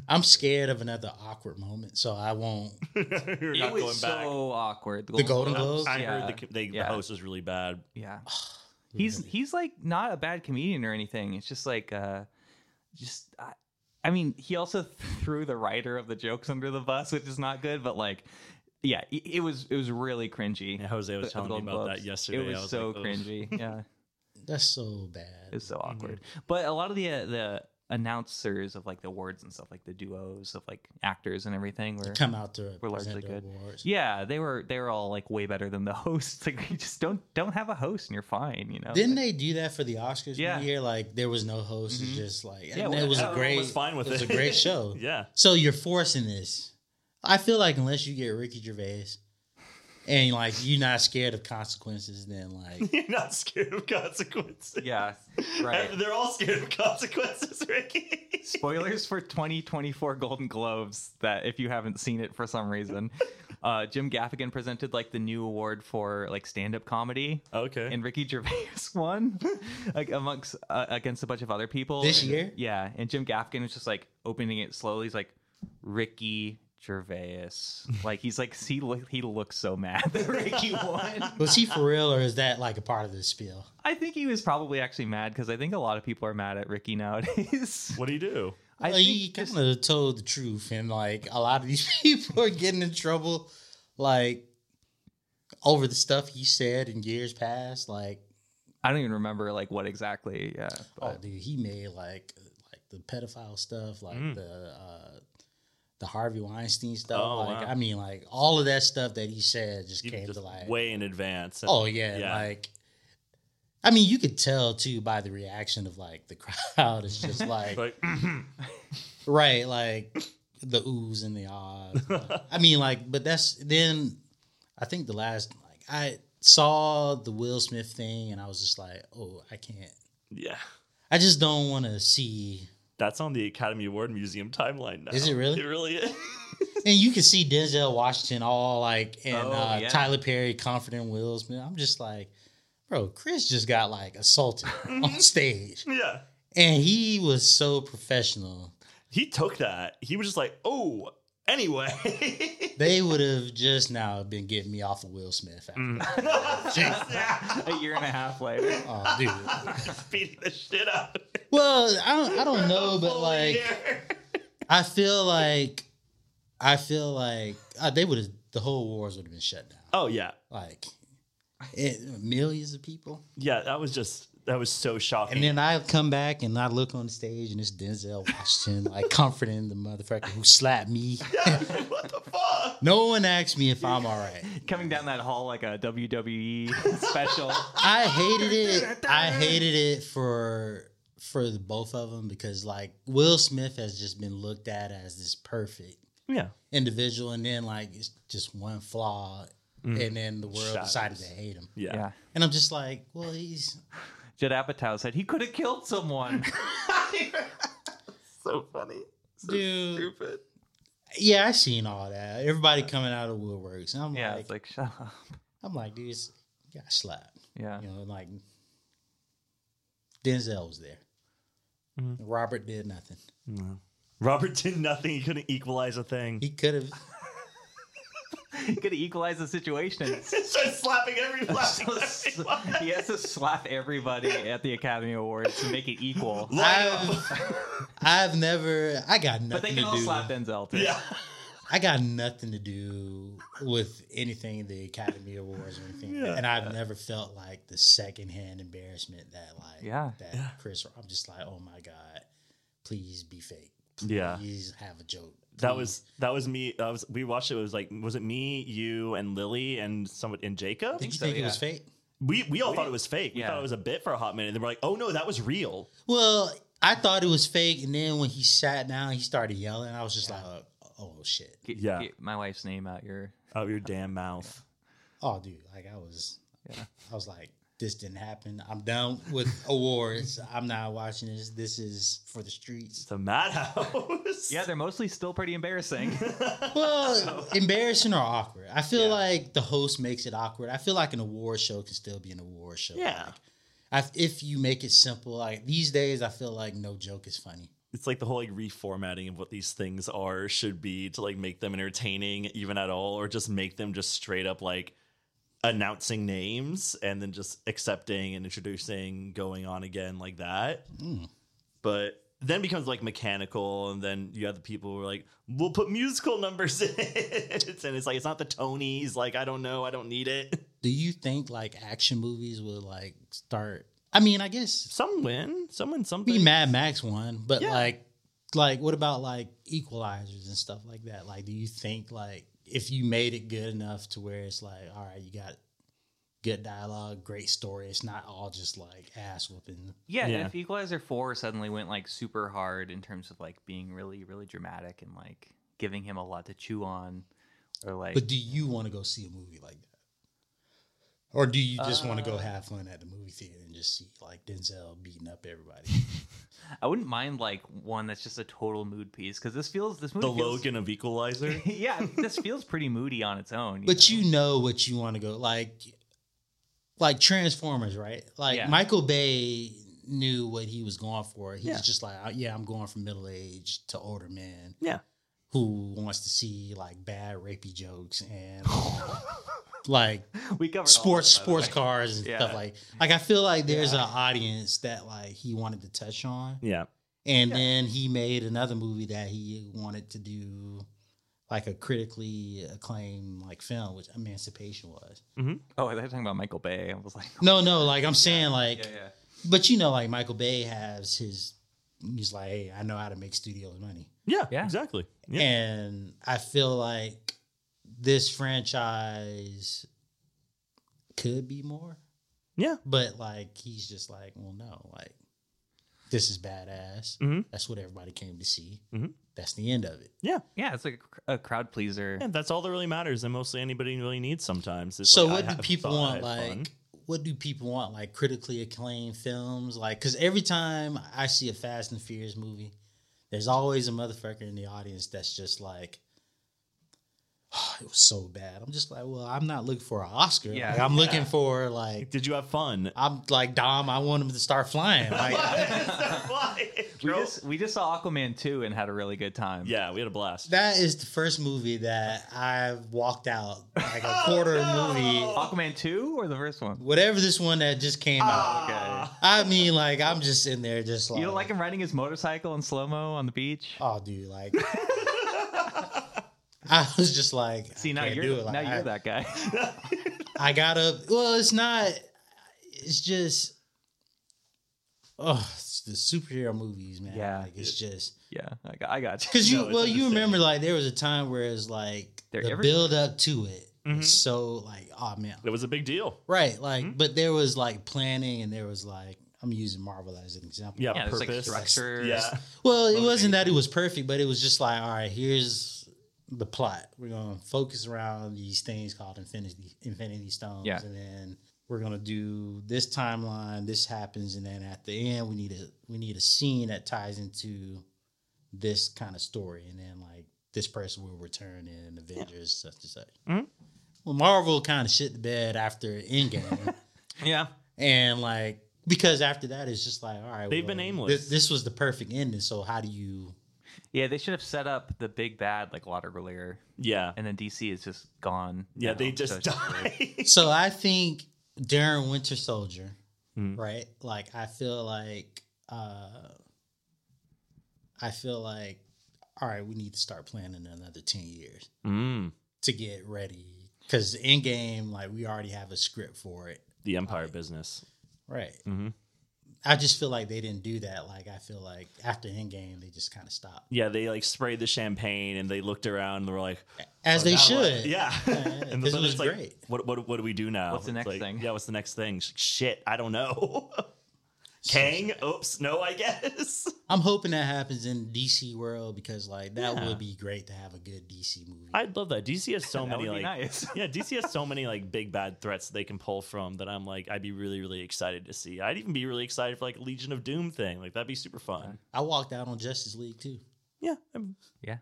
C: I'm scared of another awkward moment, so I won't.
B: you're
A: it
B: not
A: was
B: going
A: so
B: back.
A: awkward.
C: The Golden
A: Globes-
C: Globes?
B: I
A: yeah.
B: heard the, they,
A: Yeah.
B: the host was really bad.
A: Yeah. he's
B: Mm-hmm.
A: he's like not a bad comedian or anything. It's just like uh just I, I mean, he also threw the writer of the jokes under the bus, which is not good, but like yeah, it, it was it was really cringy.
B: Yeah, Jose was
A: The- the
B: telling me
A: Golden
B: about
A: Globes.
B: that yesterday.
A: It was,
B: I was
A: so
B: like, "Oh, "Ugh." Mm-hmm.
A: cringy. Yeah.
C: That's so bad.
A: It's so awkward. But a lot of the uh, the announcers of like the awards and stuff like the duos of like actors and everything were
C: Come out to
A: We're
C: present
A: largely
C: the
A: good.
C: awards.
A: yeah, they were they were all like way better than the hosts. Like you just don't don't have a host and you're fine, you know.
C: Didn't they do that for the Oscars
A: Yeah. Mm-hmm.
C: one year? Like there was no host. It's just like and
A: well,
C: it was a
B: Everyone
C: great.
B: was fine with
C: it was
B: it.
C: a great show.
B: yeah,
C: So you're forcing this. I feel like unless you get Ricky Gervais, and like you're not scared of consequences, then like
B: You're not scared of consequences.
A: Yeah, right.
B: They're all scared of consequences, Ricky.
A: Spoilers for 2024 Golden Globes. That if you haven't seen it for some reason, uh, Jim Gaffigan presented like the new award for like stand-up comedy,
B: Okay.
A: and Ricky Gervais won like, amongst uh, against a bunch of other people
C: This
A: And-
C: year?
A: Yeah, and Jim Gaffigan was just like opening it slowly. He's like Ricky Gervais, like he's like he lo- he looks so mad that Ricky won.
C: was he for real or is that like a part of the spiel?
A: I think he was probably actually mad because I think a lot of people are mad at Ricky nowadays.
B: what do you do?
A: I
C: Like, he
A: think just-
C: kind of told the truth, and like a lot of these people are getting in trouble, like over the stuff he said in years past. Like,
A: I don't even remember like what exactly. Yeah.
C: oh,
A: but-
C: dude, he made like uh, like the pedophile stuff, like
B: Mm.
C: the uh, the Harvey Weinstein stuff.
B: Oh,
C: like,
B: wow.
C: I mean, like all of that stuff that he said just
B: You
C: came
B: just
C: to light.
B: way in advance.
C: Oh yeah,
B: Yeah.
C: like I mean, you could tell too by the reaction of like the crowd. It's just like
B: Like,
C: right, like the oohs and the ahs. I mean, like, but that's then. I think the last like I saw the Will Smith thing, and I was just like, oh, I can't.
B: yeah.
C: I just don't want to see.
B: That's on the Academy Award Museum timeline now.
C: Is it really?
B: It really is.
C: And you can see Denzel Washington all like and
A: Oh,
C: uh,
A: yeah.
C: Tyler Perry confident Will Smith. I'm just like, bro, Chris just got like assaulted on stage.
B: yeah.
C: And he was so professional.
B: He took that. He was just like, oh, anyway.
C: They would have just now been getting me off of Will Smith. After.
B: Yeah.
A: a year and a half later.
C: Oh, dude.
B: Just beating the shit out. of him
C: Well, I don't, I don't know,
B: for a
C: but
B: whole
C: like,
B: year.
C: I feel like, I feel like uh, they would have, the whole wars would have been shut down.
B: Oh yeah,
C: Like, it, millions of people.
B: yeah. That was just that was so shocking.
C: And then I come back and I look on the stage and it's Denzel Washington, like comforting the motherfucker who slapped me.
B: yeah, what the fuck?
C: No one asked me if I'm all right.
A: Coming down that hall like a WWE special.
C: I hated it. I hated it for for the both of them because like Will Smith has just been looked at as this perfect
B: Yeah,
C: individual, and then like it's just one flaw,
A: Mm.
C: and then the world
B: Shatters.
C: decided to hate him.
B: yeah.
A: Yeah.
C: And I'm just like, well, he's
A: Judd Apatow said he could have killed someone.
B: So funny. So
C: Dude.
B: Stupid.
C: yeah, I seen all that. Everybody coming out of woodworks. And I'm
A: Yeah,
C: like,
A: it's like shut up.
C: I'm like, dude, it's- you got slapped.
A: Yeah.
C: You know, and, like Denzel was there.
B: Mhm.
A: Mm-hmm.
C: Robert did nothing.
B: Mm-hmm. Robert did nothing. He couldn't equalize a thing.
C: He could have.
A: He could equalize the situation.
B: starts slapping every
A: So s- he has to slap everybody at the Academy Awards to make it equal.
C: I've, I've never. I got nothing
A: But they
C: to
A: can all
C: do.
A: slap Denzel too.
B: Yeah.
C: I got nothing to do with anything the Academy Awards or anything,
B: Yeah.
C: and I've never felt like the secondhand embarrassment that like
A: Yeah.
C: that
B: Yeah.
C: Chris. I'm just like, oh my god, please be fake.
B: Yeah.
C: please have a joke.
B: That
A: Mm.
C: Please."
B: was that was me. That was we watched it. It was like was it me, you, and Lily, and someone and Jacob?
C: Did you
A: so,
C: think it
A: yeah.
C: was fake?
B: We we all thought it was fake. We
A: Yeah.
B: thought it was a bit for a hot minute. And then we're like, oh no, that was real.
C: Well, I thought it was fake, and then when he sat down, he started yelling. I was just like, oh shit,
A: Get,
B: Yeah.
A: get my wife's name out your
B: Out your damn mouth.
C: oh dude, like I was,
A: Yeah.
C: I was like. This didn't happen. I'm done with awards. I'm not watching this. This is for the streets.
B: It's a madhouse.
A: Yeah, they're mostly still pretty embarrassing.
C: Well, embarrassing or awkward. I feel
A: Yeah.
C: like the host makes it awkward. I feel like an award show can still be an award show.
B: Yeah.
C: I, if you make it simple, like these days, I feel like no joke is funny.
B: it's like the whole like reformatting of what these things are should be to like make them entertaining even at all or just make them just straight up like announcing names and then just accepting and introducing going on again like that
A: Hmm.
C: Mm.
B: but then becomes like mechanical and then you have the people who are like we'll put musical numbers in it and it's like it's not the tonys like i don't know i don't need it
C: Do you think like action movies will like start? I mean, I guess
B: some win some win
C: I
B: something
C: mean Mad Max won, but
B: Yeah.
C: like, like what about like equalizers and stuff like that? Like, do you think like if you made it good enough to where it's like, all right, you got good dialogue, great story, it's not all just like ass whooping.
A: Yeah,
B: Yeah.
A: and if Equalizer 4 suddenly went like super hard in terms of like being really, really dramatic and like giving him a lot to chew on, or like,
C: But do you want to go see a movie like that? Or do you just want to go have fun at the movie theater and just see like Denzel beating up everybody?
A: I wouldn't mind like one that's just a total mood piece because this feels this movie.
B: The
A: feels-
B: Logan of Equalizer.
A: yeah, this feels pretty moody on its own.
C: But
A: know?
C: you know what you want to go like, like Transformers, right? Like
A: Yeah.
C: Michael Bay knew what he was going for. He's
B: Yeah.
C: just like, "Oh, yeah, I'm going from middle age to older men.
B: Yeah.
C: who wants to see like bad rapey jokes and like
A: we covered all
C: sports
A: this, by the
C: sports
A: way.
C: cars and
A: Yeah.
C: stuff like. Like I feel like there's
A: Yeah.
C: an audience that like he wanted to touch on.
B: yeah.
C: And
A: Yeah.
C: then he made another movie that he wanted to do like a critically acclaimed like film, which Emancipation was.
A: Oh, they were talking about Michael Bay. I was like,
C: No, no, like I'm saying like
A: yeah, yeah.
C: but you know like Michael Bay has his he's like, Hey, I know how to make studios money.
B: Yeah.
A: Yeah.
B: Exactly. Yeah.
C: And I feel like this franchise could be more.
B: Yeah.
C: But like he's just like, well, no, like this is badass.
A: Mm-hmm.
B: Mhm.
C: That's what everybody came to see.
B: Mhm.
C: That's the end of it.
A: Yeah, it's like a cr- a, crowd pleaser.
B: And that's all that really matters, and mostly anybody really needs sometimes. It's
C: so
B: like, I
C: what do
B: have
C: people
B: fun,
C: want?
B: I have fun.
C: Like, what do people want? Like critically acclaimed films? Like, because every time I see a Fast and Furious movie, there's always a motherfucker in the audience that's just like. "Oh, it was so bad. I'm just like, well, I'm not looking for an Oscar.
A: Yeah.
C: Like, I'm
A: Yeah.
C: looking for like,
B: did you have fun?
C: I'm like Dom. I want him to start flying. Like,
A: we just we just saw Aquaman two and had a really good time.
B: yeah, we had a blast.
C: That is the first movie that I've walked out like a quarter
B: Oh,
C: movie.
A: Aquaman two or the first one.
C: Whatever this one that just came out.
A: Ah. Okay.
C: I mean, like I'm just in there, just like
A: You don't like him riding his motorcycle in slow mo on the beach?
C: Oh, dude, like I was just like,
A: See,
C: I
A: now
C: can't
A: you're
C: do it. Like,
A: now
C: I,
A: you're that guy.
C: I got up. Well, it's not. It's just. Oh, it's the superhero movies, man.
A: Yeah.
C: like it's just
A: yeah, I got, I got you.
C: because you.
B: No, it's
C: well, you
B: understandable.
C: remember like there was a time where it's like
A: They're Mm-hmm.
C: the
A: every-
C: build up to it. was
B: Mhm.
C: So like, oh man,
B: It was a big deal.
C: Right, like,
A: Mm-hmm.
B: Mhm.
C: but there was like planning, and there was like, I'm using Marvel as an example.
B: Yeah,
A: Yeah, there's like
B: purpose.
A: structure.
B: yeah,
C: Well, it wasn't that it was perfect, but it was just like, all right, here's the plot. We're gonna focus around these things called Infinity Infinity Stones,
A: Yeah.
C: and then we're gonna do this timeline. This happens, and then at the end, we need a we need a scene that ties into this kind of story, and then like this person will return in Avengers, such and such.
B: Mhm.
C: Well, Marvel kind of shit the bed after Endgame.
A: yeah,
C: and like because after that it's just like all right
B: They've been aimless.
C: this, this was the perfect ending so how do you
A: yeah. They should have set up the big bad like Waterloo,
B: yeah,
A: and then DC is just gone.
B: yeah.
A: now,
B: They
A: so
B: just
A: it's weird.
B: died.
C: so i think during winter soldier
B: Mm.
C: right like i feel like uh i feel like all right we need to start planning another 10 years
B: mm,
C: to get ready because in game like we already have a script for it
B: the Empire business.
C: right
B: Mhm.
C: i just feel like they didn't do that like i feel like after endgame they just kind of stopped
B: Yeah, they like sprayed the champagne and they looked around and they were like,
C: as they
B: "Now what?"
C: should
B: Oh, Yeah, And
C: this
B: but
C: was
B: it's like,
C: great.
B: What what what do we do now?
A: What's the
B: It's
A: next
B: like,
A: thing?
B: Yeah, what's the next thing? She's like, Shit, I don't know.
C: So
B: Kang. Oops, no, I guess.
C: I'm hoping that happens in DC world because like that
B: Yeah.
C: would be great to have a good DC movie.
B: I'd love that. DC has so
A: that
B: many
A: would be
B: like
A: nice.
B: yeah, DC has so many like big bad threats they can pull from that I'm like I'd be really really excited to see. I'd even be really excited for like a Legion of Doom thing. Like that'd be super fun.
C: I walked out on Justice League too.
B: Yeah, I'm-
A: yeah.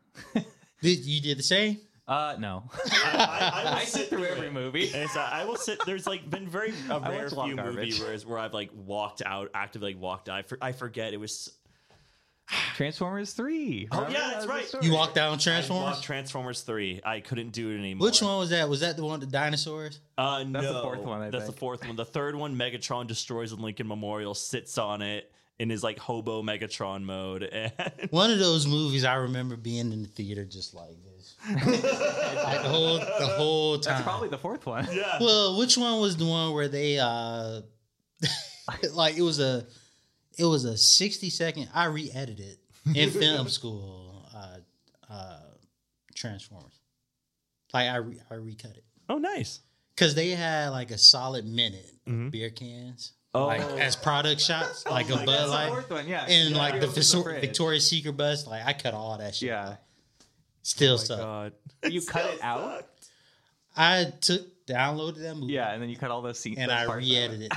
C: Did you did the same?
A: Uh, no,
B: I, I, I will
A: I
B: sit
A: sit through every
B: it.
A: movie.
B: And so I will sit. There's like been very a
A: watch
B: rare
A: a lot
B: few
A: of garbage.
B: movies where, where I've like walked out actively like, walked out. I, for, I forget it was.
A: Transformers three.
B: Oh,
A: Remember?
B: yeah,
A: That was
B: that's right.
A: the story.
C: You walked out on
B: I
C: Transformers.
B: walked Transformers three. I couldn't do it anymore.
C: Which one was that? Was that the one with the dinosaurs?
B: Uh, no,
A: That's the fourth one, I
B: that's the
A: think.
B: fourth one. The third one, Megatron destroys the Lincoln Memorial, sits on it in his like hobo Megatron mode, and
C: One of those movies I remember being in the theater just like this, like the whole the whole
A: That's
C: time.
A: probably the fourth one.
B: yeah,
C: well, which one was the one where they uh like it was a it was a 60 second I re-edited in film school uh uh Transformers. Like I re- I recut it.
B: oh nice.
C: Cuz they had like a solid minute of
A: Mm-hmm.
B: Mhm.
C: beer cans
B: Oh,
C: like as product shots like a
B: my
C: Bud
A: That's the
C: Light
A: fourth one. Oh Yeah,
C: and
A: Yeah,
C: like
A: it
C: the
A: was in
C: Viso-
A: fridge.
C: Victoria's Secret bus like I cut all that shit.
A: Yeah, Oh
C: Still
B: my
C: suck.
B: god.
A: you cut it out.
C: I took downloaded that movie
A: Yeah, and then you cut all those scenes.
C: and
A: those
C: I
A: parts out.
C: re-edited that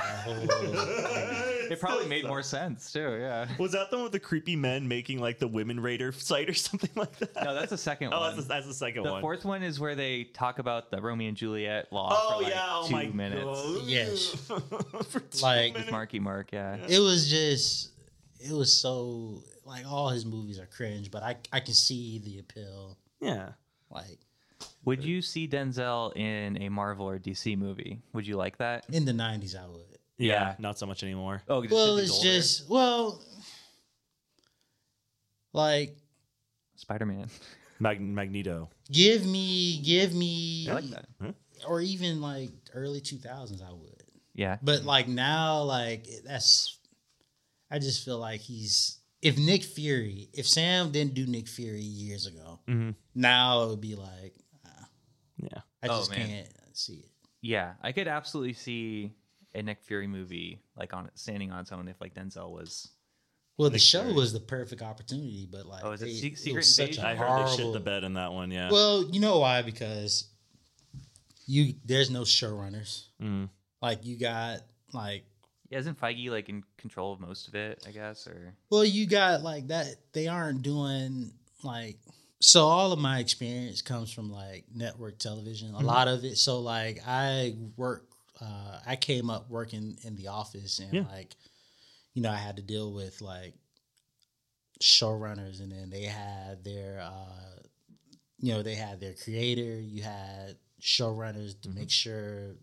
C: whole.
A: It probably made more sense too. Yeah.
B: Was that the one with the creepy men making like the women raider site or something like that?
A: No, that's the second one.
B: oh, that's the, that's the second
A: the
B: one.
A: fourth one is where they talk about the Romeo and Juliet law
B: Oh
A: for like
B: yeah! Oh
A: two
B: my
A: minutes.
B: god!
C: Yes.
B: For two
C: Like-
A: With
B: minutes.
A: Marky Mark, yeah.
C: it was just, it was so like all his movies are cringe, but I I can see the appeal.
B: yeah.
C: Like
A: Would you see Denzel in a Marvel or DC movie? Would you like that?
C: in the nineties, I would.
B: yeah,
A: Yeah.
B: not so much anymore.
A: Oh, just 'cause
C: well,
A: he's
C: it's
A: older.
C: just well, like
A: Spider-Man.
B: Mag- Magneto.
C: give me, give me,
A: I like that.
C: or even like early two thousands, I would.
A: Yeah.
C: But like now, like that's, I just feel like he's if Nick Fury, if Sam didn't do Nick Fury years ago,
B: Mm-hmm.
C: now it would be like
B: Yeah.
C: I
A: Oh,
C: just
A: man.
C: can't see it.
A: Yeah, I could absolutely see a Nick Fury movie like on standing on its own if like Denzel was.
C: Well, the
B: Nick
C: show
B: Fury.
C: was the perfect opportunity, but like,
A: Oh, is it
C: they-
A: Se-
C: was
A: Secret
C: such
A: Invasion?
C: a
B: I heard they shit
C: horrible-
B: the bed in that one. Yeah.
C: Well, you know why? Because you there's no showrunners.
A: Mm-hmm.
B: Mm.
C: Like you got like
A: Yeah, isn't Feige like in control of most of it? I guess or
C: well, you got like that they aren't doing like so all of my experience comes from like network television, a
B: Mm-hmm.
A: Mhm.
C: lot of it. So like I work uh I came up working in the office and
B: Yeah.
C: like you know, I had to deal with like showrunners and then they had their uh you know, they had their creator, you had showrunners to
B: Mhm.
C: make sure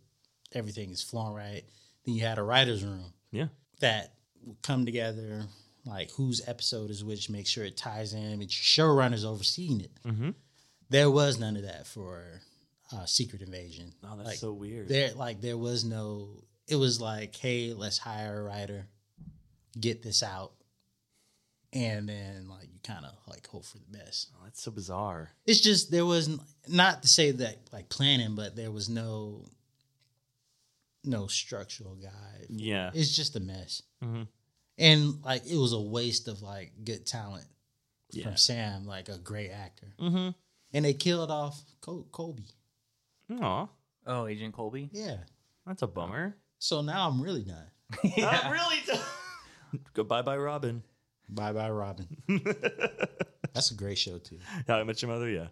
C: everything is flowing right. Then you had a writer's room.
B: Yeah.
C: That would come together, like whose episode is which, make sure it ties in, and your showrunners overseeing it.
B: Mm-hmm.
C: There was none of that for uh, Secret Invasion.
B: Oh, that's
C: Like,
B: so weird.
C: There, like, there was no. It was like, hey, let's hire a writer, get this out, and then like you kind of like hope for the best.
B: Oh, that's so bizarre.
C: It's just there was n- not to say that like planning, but there was no no structural guide.
B: Yeah.
C: It's just a mess.
B: Mhm.
C: And like it was a waste of like good talent
B: Yeah.
C: from Sam, like a great actor.
B: Mm-hmm.
C: And they killed off Col- Kobe.
B: Aw,
A: oh, Agent Colby.
C: Yeah.
B: that's a bummer.
C: So now I'm really done.
B: Not really. Goodbye, bye, Robin.
C: Bye bye, Robin. That's a great show too.
B: How I Met Your Mother. Yeah.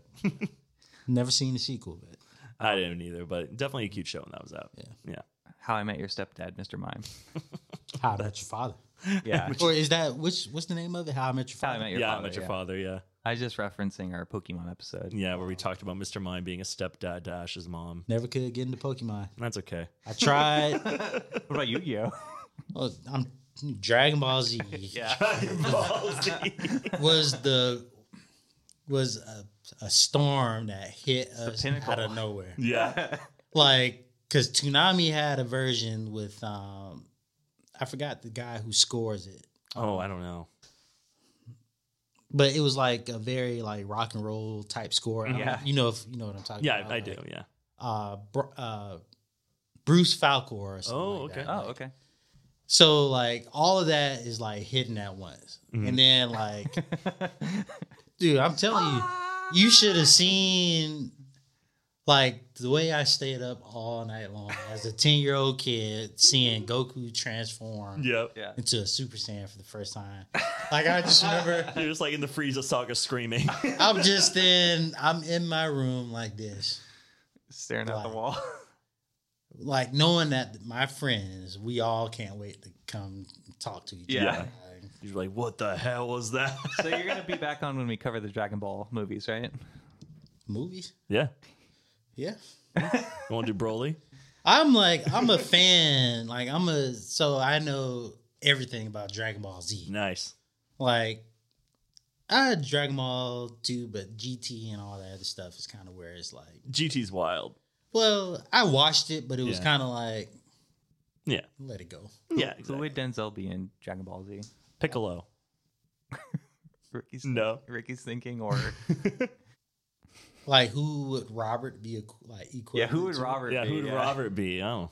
C: Never seen the sequel, but
B: I didn't either, but definitely a cute show when that was out. Yeah.
A: How I Met Your Stepdad, Mr. Mime.
C: How I Met Your Father.
A: Yeah.
C: Or is that which? What's the name of it? How I Met Your
A: How I
C: Father.
A: Met Your
B: Yeah. yeah I
A: Father.
B: Met Your
A: yeah.
B: Father. Yeah.
A: I was just referencing our Pokemon episode.
B: Yeah, where we talked about Mr. Mime being a stepdad to Ash's mom.
C: Never could get into Pokemon.
B: That's okay.
C: I tried.
A: What about Yu-Gi-Oh?
C: well, I'm Dragon Ball Z. was the was a, a storm that hit us
A: pinnacle.
C: out of nowhere.
B: yeah.
C: Like because Toonami had a version with um, I forgot the guy who scores it,
B: Oh, I don't know.
C: but it was like a very like rock and roll type score. I don't-
A: Yeah.
C: you know if you know what I'm talking
B: Yeah,
C: about.
B: I, I
C: like,
B: do. Yeah.
C: Uh, Br- uh, Bruce Falcor or something.
B: Oh,
C: like
B: okay.
C: that.
A: oh, okay.
C: So like all of that is like hidden at once,
B: Mhm.
C: and then like, dude, I'm telling you, you should have seen like the way I stayed up all night long as a ten year old kid seeing Goku transform
B: Yep.
A: Yeah.
C: into a Super Saiyan for the first time. Like I just remember,
B: You're just like in the Frieza saga screaming.
C: I'm just in, I'm in my room like this,
A: Staring at the
C: Wow.
A: wall.
C: like knowing that my friends, we all can't wait to come talk to each
A: Yeah.
C: other. Like,
B: You're like, what the hell was that?
A: so you're gonna be back on when we cover the Dragon Ball movies, right?
C: movies,
B: yeah.
C: yeah.
B: You want to do Broly?
C: I'm like I'm a fan. Like I'm a so I know everything about Dragon Ball Z.
B: Nice.
C: Like I had Dragon Ball too, but GT and all that other stuff is kind of where it's like.
B: GT's wild.
C: Well, I watched it, but it was
B: Yeah.
C: kind of like
B: Yeah.
C: let it go.
B: Yeah.
A: Who
B: Exactly.
A: would Denzel be in Dragon Ball Z?
B: Piccolo.
A: Ricky's
B: No.
A: Ricky's thinking, or
C: Like who would Robert be equ- like equal?
A: yeah, who would Robert?
B: Yeah.
A: be?
B: Who would Robert be? Oh.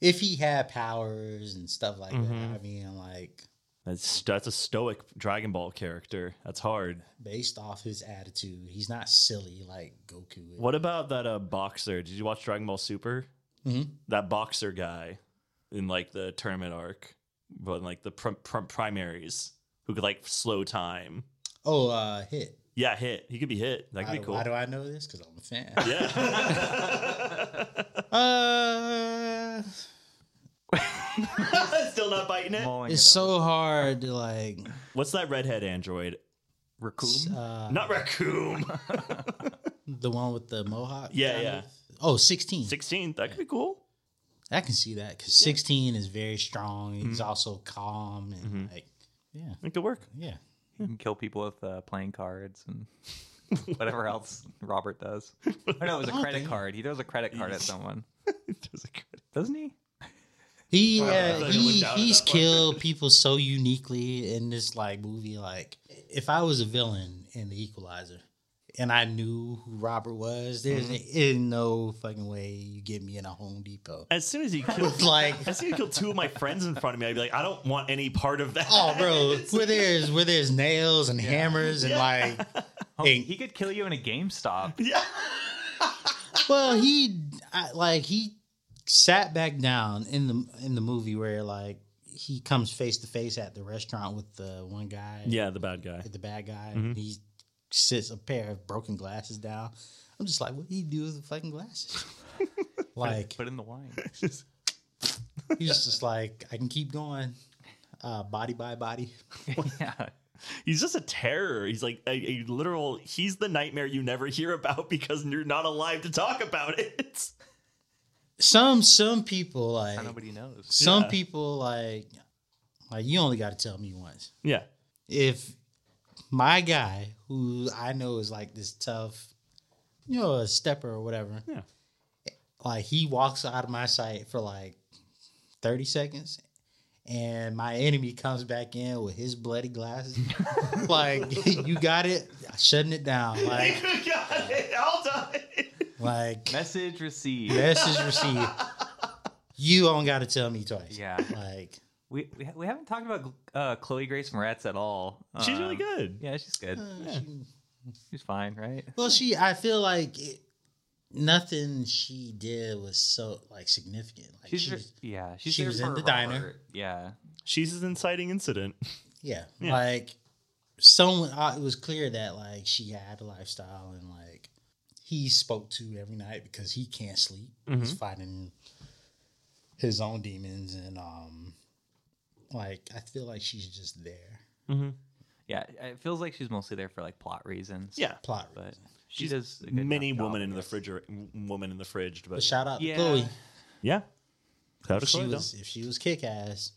C: if he had powers and stuff like
B: Mhm.
C: that? I mean, like
B: That's that's a stoic Dragon Ball character. That's hard.
C: based off his attitude. He's not silly like Goku. is.
B: What about that uh, boxer? Did you watch Dragon Ball Super?
C: Mhm.
B: That boxer guy in like the tournament arc, but in, like the prim- prim- primaries, who could like slow time.
C: Oh, uh, hit.
B: Yeah, hit. He could be hit. That
C: Why,
B: could be
C: do-
B: cool.
C: why do I know this? Because I'm a fan.
B: yeah.
C: Uh,
B: Still not biting it.
A: Mulling
C: it's
A: it up.
C: so hard to like.
B: What's that redhead android?
A: Raccoon?
C: Uh,
B: Not raccoon.
C: the one with the mohawk.
B: Yeah,
C: kind
B: yeah.
C: of? Oh, 16.
B: Sixteen. That could be cool.
C: I can see that because 16 is very strong. He's also calm and like, yeah,
B: It could work.
C: yeah.
A: You can kill people with uh, playing cards and whatever else Robert does. I know it was a
C: Oh,
A: credit
C: damn.
A: card. He throws a credit card at someone,
B: There's a good-
A: doesn't he?
C: He
B: Wow. I
C: uh,
B: thought you
C: he
B: looked out at
C: he's
B: that part.
C: killed people so uniquely in this like movie. Like, if I was a villain in The Equalizer, and I knew who Robert was, there's
B: Mm-hmm.
C: is no fucking way you get me in a Home Depot.
B: As soon as he killed,
C: like,
B: as soon as he killed two of my friends in front of me, I'd be like, I don't want any part of that.
C: oh, bro, where there's where there's nails and hammers and like,
A: Oh,
C: Hey.
A: He could kill you in a GameStop.
B: yeah.
C: well, he I, like he sat back down in the in the movie where like he comes face to face at the restaurant with the one guy.
B: Yeah, the bad guy.
C: at the bad guy.
B: Mhm.
C: He sits a pair of broken glasses down. I'm just like, what do you do with the fucking glasses? like
A: Put in the wine.
C: he's just like, I can keep going, uh, body by body.
A: yeah.
B: He's just a terror. He's like a, a literal. He's the nightmare you never hear about because you're not alive to talk about it.
C: Some some people like
A: Now nobody knows.
C: some
B: Yeah.
C: people like like you only got to tell me once.
B: Yeah.
C: if my guy who I know is like this tough, you know, a stepper or whatever,
B: Yeah.
C: like he walks out of my sight for like 30 seconds and my enemy comes back in with his bloody glasses. like, you got it, shutting it down. Like,
B: got it all done.
C: like
A: Message received.
C: message received. You don't got to tell me twice.
A: Yeah.
C: Like,
A: We, we, ha- we haven't talked about uh, Chloe Grace Moretz at all.
B: She's
A: Um,
B: really good.
A: Yeah, she's good.
C: uh, she-
A: She's fine, right?
C: Well, she, I feel like it, nothing she did was so like significant. Like
A: She's
C: she
A: re-
C: was-
A: yeah. She's
C: she
A: there
C: was in
A: for
C: the diner.
A: Robert. Yeah.
B: She's an inciting incident.
C: yeah,
B: Yeah.
C: like someone. Uh, it was clear that like she had a lifestyle and like he spoke to every night because he can't sleep.
A: Mm-hmm.
C: He's fighting his own demons and um, like I feel like she's just there.
A: Yeah. It feels like she's mostly there for like plot reasons.
B: Yeah.
C: Plot,
A: But
C: but,
A: she does a good enough
B: Many
A: job,
B: women
A: I
B: in the
A: guess.
B: fridge. Woman in the fridge.
C: but
B: But
C: shout out
A: Yeah.
C: to Chloe.
B: yeah. Shout out to
C: If she
B: Chloe, though.
C: was if she was kick ass.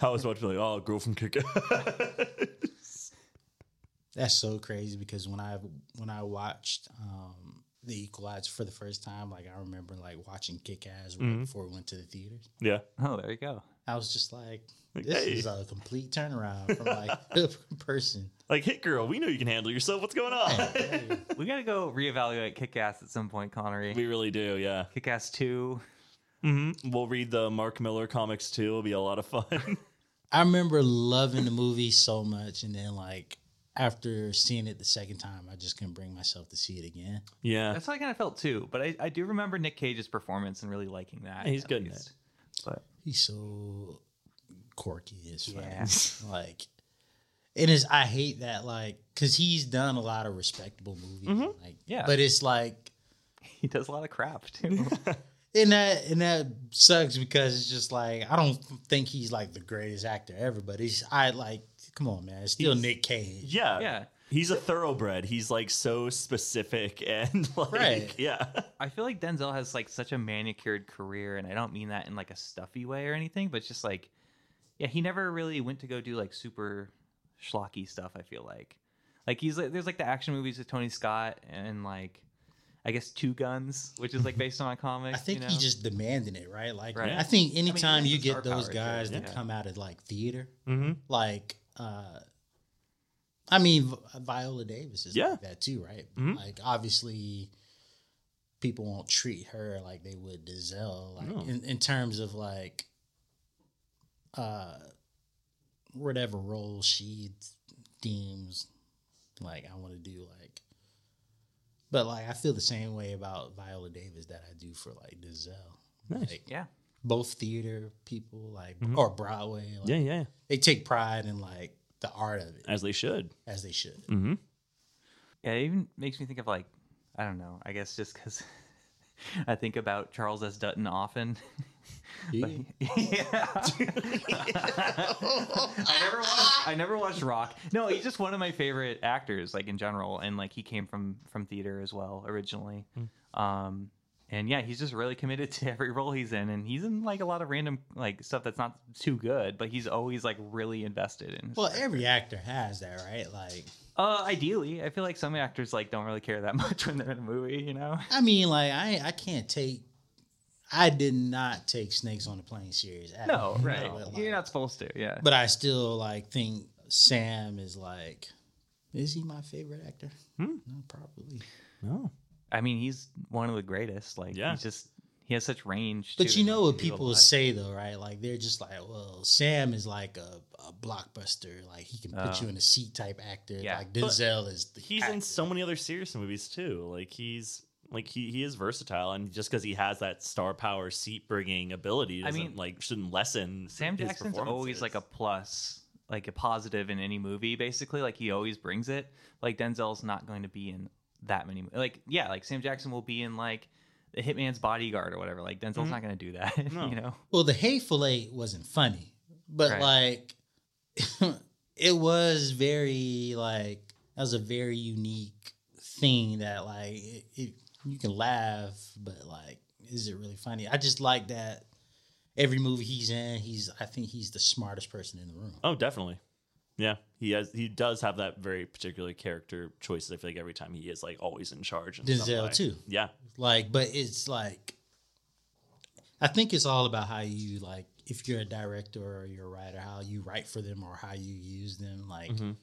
B: I was about to be like, oh, girl from Kick.
C: That's so crazy because when I when I watched um The Equalizer for the first time, like I remember like watching Kick Ass right
B: Mm-hmm.
C: before we went to the theaters.
B: yeah.
A: Oh, there you go.
C: I was just like,
B: Like,
C: this
B: hey.
C: is a complete turnaround from like a person.
B: Like, hit girl, we know you can handle yourself. What's going on?
A: We got to go reevaluate Kick Ass at some point, Connery.
B: we really do, yeah.
A: Kick Ass 2.
B: hmm We'll read the Mark Miller comics too. It'll be a lot of fun.
C: I remember loving the movie so much and then like after seeing it the second time, I just couldn't bring myself to see it again.
B: yeah.
A: That's how I kind of felt too. But I, I do remember Nick Cage's performance and really liking that.
B: He's
A: at
B: good in
A: least. But
C: He's so quirky as fuck.
A: Yeah.
C: like, it is. I hate that. Like, cause he's done a lot of respectable movies. Like,
A: Mm-hmm. Yeah.
C: But it's like,
A: he does a lot of crap too.
C: and that and that sucks because it's just like I don't think he's like the greatest actor ever. But he's I like, come on, man, it's still
B: He's-
C: Nick Cage.
B: Yeah.
A: yeah.
B: He's a thoroughbred. He's like so specific and like,
C: Right.
B: yeah.
A: I feel like Denzel has like such a manicured career, and I don't mean that in like a stuffy way or anything, but it's just like, yeah, he never really went to go do like super schlocky stuff. I feel like, like he's like, there's like the action movies with Tony Scott and like, I guess Two Guns, which is like based on a comic.
C: I think
A: you know?
C: he's just demanding it, right? Like,
A: Right.
C: I think anytime
A: he's
C: you
A: a
C: get
A: star
C: those
A: power, too,
C: guys that
A: yeah.
C: come out of like theater,
B: Mm-hmm.
C: like uh I mean Vi- Viola Davis is
B: Yeah.
C: like that too, right?
B: Mhm.
C: Like obviously people won't treat her like they would Denzel like
B: No.
C: in, in terms of like uh, whatever role she deems like I want to do. Like, but like I feel the same way about Viola Davis that I do for like Dizelle.
B: Nice.
C: Like,
A: Yeah.
C: both theater people, like
B: Mhm.
C: or Broadway, like,
B: Yeah, yeah,
C: they take pride in like the art of it
B: as they should.
C: as they should.
B: Mm-hmm.
A: Yeah, it even makes me think of like, I don't know. I guess just because I think about Charles S. Dutton often. Like, yeah. I never watched. I never watched Rock. No, he's just one of my favorite actors, like in general, and like he came from from theater as well originally. Um, and yeah, he's just really committed to every role he's in, and he's in like a lot of random like stuff that's not too good, but he's always like really invested in. his
C: Well,
A: character.
C: every actor has that, right? Like,
A: Uh, ideally, I feel like some actors like don't really care that much when they're in a movie, you know.
C: I mean, like I I can't take. I did not take Snakes on the Plane serious. At
A: No,
C: all.
A: right?
C: But, like,
A: You're not supposed to, yeah.
C: but I still like think Sam is like. Is he my favorite actor?
B: Hmm.
C: No, probably.
B: No.
A: I mean, he's one of the greatest. Like,
B: Yeah.
A: he's just he has such range.
C: But
A: too,
C: you
A: and,
C: know
A: like,
C: what
A: he's
C: people
A: alive.
C: say though, right? Like they're just like, well, Sam is like a, a blockbuster. Like he can put
A: Oh.
C: you in a seat type actor.
A: Yeah.
C: Like
B: But
C: Denzel is. The
B: He's in
C: actor.
B: so many other serious movies too. Like he's like he, he is versatile, and just because he has that star power seat bringing ability,
A: I
B: doesn't
A: mean,
B: like shouldn't lessen.
A: Sam
B: his
A: Jackson's always
B: performances.
A: like a plus, like a positive in any movie. Basically, like he always brings it. Like Denzel's not going to be in that many. Like, yeah, like Sam Jackson will be in like the Hitman's Bodyguard or whatever. Like Denzel's
B: Mhm.
A: not going to do that,
B: No.
A: you know.
C: Well, the Hateful Eight wasn't funny, but
A: Right.
C: like it was very like that was a very unique thing that like it, it, you can laugh, but like is it really funny? I just like that every movie he's in, he's I think he's the smartest person in the room.
B: Oh, definitely. Yeah, he has. He does have that very particular character choices. I feel like every time he is like always in charge. In some
C: Denzel,
B: way.
C: too.
B: Yeah,
C: Like, but it's like I think it's all about how you like if you're a director or you're a writer, how you write for them or how you use them, like.
B: Mhm.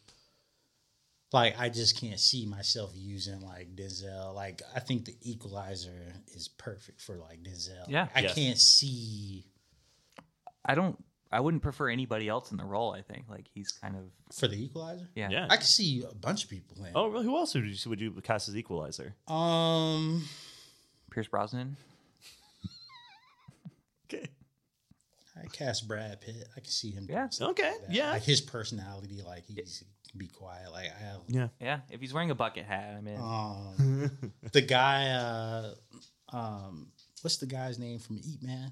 C: like I just can't see myself using like Denzel. Like I think the Equalizer is perfect for like Denzel.
A: Yeah.
C: I
B: Yes.
C: can't see
A: I don't. I wouldn't prefer anybody else in the role. I think like he's kind of
C: for the Equalizer.
A: yeah.
B: yeah.
C: I can see a bunch of people in.
B: Oh, really? Who else would you, would you cast as Equalizer?
C: um,
A: Pierce Brosnan.
B: Okay.
C: I cast Brad Pitt. I can see him.
A: Yeah.
C: doing something
B: Okay.
C: like that.
B: Yeah.
C: like his personality. Like he's he can be quiet. Like I have.
B: Yeah.
A: Yeah, if he's wearing a bucket hat, I mean,
C: Um, the guy. Uh, um, what's the guy's name from Eat Man?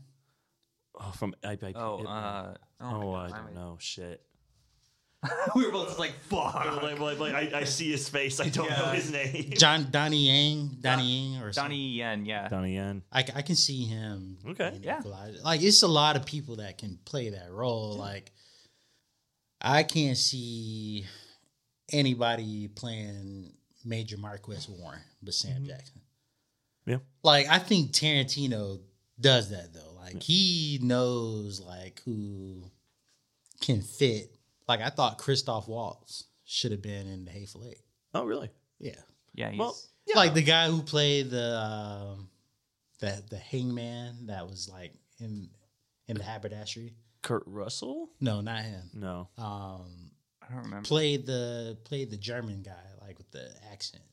B: Oh, from I.
A: oh,
B: I it-
A: uh, oh, my
B: oh,
A: God,
B: I
A: why am
B: don't know. Shit.
A: we were both just like, fuck.
B: like, like, like, I, I see his face. I don't know
A: Yeah.
B: his name.
C: John Donnie Yang. Donnie Yang or something.
A: Donnie Yen, yeah.
B: Donnie Yen.
C: I, c- I can see him.
B: Okay,
C: being
A: yeah.
C: Equalizer. Like it's a lot of people that can play that role. Like I can't see anybody playing Major Marquess Warren but Sam Jackson.
B: Yeah.
C: Like I think Tarantino does that though. Like he knows like who can fit. Like I thought Christoph Waltz should have been in the Hateful Eight.
B: Oh, really?
C: Yeah.
A: Yeah, he's,
B: Well, yeah.
C: Like the guy who played the um, the the hangman that was like in in the haberdashery.
B: Kurt Russell?
C: No, not him.
B: No.
C: Um,
A: I don't remember.
C: played the played the German guy like with the accent.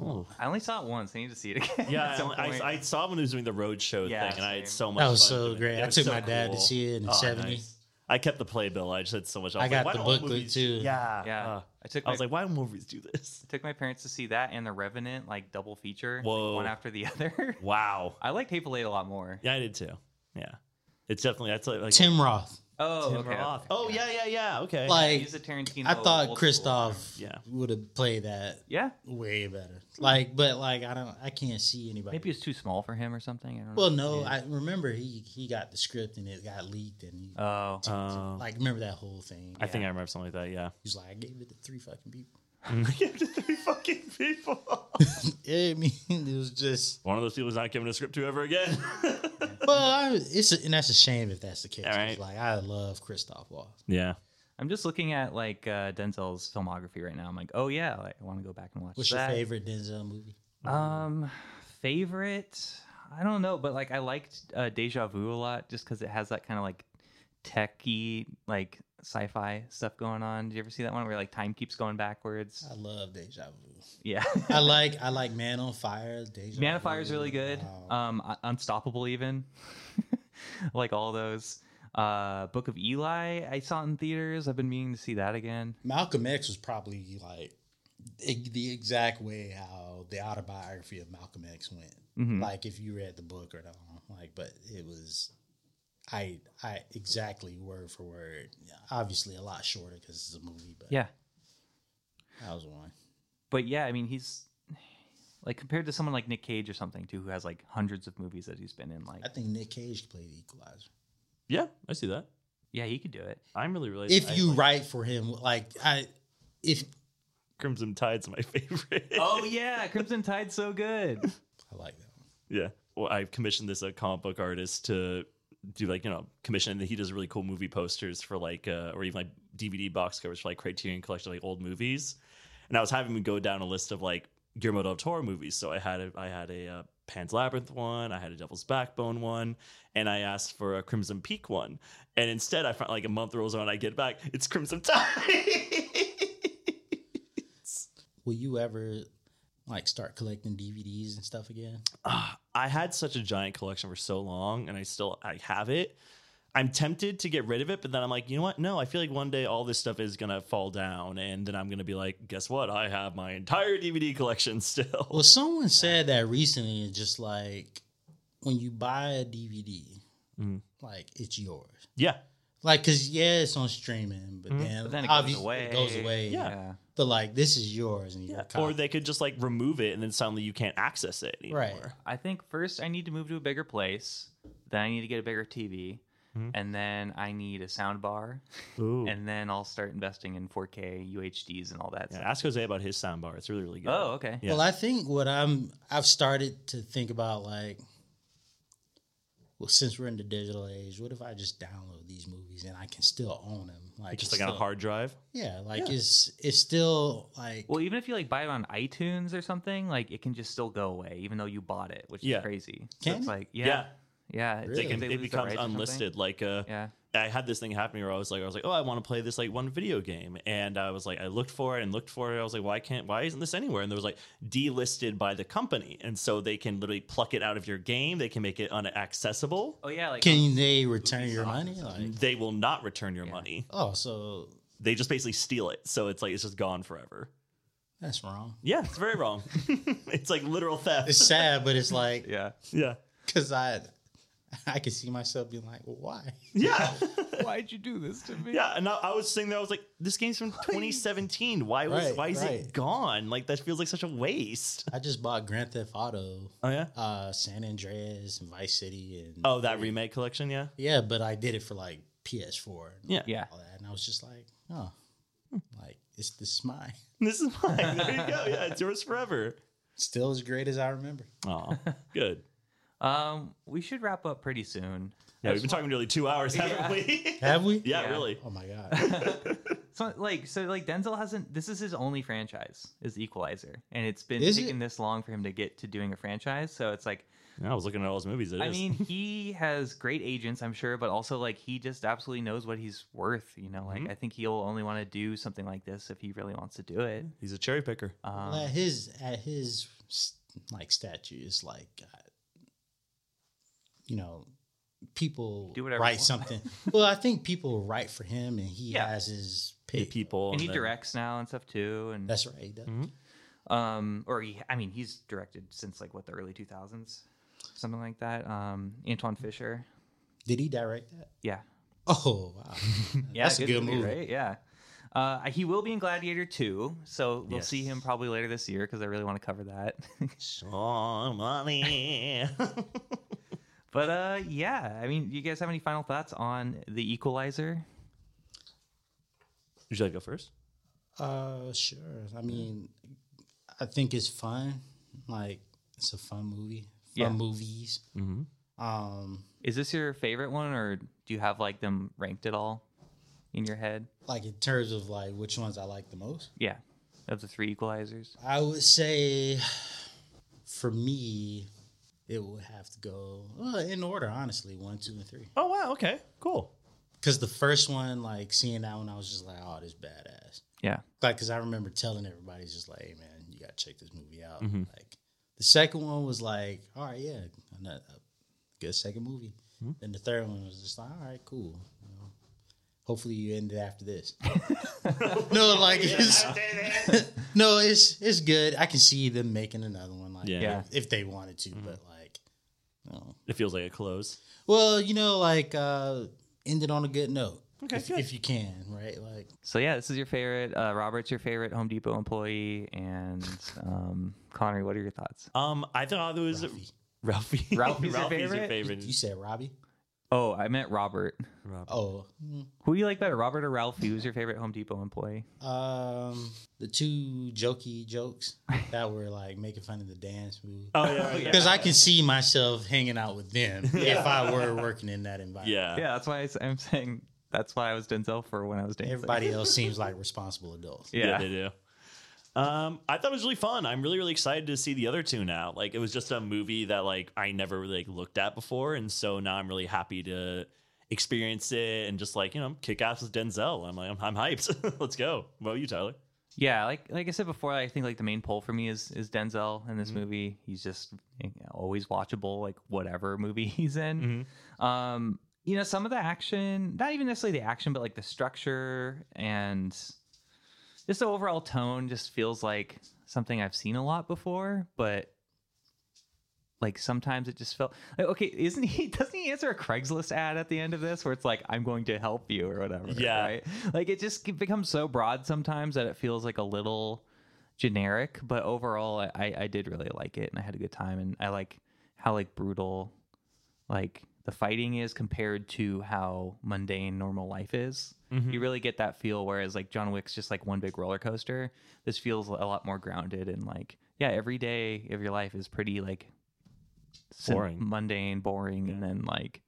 B: Oh.
A: I only saw it once. I need to see it again.
B: Yeah,
A: at some
B: I,
A: point.
B: I, I saw him when he was doing the road show
A: Yeah,
B: thing, and I had
A: same.
B: so much.
C: That was
B: fun
C: so
B: doing it.
C: great.
B: It
C: I
B: was
C: took
B: so
C: my dad to
B: cool.
C: see it in the
B: Oh,
C: 70s.
B: nice. I kept the playbill. I just had so much.
C: I
B: was
C: got
B: why
C: the
B: don't all
C: booklet,
B: movies-
C: too.
B: Yeah,
A: Yeah.
B: uh,
A: I took
B: I
A: my,
B: was like, why do movies do this?
A: I took my parents to see that and The Revenant, like double feature, like,
B: Whoa.
A: one after the other.
B: Wow.
A: I liked Hateful Eight a lot more.
B: Yeah, I did too. Yeah, it's definitely that's like, like
C: Tim Roth.
A: Oh,
B: Tim
A: okay.
B: Roth.
A: okay.
B: Oh yeah, yeah, yeah. Okay.
C: Like
A: he's a Tarantino.
C: I
A: old
C: thought uh,
A: school.
C: Christoph
B: Yeah.
C: would have played that
A: Yeah,
C: way better. Like, but like I don't, I can't see anybody.
A: maybe it's too small for him or something. I don't
C: well,
A: know.
C: no, I remember he he got the script and it got leaked and he
A: Oh,
B: Uh,
C: like remember that whole thing.
B: I think I remember something like that. Yeah.
C: He's like, I gave it to three fucking people.
B: Give to three fucking people.
C: Yeah, I mean, it was just.
B: One of those people is not giving a script to ever again.
C: Well, I, it's a, and that's a shame if that's the case.
B: All right.
C: 'cause, Like I love Christoph Waltz.
B: yeah.
A: I'm just looking at like uh, Denzel's filmography right now. I'm like, oh yeah, like, I want to go back and watch.
C: What's
A: that.
C: your favorite Denzel movie?
A: Um, favorite? I don't know, but like I liked uh, Deja Vu a lot just because it has that kind of like techy like sci-fi stuff going on. Did you ever see that one where like time keeps going backwards?
C: I love Deja Vu.
A: Yeah.
C: I like I like Man on Fire. Deja
A: Man of
C: Vu.
A: Fire is really good.
C: Wow.
A: Um, Un- Unstoppable even, like all those. Uh, Book of Eli, I saw in theaters. I've been meaning to see that again.
C: Malcolm X was probably like e- the exact way how the autobiography of Malcolm X went.
A: Mhm.
C: Like if you read the book or not, like but it was I I exactly word for word. Obviously a lot shorter because it's a movie, but
A: Yeah,
C: that was one.
A: but yeah, I mean he's like compared to someone like Nick Cage or something too, who has like hundreds of movies that he's been in. Like,
C: I think Nick Cage played Equalizer.
B: Yeah, I see that.
A: yeah, he could do it.
B: I'm really related.
C: If you write for him, like I if
B: Crimson Tide's my favorite.
A: Oh yeah, Crimson Tide's so good.
C: I like that one.
B: yeah. Well, I've commissioned this uh, comic book artist to do like you know commission, and he does really cool movie posters for like uh, or even like DVD box covers for like Criterion Collection like old movies. And I was having him go down a list of like Guillermo del Toro movies. So I had a, I had a uh, Pan's Labyrinth one, I had a Devil's Backbone one, and I asked for a Crimson Peak one. And instead, I found like a month rolls on, I get back, it's Crimson Tide.
C: Will you ever like start collecting DVDs and stuff again?
B: Ah, I had such a giant collection for so long, and I still I have it. I'm tempted to get rid of it, but then I'm like, you know what? No, I feel like one day all this stuff is gonna fall down, and then I'm gonna be like, guess what? I have my entire DVD collection still.
C: Well, someone said that recently. It's just like when you buy a DVD,
A: Mm-hmm.
B: Mhm.
C: like it's yours.
B: yeah,
C: Like, cause yeah, it's on streaming, but
B: Mhm.
C: then,
A: Mm-hmm. But then it goes
C: obviously
A: away.
C: it goes away.
B: Yeah.
C: But like, this is yours, and you
B: yeah.
C: got
B: Or
C: copy.
B: they could just like remove it, and then suddenly you can't access it anymore.
C: Right.
A: I think first I need to move to a bigger place. Then I need to get a bigger TV,
B: Mhm.
A: and then I need a sound bar,
B: Ooh.
A: and then I'll start investing in 4K UHDs and all that.
B: yeah,
A: stuff.
B: ask Jose about his soundbar. It's really really good.
A: Oh, okay.
B: Yeah.
C: Well, I think what I'm I've started to think about like, well, since we're in the digital age, what if I just download these movies and I can still own them? Like,
B: Like just
C: it's
B: like on a
C: still-
B: hard drive.
C: Yeah, like
B: Yeah.
C: it's it's still like
A: Well, even if you like buy it on iTunes or something, like it can just still go away, even though you bought it, which
B: Yeah.
A: is crazy. So
C: Can
A: it's
C: it?
A: like, yeah, yeah,
B: Yeah.
A: it's
C: Really?
A: like
C: They
A: if
B: It,
A: lose the
B: becomes
A: rights or something.
B: unlisted. Like uh,
A: Yeah,
B: I had this thing happen where I was like, I was like, oh, I want to play this like one video game, and I was like, I looked for it and looked for it. I was like, why can't, why isn't this anywhere? And there was like delisted by the company, and so they can literally pluck it out of your game. They can make it unaccessible.
A: oh yeah, like
C: can they return your money? Like,
B: They will not return your
A: Yeah.
B: money.
C: oh, so
B: They just basically steal it. So it's like it's just gone forever.
C: that's wrong.
B: Yeah, it's very wrong. it's like literal theft.
C: It's sad, but it's like
A: yeah,
B: yeah,
C: because I I can see myself being like, well, why?
B: yeah,
A: why'd you do this to me?
B: yeah. And I, I was sitting there. I was like, this game's from 2017. Why was
C: Right,
B: why is
C: right.
B: it gone? Like that feels like such a waste.
C: I just bought Grand Theft Auto,
B: Oh yeah.
C: uh, San Andreas, and Vice City, and
B: Oh, that remake collection, yeah.
C: yeah, but I did it for like PS4 and
B: Yeah.
A: yeah.
C: all that, and I was just like, oh, like it's this is mine.
B: This is mine. There you go. Yeah, it's yours forever.
C: Still as great as I remember.
B: Oh, good.
A: Um, we should wrap up pretty soon.
B: Yeah, we've been talking nearly two hours, haven't we? yeah,
C: Have we?
A: Yeah.
B: really.
C: Oh my god.
A: So like, so like Denzel hasn't. This is his only franchise is Equalizer, and it's been
C: Is it?
A: taking this long for him to get to doing a franchise. So it's like,
B: Yeah, I was looking at all his movies. It
A: I
B: is.
A: mean, he has great agents, I'm sure, but also like he just absolutely knows what he's worth. You know, like
B: Mhm.
A: I think he'll only want to do something like this if he really wants to do it.
B: he's a cherry picker.
A: Um,
C: Well, at his at his s- like statue is like, uh, you know, people
A: Do whatever
C: write
A: you want.
C: something. well, I think people write for him, and he
A: Yeah.
C: has his
B: Hey,
C: pick.
B: people.
A: and he
B: then-
A: directs now and stuff too, and
C: That's right. That-
A: Mm-hmm.
B: Mhm.
A: um, or he, I mean, he's directed since like what the early 2000s, something like that. Um, Antoine Fisher,
C: Did he direct that?
A: yeah,
C: Oh wow,
A: yeah,
C: that's a good movie.
A: right? Yeah. Uh, he will be in Gladiator 2, so we'll see
B: Yes.
A: him probably later this year because I really want to cover that.
B: Sean Money.
A: but uh, yeah, I mean, you guys have any final thoughts on The Equalizer?
B: Would you like to go first?
C: Uh, sure. I mean, I think it's fun. Like it's a fun movie. Fun
A: Yeah.
C: movies.
B: Mm-hmm.
C: Um,
A: Is this your favorite one, or do you have like them ranked at all in your head?
C: like in terms of like which ones I like the most.
A: Yeah, of the three equalizers.
C: I would say for me, it would have to go uh, in order, honestly, one, two, and three.
B: Oh, wow. Okay. Cool.
C: Because the first one, like seeing that one, I was just like, oh, this badass.
A: Yeah.
C: Like, because I remember telling everybody, just like, hey, man, you got to check this movie out.
B: Mhm.
C: Like, the second one was like, all right, yeah, another, a good second movie.
B: Mhm.
C: Then the third one was just like, all right, cool. You know, hopefully you end it after this. no, like, it's, no, it's it's good. I can see them making another one, like,
B: Yeah. Mm-hmm.
A: Yeah.
C: if, if they wanted to, but like, no.
B: It feels like a close.
C: Well, you know, like uh end it on a good note.
B: Okay,
C: if,
B: good.
C: if you can, right? Like
A: So yeah, this is your favorite. Uh, Robert's your favorite Home Depot employee, and um, Connery. What are your thoughts?
B: Um, I thought it was
C: Ralphie.
B: Ralphie.
A: Ralphie's your favorite?
C: you said Robbie.
A: Oh, I meant Robert.
B: Ralphie.
C: Oh, mm,
A: Who do you like better, Robert or Ralphie? Who's your favorite Home Depot employee?
C: um, the two jokey jokes that were like making fun of the dance move.
B: Oh yeah, yeah.
C: Because I can see myself hanging out with them if I were working in that environment.
B: yeah.
A: yeah, that's why I, am saying that's why I was Denzel for when I was dancing.
C: Everybody else seems like responsible adults.
A: Yeah.
B: they do. Um, I thought it was really fun. I'm really, really excited to see the other two now. Like it was just a movie that like I never really like, looked at before, and so now I'm really happy to experience it and just like you know kick ass with Denzel. I'm like I'm, I'm hyped. Let's go. What about you, Tyler?
A: Yeah, like like I said before, I think like the main pull for me is is Denzel in this movie. He's just you know, always watchable, like whatever movie he's in. Um, you know, some of the action, not even necessarily the action, but like the structure and just the overall tone, just feels like something I've seen a lot before. But like sometimes it just felt like, okay, isn't he? Doesn't he answer a Craigslist ad at the end of this where it's like I'm going to help you or whatever?
B: Yeah.
A: right? like it just get- becomes so broad sometimes that it feels like a little generic but overall I- I, I did really like it and i had a good time and i like how like brutal like the fighting is compared to how mundane normal life is
B: Mm-hmm.
A: you really get that feel whereas like john wick's just like one big roller coaster this feels a lot more grounded and like yeah every day of your life is pretty like sim-
B: Boring.
A: mundane boring and then like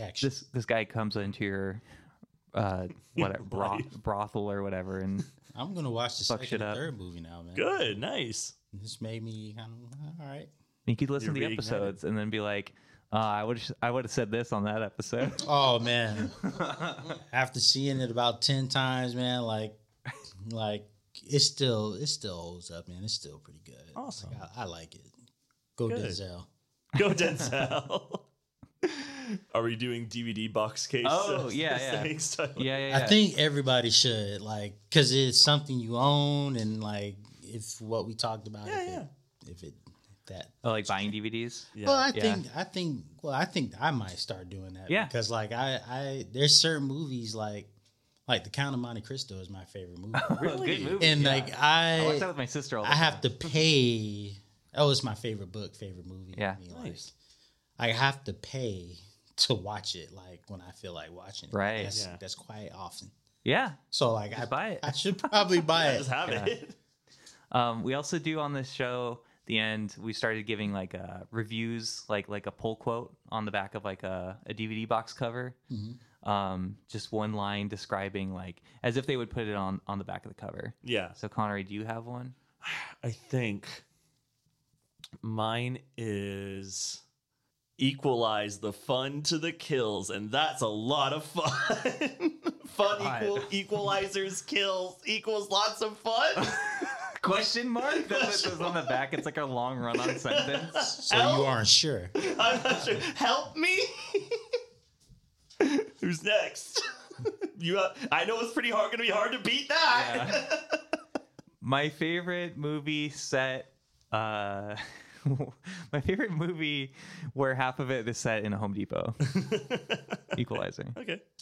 C: Action.
A: this this guy comes into your uh what broth,
B: Body.
A: brothel or whatever and
C: I'm gonna watch the
A: Fuck shit
C: second and
A: up.
C: third movie now, man.
B: Good. Nice.
C: This made me kind of all right.
A: you could listen
B: You're
A: to the
B: reignited.
A: episodes and then be like uh, I would I would have said this on that episode.
C: Oh man. After seeing it about ten times, man, like like it still it still holds up, man. It's still pretty good.
B: Awesome.
C: Like, I, I like it. Go
B: Good.
C: Denzel.
B: Go Denzel. Are we doing DVD box case?
A: Oh,
B: uh,
A: yeah, yeah.
B: things, Tyler?
A: yeah, yeah, yeah.
C: I think everybody should like because it's something you own and like if what we talked about
B: Yeah,
C: if,
B: yeah.
C: It, if it that.
A: oh, like buying DVDs.
B: Yeah.
C: Well, I
A: Yeah.
C: think I think well, I think I might start doing that.
A: Yeah.
C: Because like I I there's certain movies like like The Count of Monte Cristo is my favorite movie.
B: Really?
A: Good movie.
C: and
A: yeah.
C: like
A: I watched that with my sister. All the
C: I have
A: time.
C: to pay. Oh, it's my favorite book, favorite movie.
A: Yeah.
C: I mean, like,
B: Nice.
C: I have to pay to watch it, like when I feel like watching it.
A: Right.
C: That's,
B: Yeah.
C: that's quite often.
A: Yeah,
C: So like, I,
A: just buy it.
C: I should probably buy
B: I
C: it.
B: just have
A: Yeah.
B: it.
A: Um, we also do on this show the end. We started giving like uh, reviews, like like a pull quote on the back of like a, a DVD box cover.
C: Mhm.
A: Um, just one line describing like as if they would put it on on the back of the cover.
B: Yeah.
A: So Connery, do you have one?
B: I think mine is equalize the fun to the kills, and that's a lot of fun. fun
A: God.
B: equal, equalizers kills equals lots of fun.
A: Question mark? That's what it says on the back. It's like a long run on sentence.
C: So you aren't sure.
B: I'm not sure. Help me. Who's next? you, uh, I know it's pretty hard. Going to be hard to beat that.
A: My favorite movie set. Uh, my favorite movie where half of it is set in a Home Depot. Equalizer.
B: okay.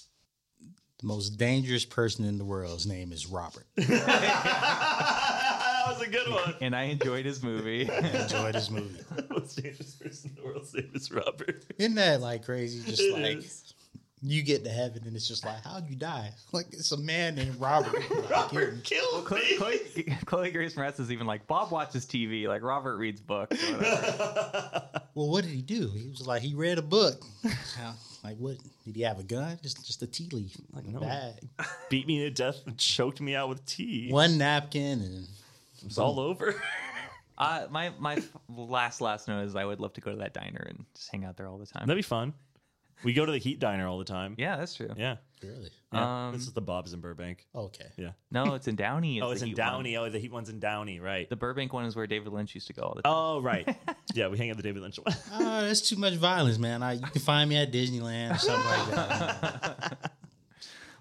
C: The most dangerous person in the world's name is Robert.
B: that was a good one.
A: and I enjoyed his movie.
C: Enjoy this movie.
B: Most dangerous person in the world's name is Robert.
C: Isn't that like crazy? Just
B: It
C: like
B: is.
C: you get to heaven and it's just like, how'd you die? Like it's a man named Robert. Like, you're-
B: Robert killed
A: Chloe,
B: me.
A: Chloe, Chloe Grace Moretz is even like Bob watches TV, like Robert reads books. or whatever.
C: well, what did he do? He was like, he read a book. How- like, what? Did he have a gun? Just, just a tea leaf, like
A: Oh,
B: no.
C: a bag,
B: Beat me to death and choked me out with tea.
C: one napkin, and
B: It's all over.
A: uh, my my f- last last note is I would love to go to that diner and just hang out there all the time.
B: That'd be fun. We go to the Heat Diner all the time.
A: Yeah, that's true.
B: Yeah.
C: Really?
B: Yeah.
A: Um,
B: this is the Bob's in Burbank.
C: Okay.
A: No, it's in Downey. is
B: Oh,
A: the
B: it's in
A: Heat one.
B: Downey. Oh, the Heat one's in Downey, right?
A: The Burbank one is where David Lynch used to go all the time.
B: oh, right. yeah, we hang out at the David Lynch one.
C: Ah, that's too much violence, man. I, you can find me at Disneyland or something like that.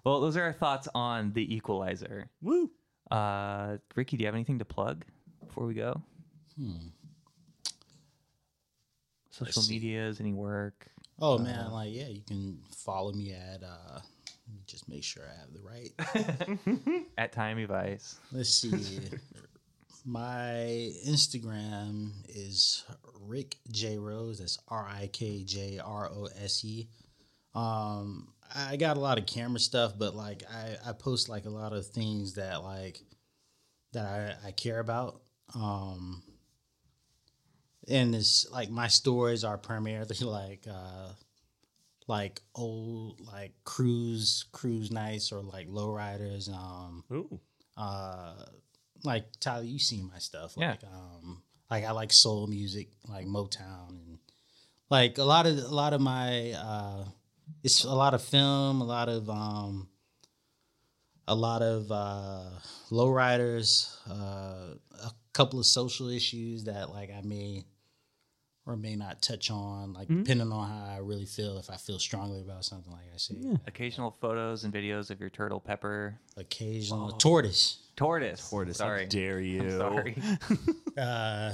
A: Well, those are our thoughts on The Equalizer.
B: Woo.
A: Uh, Ricky, do you have anything to plug before we go?
B: Hmm.
A: Social
C: see.
A: medias, any work?
C: Oh man, like yeah, you can follow me at. uh let me Just make sure I have the right.
A: At Timey Vice.
C: Let's see. My Instagram is Rick J Rose. That's R I K J R O S E. Um, I got a lot of camera stuff, but like I, I post like a lot of things that like that I, I care about. Um, and it's like my stories are primarily like uh, like old like cruise cruise nights or like lowriders. Um,
B: Ooh.
C: uh like Tyler, you seen my stuff.
A: Yeah.
C: Like um like I like soul music, like Motown and like a lot of a lot of my uh it's a lot of film, a lot of um a lot of uh lowriders, uh a couple of social issues that like I may or may not touch on, like depending on how I really feel, if I feel strongly about something, like I say,
A: Occasional photos and videos of your turtle pepper.
C: occasional tortoise.
A: Tortoise.
B: Tortoise.
A: Sorry.
B: How dare you?
A: Sorry.
C: Uh,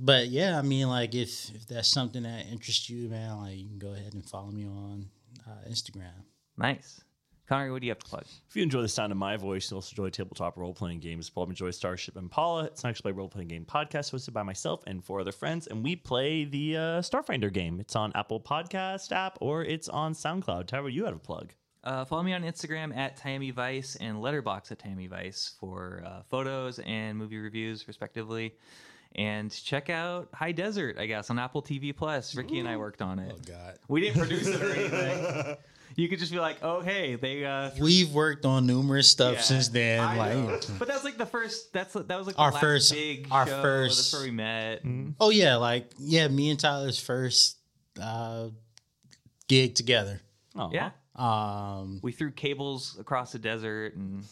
C: but yeah, I mean, like if if that's something that interests you, man, like you can go ahead and follow me on uh, Instagram.
A: nice. Connery, what do you have to plug?
B: If you enjoy the sound of my voice, you'll also enjoy tabletop role playing games. Paul enjoy Starship Impala. It's an actual play role playing game podcast hosted by myself and four other friends, and we play the uh, Starfinder game. It's on Apple Podcast app or it's on SoundCloud. Tyler, you had a plug.
A: Uh, follow me on Instagram at Tammy Vice and Letterbox at Tammy Vice for uh, photos and movie reviews, respectively. And check out High Desert, I guess, on Apple TV Plus. Ricky and I worked on it.
C: God,
A: We didn't produce it or anything. You could just be like, "Oh, hey, they." Uh,
C: we've worked on numerous stuff
A: Yeah,
C: since then.
A: I know.
C: like,
A: but that's like the first. That's that was like
C: Our
A: the last
C: first-
A: big.
C: our
A: show.
C: first-
A: That's where we met.
C: oh yeah, like yeah, me and Tyler's first uh, gig together.
B: Oh,
A: Yeah,
C: Um,
A: we threw cables across the desert and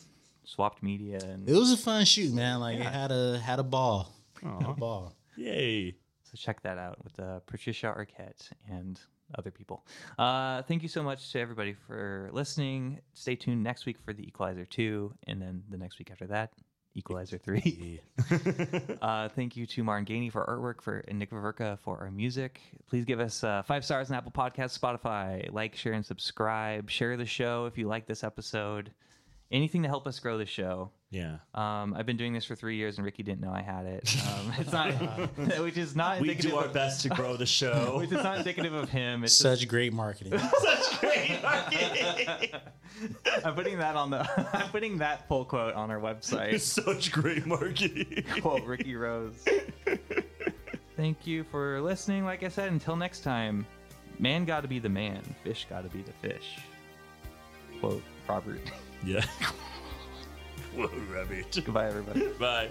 A: swapped media. And
C: it was a fun shoot, man. Like it had a had a ball, had a
B: Aw.
C: ball.
B: Yay.
A: So check that out with uh, Patricia Arquette and other people. Uh, thank you so much to everybody for listening. Stay tuned next week for The Equalizer 2, and then the next week after that, Equalizer 3. uh, thank you to Martin Gainey for our artwork, for and Nick Viverka for our music. Please give us uh, five stars on Apple Podcasts, Spotify. Like, share, and subscribe. Share the show if you like this episode. Anything to help us grow the show.
B: Yeah.
A: Um, I've been doing this for three years, and Ricky didn't know I had it. Um, it's not, which is not.
B: We
A: indicative
B: do our
A: of-
B: best to grow the show.
A: which is not indicative of him. It's
C: Such great marketing.
A: just, I'm putting that on the. I'm putting that full quote on our
B: It's
A: website.
B: such great marketing.
A: Quote Ricky Rose. Thank you for listening. Like I said, until next time, man got to be the man. Fish got to be the fish. Quote Robert.
B: yeah. Whoa, rabbit.
A: Goodbye, everybody.
B: Bye.